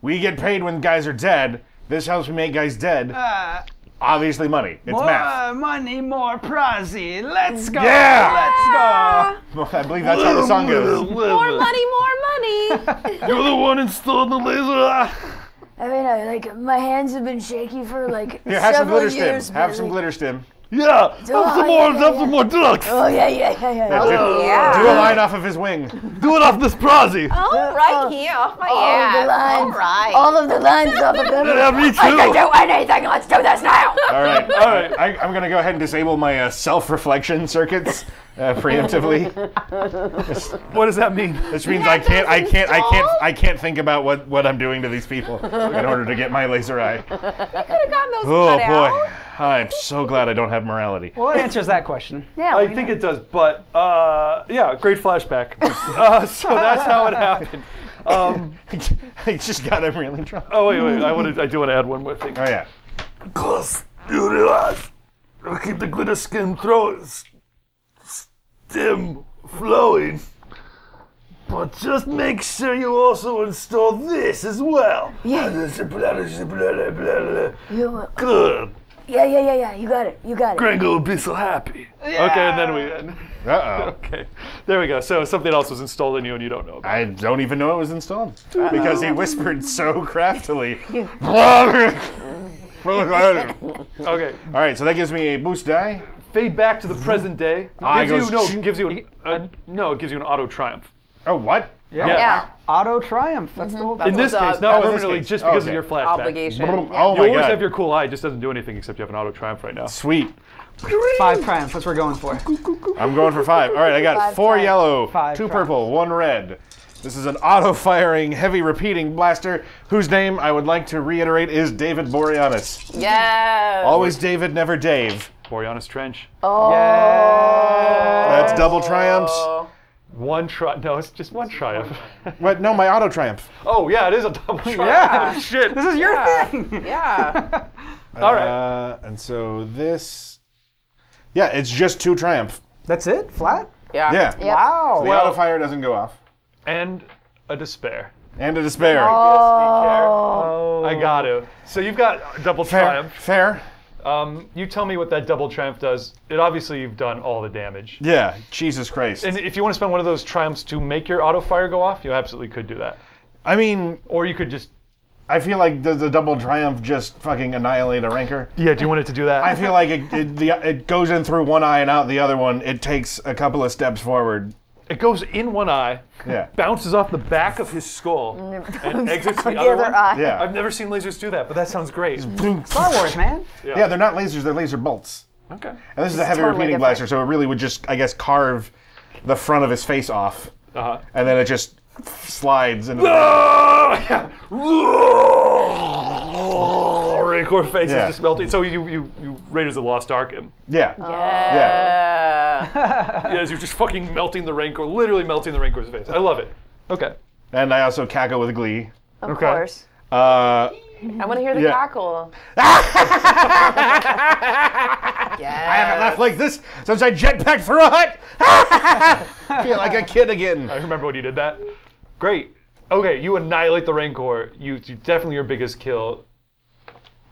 C: We get paid when guys are dead. This helps me make guys dead.
D: Ah.
K: Uh,
C: Obviously, money. It's
K: more
C: math.
K: money, more prazzy. Let's go.
C: Yeah. I believe that's how
A: [LAUGHS]
C: the song goes.
J: More money,
L: [LAUGHS]
J: more money.
A: You're the one installing the laser Ah, eye.
G: I mean, I, uh, like my hands have been shaky for like
C: Here, have some [LAUGHS]
G: several
C: glitter stim.
G: years.
C: Have
G: but,
C: some
G: like,
C: glitter stim. Yeah, have
G: Oh,
C: some
G: yeah,
C: more, have some more ducks.
G: Oh, yeah, yeah, yeah, yeah. yeah.
C: Do- Do a line off of his wing. Do it off this prosy.
J: Oh, [LAUGHS] right here, off my
F: Oh,
G: All
J: ass.
G: of the lines.
J: All right.
G: All of the lines off of
C: [LAUGHS]
G: them.
C: Yeah, me
G: I can
C: too.
G: do anything. Let's do this now.
C: All right, all right. I, I'm gonna go ahead and disable my uh, self-reflection circuits uh, [LAUGHS] preemptively.
A: what does that mean?
C: Which means I can't, I can't, I can't, I can't think about what what I'm doing to these people in order to get my laser eye.
J: You could have gotten those
C: Oh
J: cut out.
C: boy, I'm so glad I don't have morality. [LAUGHS]
D: Well, it answers that question.
F: Yeah,
A: I think it does, but uh, yeah, great flashback. [LAUGHS] uh, so that's how it happened. Um,
C: I just got him really drunk.
A: Oh wait, wait, I wanted, I do want to add one more thing.
C: Oh yeah.
P: Because you realize, look at the glitter skin throat s- stem flowing. But just make sure you also install this as well.
G: Yeah. You,
P: Good.
G: yeah, yeah, yeah, yeah. You got it. You got it.
P: Gringo will be so happy.
A: Okay, and then we end.
C: Uh
A: Okay, there we go. So something else was installed in you, and you don't know. About
C: I don't even know it was installed because he whispered so craftily.
A: okay.
C: [LAUGHS] All right, so that gives me a boost die.
A: Fade back to the present day.
C: I
A: Gives you,
C: goes-
A: no, it gives you an, uh, no, it gives you an auto triumph.
C: Oh, what?
A: Yeah.
D: Auto triumph. That's
C: Mm-hmm.
D: the whole
A: In this case, not permanently, just because of your flashback.
D: Obligation.
A: Brum,
D: Yeah.
A: you
D: Oh my
A: always
D: God.
A: have your cool eye. It just doesn't do anything except you have an auto triumph right now.
C: Sweet.
D: Five triumph. That's what we're
C: [LAUGHS]
D: going for.
C: I'm going for five. All right, I got
D: Five
C: four
D: tries.
C: yellow,
D: Five
C: two
D: tries.
C: purple, one red. This is an auto firing, heavy repeating blaster whose name I would like to reiterate is David Boreanaz.
L: Yes.
C: Always David, never Dave.
A: Boreanaz Trench.
L: Oh.
D: Uh,
C: That's double triumphs.
A: One try. No, it's just one triumph. [LAUGHS]
C: What? No, my auto triumph.
A: Oh yeah, it is a double triumph.
C: Yeah.
A: Shit.
D: This is your
A: thing.
C: [LAUGHS]
L: Yeah.
A: All right.
C: Uh, and so this. Yeah, it's just two triumph.
D: That's it? Flat?
L: Yeah.
C: Yeah.
D: Wow.
C: So the
A: Well-
C: auto fire doesn't go off.
A: And a despair.
C: And a despair.
A: Oh. I got to. So you've got double triumph.
C: Fair.
A: Um, you tell me what that double triumph does. It obviously you've done all the damage.
C: Yeah, Jesus Christ.
A: And if you want to spend one of those triumphs to make your auto fire go off, you absolutely could do that.
C: I mean.
A: Or you could just.
C: I feel like does the double triumph just fucking annihilate a ranker?
A: Yeah, do you want it to do that?
C: I feel like it it, the, it goes in through one eye and out the other one. It takes a couple of steps forward.
A: It goes in one eye,
C: Yeah.
A: [LAUGHS] bounces off the back of his skull, and exits the,
C: The
A: other,
C: other
A: one.
C: eye. Yeah. Mm.
A: I've never seen lasers do that, but that sounds great.
C: Star
D: Wars, man.
A: [LAUGHS] Yeah.
C: Yeah, they're not lasers; they're laser bolts.
A: Okay.
C: And this is a heavy repeating blaster, so it really would just, I guess, carve the front of his face off,
A: Uh-huh.
C: and then it just slides into.
A: Ah! Oh, Rancor face
C: Yeah.
A: is just melting. So you you you Raiders of the Lost Ark him.
C: Yeah.
L: Uh,
A: Yeah. yes, you're just fucking melting the Rancor, literally melting the Rancor's face. I love it. Okay.
C: And I also cackle with glee.
A: Of Okay. course.
C: Uh,
L: I want to hear the
C: Yeah.
L: cackle.
C: I haven't laughed like this since I jetpacked through a hut. [LAUGHS] Feel like a kid again.
A: [LAUGHS] I remember when you did that. Great. Okay, you annihilate the Rancor. You, you definitely your biggest kill.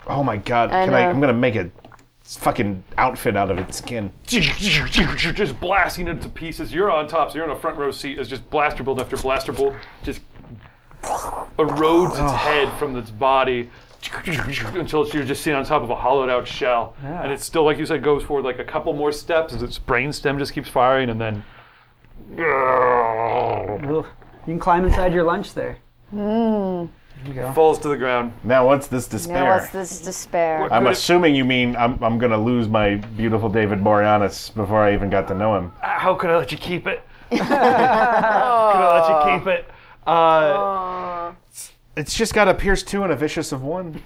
C: oh my god!
A: I
C: Can I?
A: know.
C: I'm gonna make a fucking outfit out of its skin.
A: Just blasting it to pieces. You're on top, so you're in a front row seat. It's just blaster bolt after blaster bolt. Just erodes its head from its body until it's- you're just sitting on top of a hollowed out shell.
P: Yeah.
A: And it's still, like you said, goes forward like a couple more steps as its brain stem just keeps firing and then.
D: Ugh. You can climb inside your lunch there.
F: Mm.
A: Falls to the ground.
C: Now what's this despair?
F: Now what's this despair?
C: I'm assuming you mean I'm, I'm gonna lose my beautiful David Boreanaz before I even got to know him.
A: "Ah, How could I let you keep it? How could I let you keep it? Uh,
C: It's just got a Pierce two and a Vicious of one.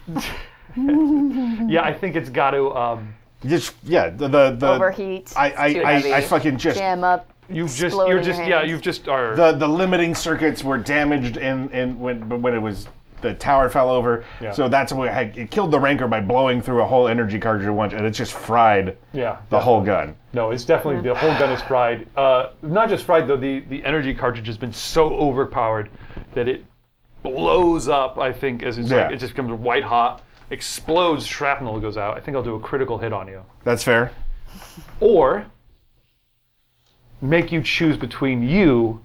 A: yeah, I think it's got to. Um,
C: just yeah, the the, the
F: Overheat.
C: I I,
F: Too
C: I,
F: heavy.
C: I fucking just
F: jam up.
A: You've just
F: explode
A: you're
F: in your
A: just yeah
F: hands.
A: you've just are
C: the the limiting circuits were damaged in in when but when it was the tower fell over.
A: Yeah.
C: So that's what had, it killed the Rancor by blowing through a whole energy cartridge at once, and it just fried
A: yeah
C: the whole gun.
A: No, it's definitely the whole gun is fried. Uh, not just fried though. The the energy cartridge has been so overpowered that it blows up. I think as it's like,
C: Yeah.
A: it just becomes white hot, explodes, shrapnel goes out. I think I'll do a critical hit on you,
C: That's fair.
A: or make you choose between you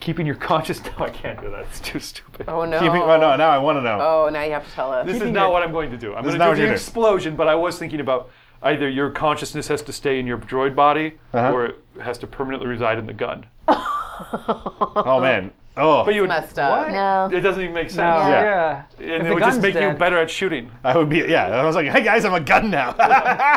A: keeping your conscious. [LAUGHS] No, I can't do that. It's too stupid.
L: Oh no.
C: Keeping, oh no, now I want to know.
L: Oh, now you have to tell us.
A: This is not what I'm going to do. I'm
C: This
A: going
C: is
A: to
C: not
A: do
C: what
A: the
C: you're doing.
A: explosion, but I was thinking about either your consciousness has to stay in your droid body
C: Uh-huh.
A: or it has to permanently reside in the gun.
C: Oh man. Oh.
A: But you would,
L: messed up.
F: No.
A: It doesn't even make sense.
C: No, Yeah. yeah. If
A: And
C: the
A: it would just
C: gun's
A: make you
C: dead.
A: better at shooting.
C: I would be yeah. I was like, hey guys, I'm a gun now. [LAUGHS]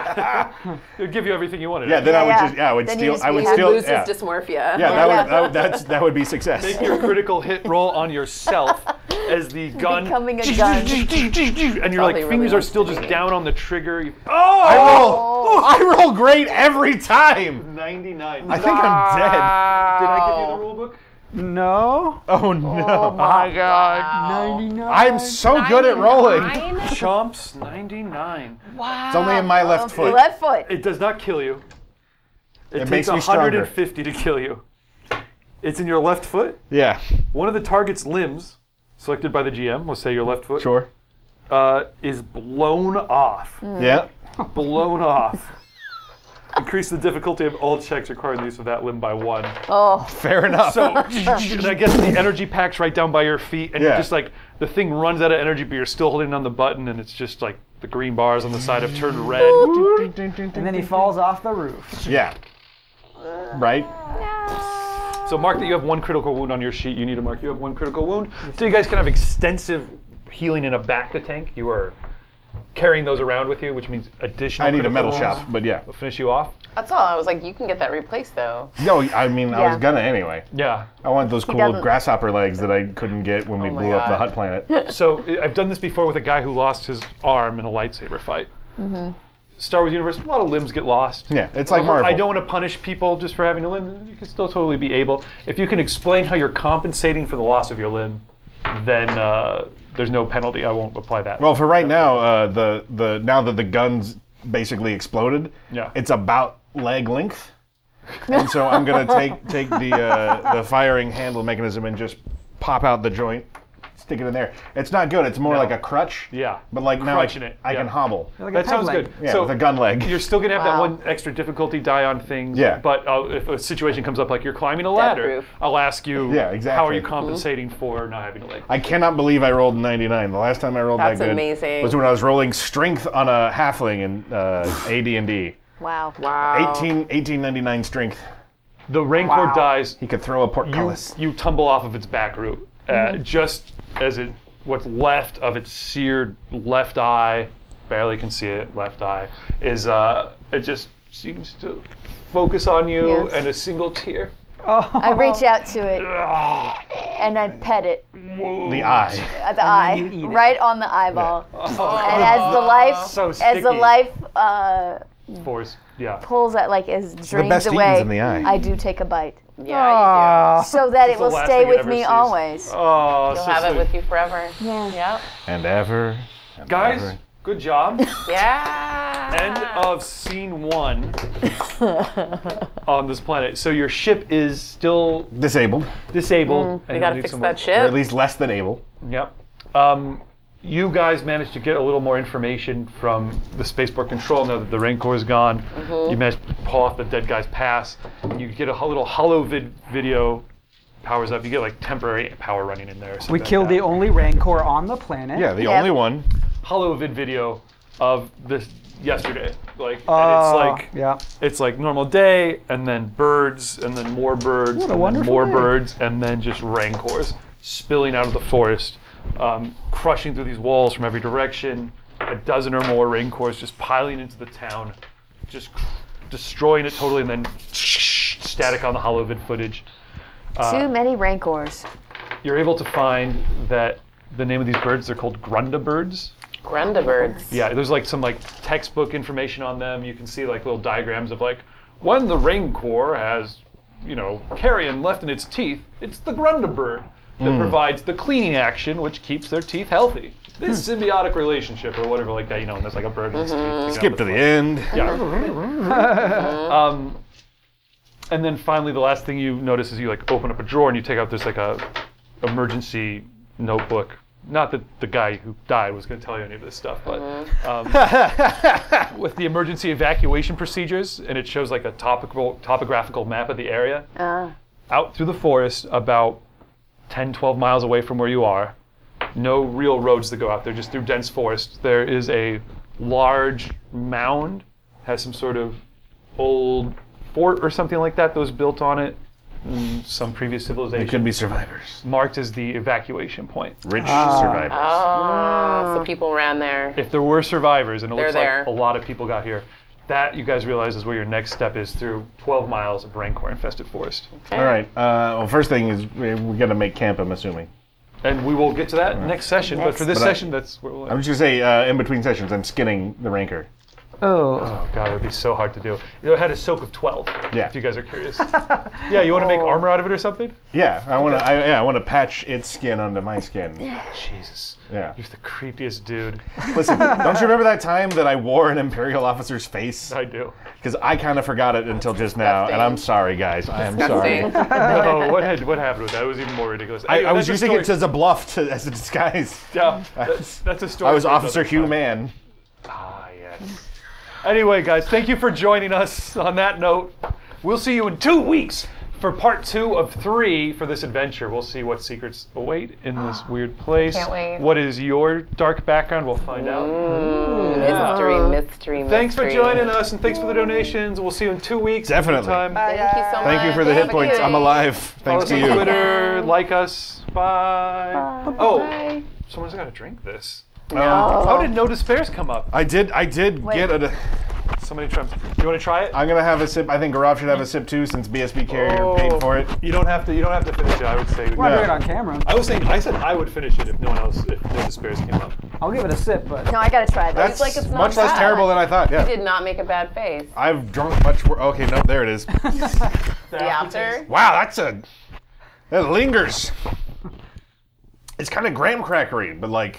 A: It would give you everything you wanted.
C: Yeah, then I would Yeah, just- yeah, I would Then steal- you just I would be- steal-
L: Loses
C: yeah.
L: dysmorphia.
C: yeah, that would that would, that's, that would be
A: [LAUGHS]
C: success.
A: Make [LAUGHS] your critical hit roll on
C: [LAUGHS]
A: yourself as the gun. [LAUGHS]
F: Becoming a gun.
A: And your like
C: Probably really
A: fingers are
C: wants
A: still just down on the trigger. You-
C: Oh! I roll. I roll great every time.
A: 99.
C: I think I'm dead.
A: Did I give you the rule book?
C: No. Oh no. Oh
A: my
C: god. 99. I'm so good at rolling.
A: 99? Chomps 99.
F: Wow.
C: It's only in my left foot.
F: Left foot.
A: It does not kill you. It,
C: It
A: takes
C: makes me stronger.
A: 150 to kill you. It's in your left foot.
C: Yeah.
A: One of the target's limbs, selected by the GM, let's say your left foot.
C: Sure.
A: Uh, is blown off.
C: Yeah.
A: Blown off. Increase the difficulty of all checks requiring the use of that limb by one.
F: Oh.
C: Fair enough. [LAUGHS]
A: So, and I guess the energy pack's right down by your feet, and you're
C: Yeah.
A: just like, the thing runs out of energy, but you're still holding on the button, and it's just like the green bars on the side have turned red.
D: And then he falls off the roof.
C: Yeah. Right?
A: So mark that you have one critical wound on your sheet. You need to mark you have one critical wound. So you guys can have extensive healing in a back to tank. You are carrying those around with you, which means additional.
C: I need a
A: critical
C: metal
A: wounds
C: shop, but yeah.
A: Will finish you off.
L: That's all. I was like, you can get that replaced though.
C: No, I mean I was
L: Yeah.
C: gonna anyway.
A: Yeah.
C: I want those
L: He
C: cool
L: doesn't-
C: grasshopper legs that I couldn't get when we
A: Oh my
C: blew up the
A: God. [LAUGHS]
C: hut planet.
A: so I- I've done this before with a guy who lost his arm in a lightsaber fight. Star Wars universe, a lot of limbs get lost.
C: Yeah, it's like
A: I
C: Marvel.
A: don't want to punish people just for having a limb. You can still totally be able. If you can explain how you're compensating for the loss of your limb, then uh, there's no penalty. I won't apply that.
C: Well, for right now, uh, the the now that the guns basically exploded,
A: Yeah.
C: it's about leg length, and so I'm
A: [LAUGHS]
C: gonna take take the uh, the firing handle mechanism and just pop out the joint, stick it in there. It's not good. It's more like a crutch.
A: Yeah.
C: But like now I,
A: Crutching it,
C: I can
A: yeah.
C: hobble.
A: that sounds good.
C: Yeah, with a gun leg.
A: You're still gonna have that one extra difficulty die on things.
C: Yeah.
A: But uh, if a situation comes up like you're climbing a ladder, I'll ask you.
C: Yeah,
A: How are
C: exactly.
L: Mm-hmm.
A: you compensating for not having a leg?
C: I cannot believe I rolled 99. The last time I rolled
A: That's
C: that good
A: amazing.
C: was when I was rolling strength on a halfling in uh, AD&D.
F: Wow.
A: Wow.
C: 18, 1899 strength.
A: The Rancor dies.
C: He could throw a
A: You,
C: portcullis.
A: you tumble off of its back root, uh,
L: Mm-hmm.
C: Mhm.
A: just as it what's left of its seared left eye, barely can see it. Left eye is uh, it just seems to focus on you,
F: Yes.
A: and a single tear. Ah,
F: I reach out to it and I pet it.
C: The eye.
F: At the eye, right on the eyeball. And as the
A: [LAUGHS]
F: life,
A: So
F: as the
A: sticky.
F: life uh,
A: Force, yeah.
F: pulls at like is
A: the
F: drains
A: best eating's
F: away,
A: in the eye.
F: I do take a bite.
L: Yeah, you do.
F: So that
L: It's
F: it
L: the
F: will
L: last
F: stay
L: thing it
F: with
L: ever
F: me
L: sees.
F: always.
A: Oh,
L: You'll
A: so
C: Ah.
L: have it
A: sweet.
L: with you forever. Yeah. Yep.
C: And ever.
A: Guys, good job.
L: Yeah.
A: End of
L: [LAUGHS]
A: scene one on this planet. So your ship is still
C: Disabled.
A: disabled. and
L: Mm, We
A: you'll
L: gotta
A: need
L: fix
A: some
L: that
A: work.
L: shit.
C: Or at least less than able.
A: Yep. Um, you guys managed to get a little more information from the spaceport control now that the Rancor is gone.
L: Mhm.
A: You managed to pull off the dead guy's pass. You get a ho- little hollow vid- video powers up. You get like temporary power running in there. or
D: We
A: something like
D: killed
A: that.
D: the only Rancor on the planet.
C: one.
A: Hollow vid video of this yesterday. Like,
D: Oh,
A: and it's like
D: yeah.
A: it's like normal day, and then birds, and then more birds,
D: What a
A: and then
D: wonderful
A: more
D: day.
A: birds, and then just rancors spilling out of the forest, um, crushing through these walls from every direction. A dozen or more rancors just piling into the town, just cr- destroying it totally, and then [LAUGHS] static on the holovid footage.
F: Too
A: Uh,
F: many rancors.
A: you're able to find that the name of these birds, they're called Grunda birds.
L: Grunda birds.
A: Yeah, there's like some like textbook information on them. You can see like little diagrams of like when the rancor has, you know, carrion left in its teeth, it's the Grunda bird that
C: Hmm.
P: Mm.
A: provides the cleaning action which keeps their teeth healthy. This
C: Hmm.
A: symbiotic relationship or whatever like that, you know, and there's like a bird in its teeth.
C: Mm-hmm. Skip to the end.
A: Yeah. um, and then finally, the last thing you notice is you like open up a drawer and you take out there's like a emergency notebook. Not that the guy who died was going to tell you any of this stuff, but um, with the emergency evacuation procedures, and it shows like a topical topographical map of the area
F: Uh,
A: out through the forest about 10, 12 miles away from where you are. No real roads that go out there, just through dense forest. There is a large mound has some sort of old fort or something like that that was built on it in some previous civilization.
C: It could be survivors.
A: Marked as the evacuation point.
C: Rich
L: Oh, Ah, so people ran there.
A: If there were survivors, and it
L: They're
A: looks
L: there.
A: like a lot of people got here, that you guys realize is where your next step is through 12 miles of rancor infested forest.
C: All right. Uh, well, first thing is we- we're gonna make camp. I'm assuming.
A: And we will get to that next session, but for this
C: But I-
A: session, that's where we'll
C: I'm just gonna say uh, in between sessions, I'm skinning the ranker.
D: Oh.
A: God, it would be so hard to do. It had a soak of 12,
C: Yeah.
A: if you guys are curious. yeah, you want to make
L: Oh.
A: armor out of it or something?
C: Yeah, I want to. I, yeah, I want to patch its skin onto my skin.
A: Jesus.
C: Yeah.
A: You're the creepiest dude.
C: Listen, don't you remember that time that I wore an imperial officer's face?
A: I do.
C: Because I kind of forgot it until just now, and I'm sorry, guys. I am sorry.
A: no, Oh, what, had, what happened with that? It was even more ridiculous.
C: I, I
A: Anyway,
C: was
A: that's a
C: using it
A: story-
C: as a bluff, to, as a disguise. [LAUGHS]
A: Yeah, that's, that's a story.
C: I was
A: for another
C: Officer Hugh Mann.
A: Ah, Anyway, guys, thank you for joining us on that note. We'll see you in two weeks for part two of three for this adventure. We'll see what secrets await in
L: [GASPS]
A: this weird place.
L: Can't wait.
A: What is your dark background? We'll find out. Yeah.
L: [LAUGHS] Mystery, mystery, mystery.
A: Thanks for joining us and thanks for the donations. We'll see you in two weeks.
C: Definitely.
A: Time.
L: Thank you so much.
C: Thank you for the hit points. I'm alive.
A: Follow
C: Thanks
A: us
C: to
A: on
C: you.
A: Twitter, like us. Bye. Oh, someone's got to drink this.
C: No.
A: How did no despairs come up?
C: Um, I did. I did
A: Oh. Wait.
C: get a.
A: Somebody try. You want to try it?
C: I'm gonna have a sip. I think Garov should have a sip too, since BSB carrier
A: Oh.
C: paid for it.
A: You don't have to. You don't have to finish it. I would say.
C: Why do it on
D: camera?
A: I was saying. I said I would finish it if no one else, if no despairs came up.
D: I'll give it a sip, but
F: No, I gotta try this.
C: That's like it's not much less bad. terrible than I thought, yeah.
L: You did not make a bad face.
C: I've drunk much worse. Okay, nope, there it is.
L: The after.
C: Wow, that's a that lingers. It's kind of graham crackery, but like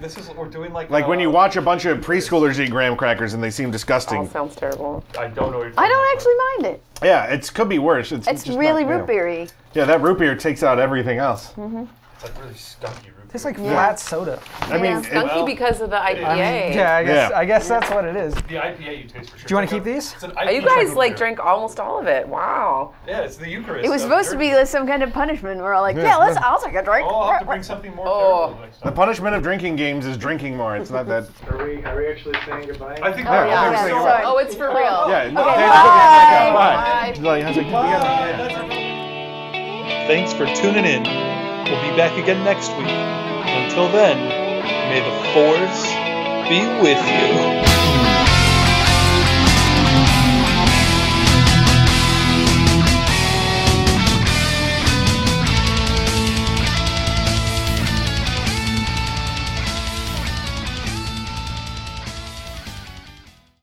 A: This is we're doing like. uh,
C: like when you watch a bunch of preschoolers eat graham crackers and they seem disgusting.
L: sounds terrible.
A: I don't know. What
F: I don't actually mind it.
C: Yeah, it could be worse. It's,
F: It's
C: just
F: really
C: not, you know.
F: root beery.
C: Yeah, that root beer takes out everything else.
F: Mm-hmm.
A: It's like really stunky.
D: tastes like
C: Yeah.
D: flat soda.
C: I mean, it-
L: Skunky because of the IPA.
D: I mean, yeah, I guess
C: Yeah.
D: I guess that's what it is. The
A: IPA you taste for sure.
D: Do you want to keep these?
L: you guys like drank almost all of it. Wow.
A: Yeah, it's the Eucharist.
F: It was supposed to be like some kind of punishment. We're all like,
C: Yeah.
F: yeah, let's. I'll take a drink.
A: Oh, I'll have to bring something more.
C: The punishment of drinking games is drinking more. It's not that.
Q: Are we, are we actually saying goodbye? I
C: think- Yeah, yeah, I think yeah, we're saying sorry. goodbye.
L: Oh, it's for real.
C: Yeah, no,
L: Okay, bye.
C: they- bye.
L: Bye.
C: Like, I was like, yeah, yeah.
R: Thanks for tuning in. We'll be back again next week. Until then, may the force be with you.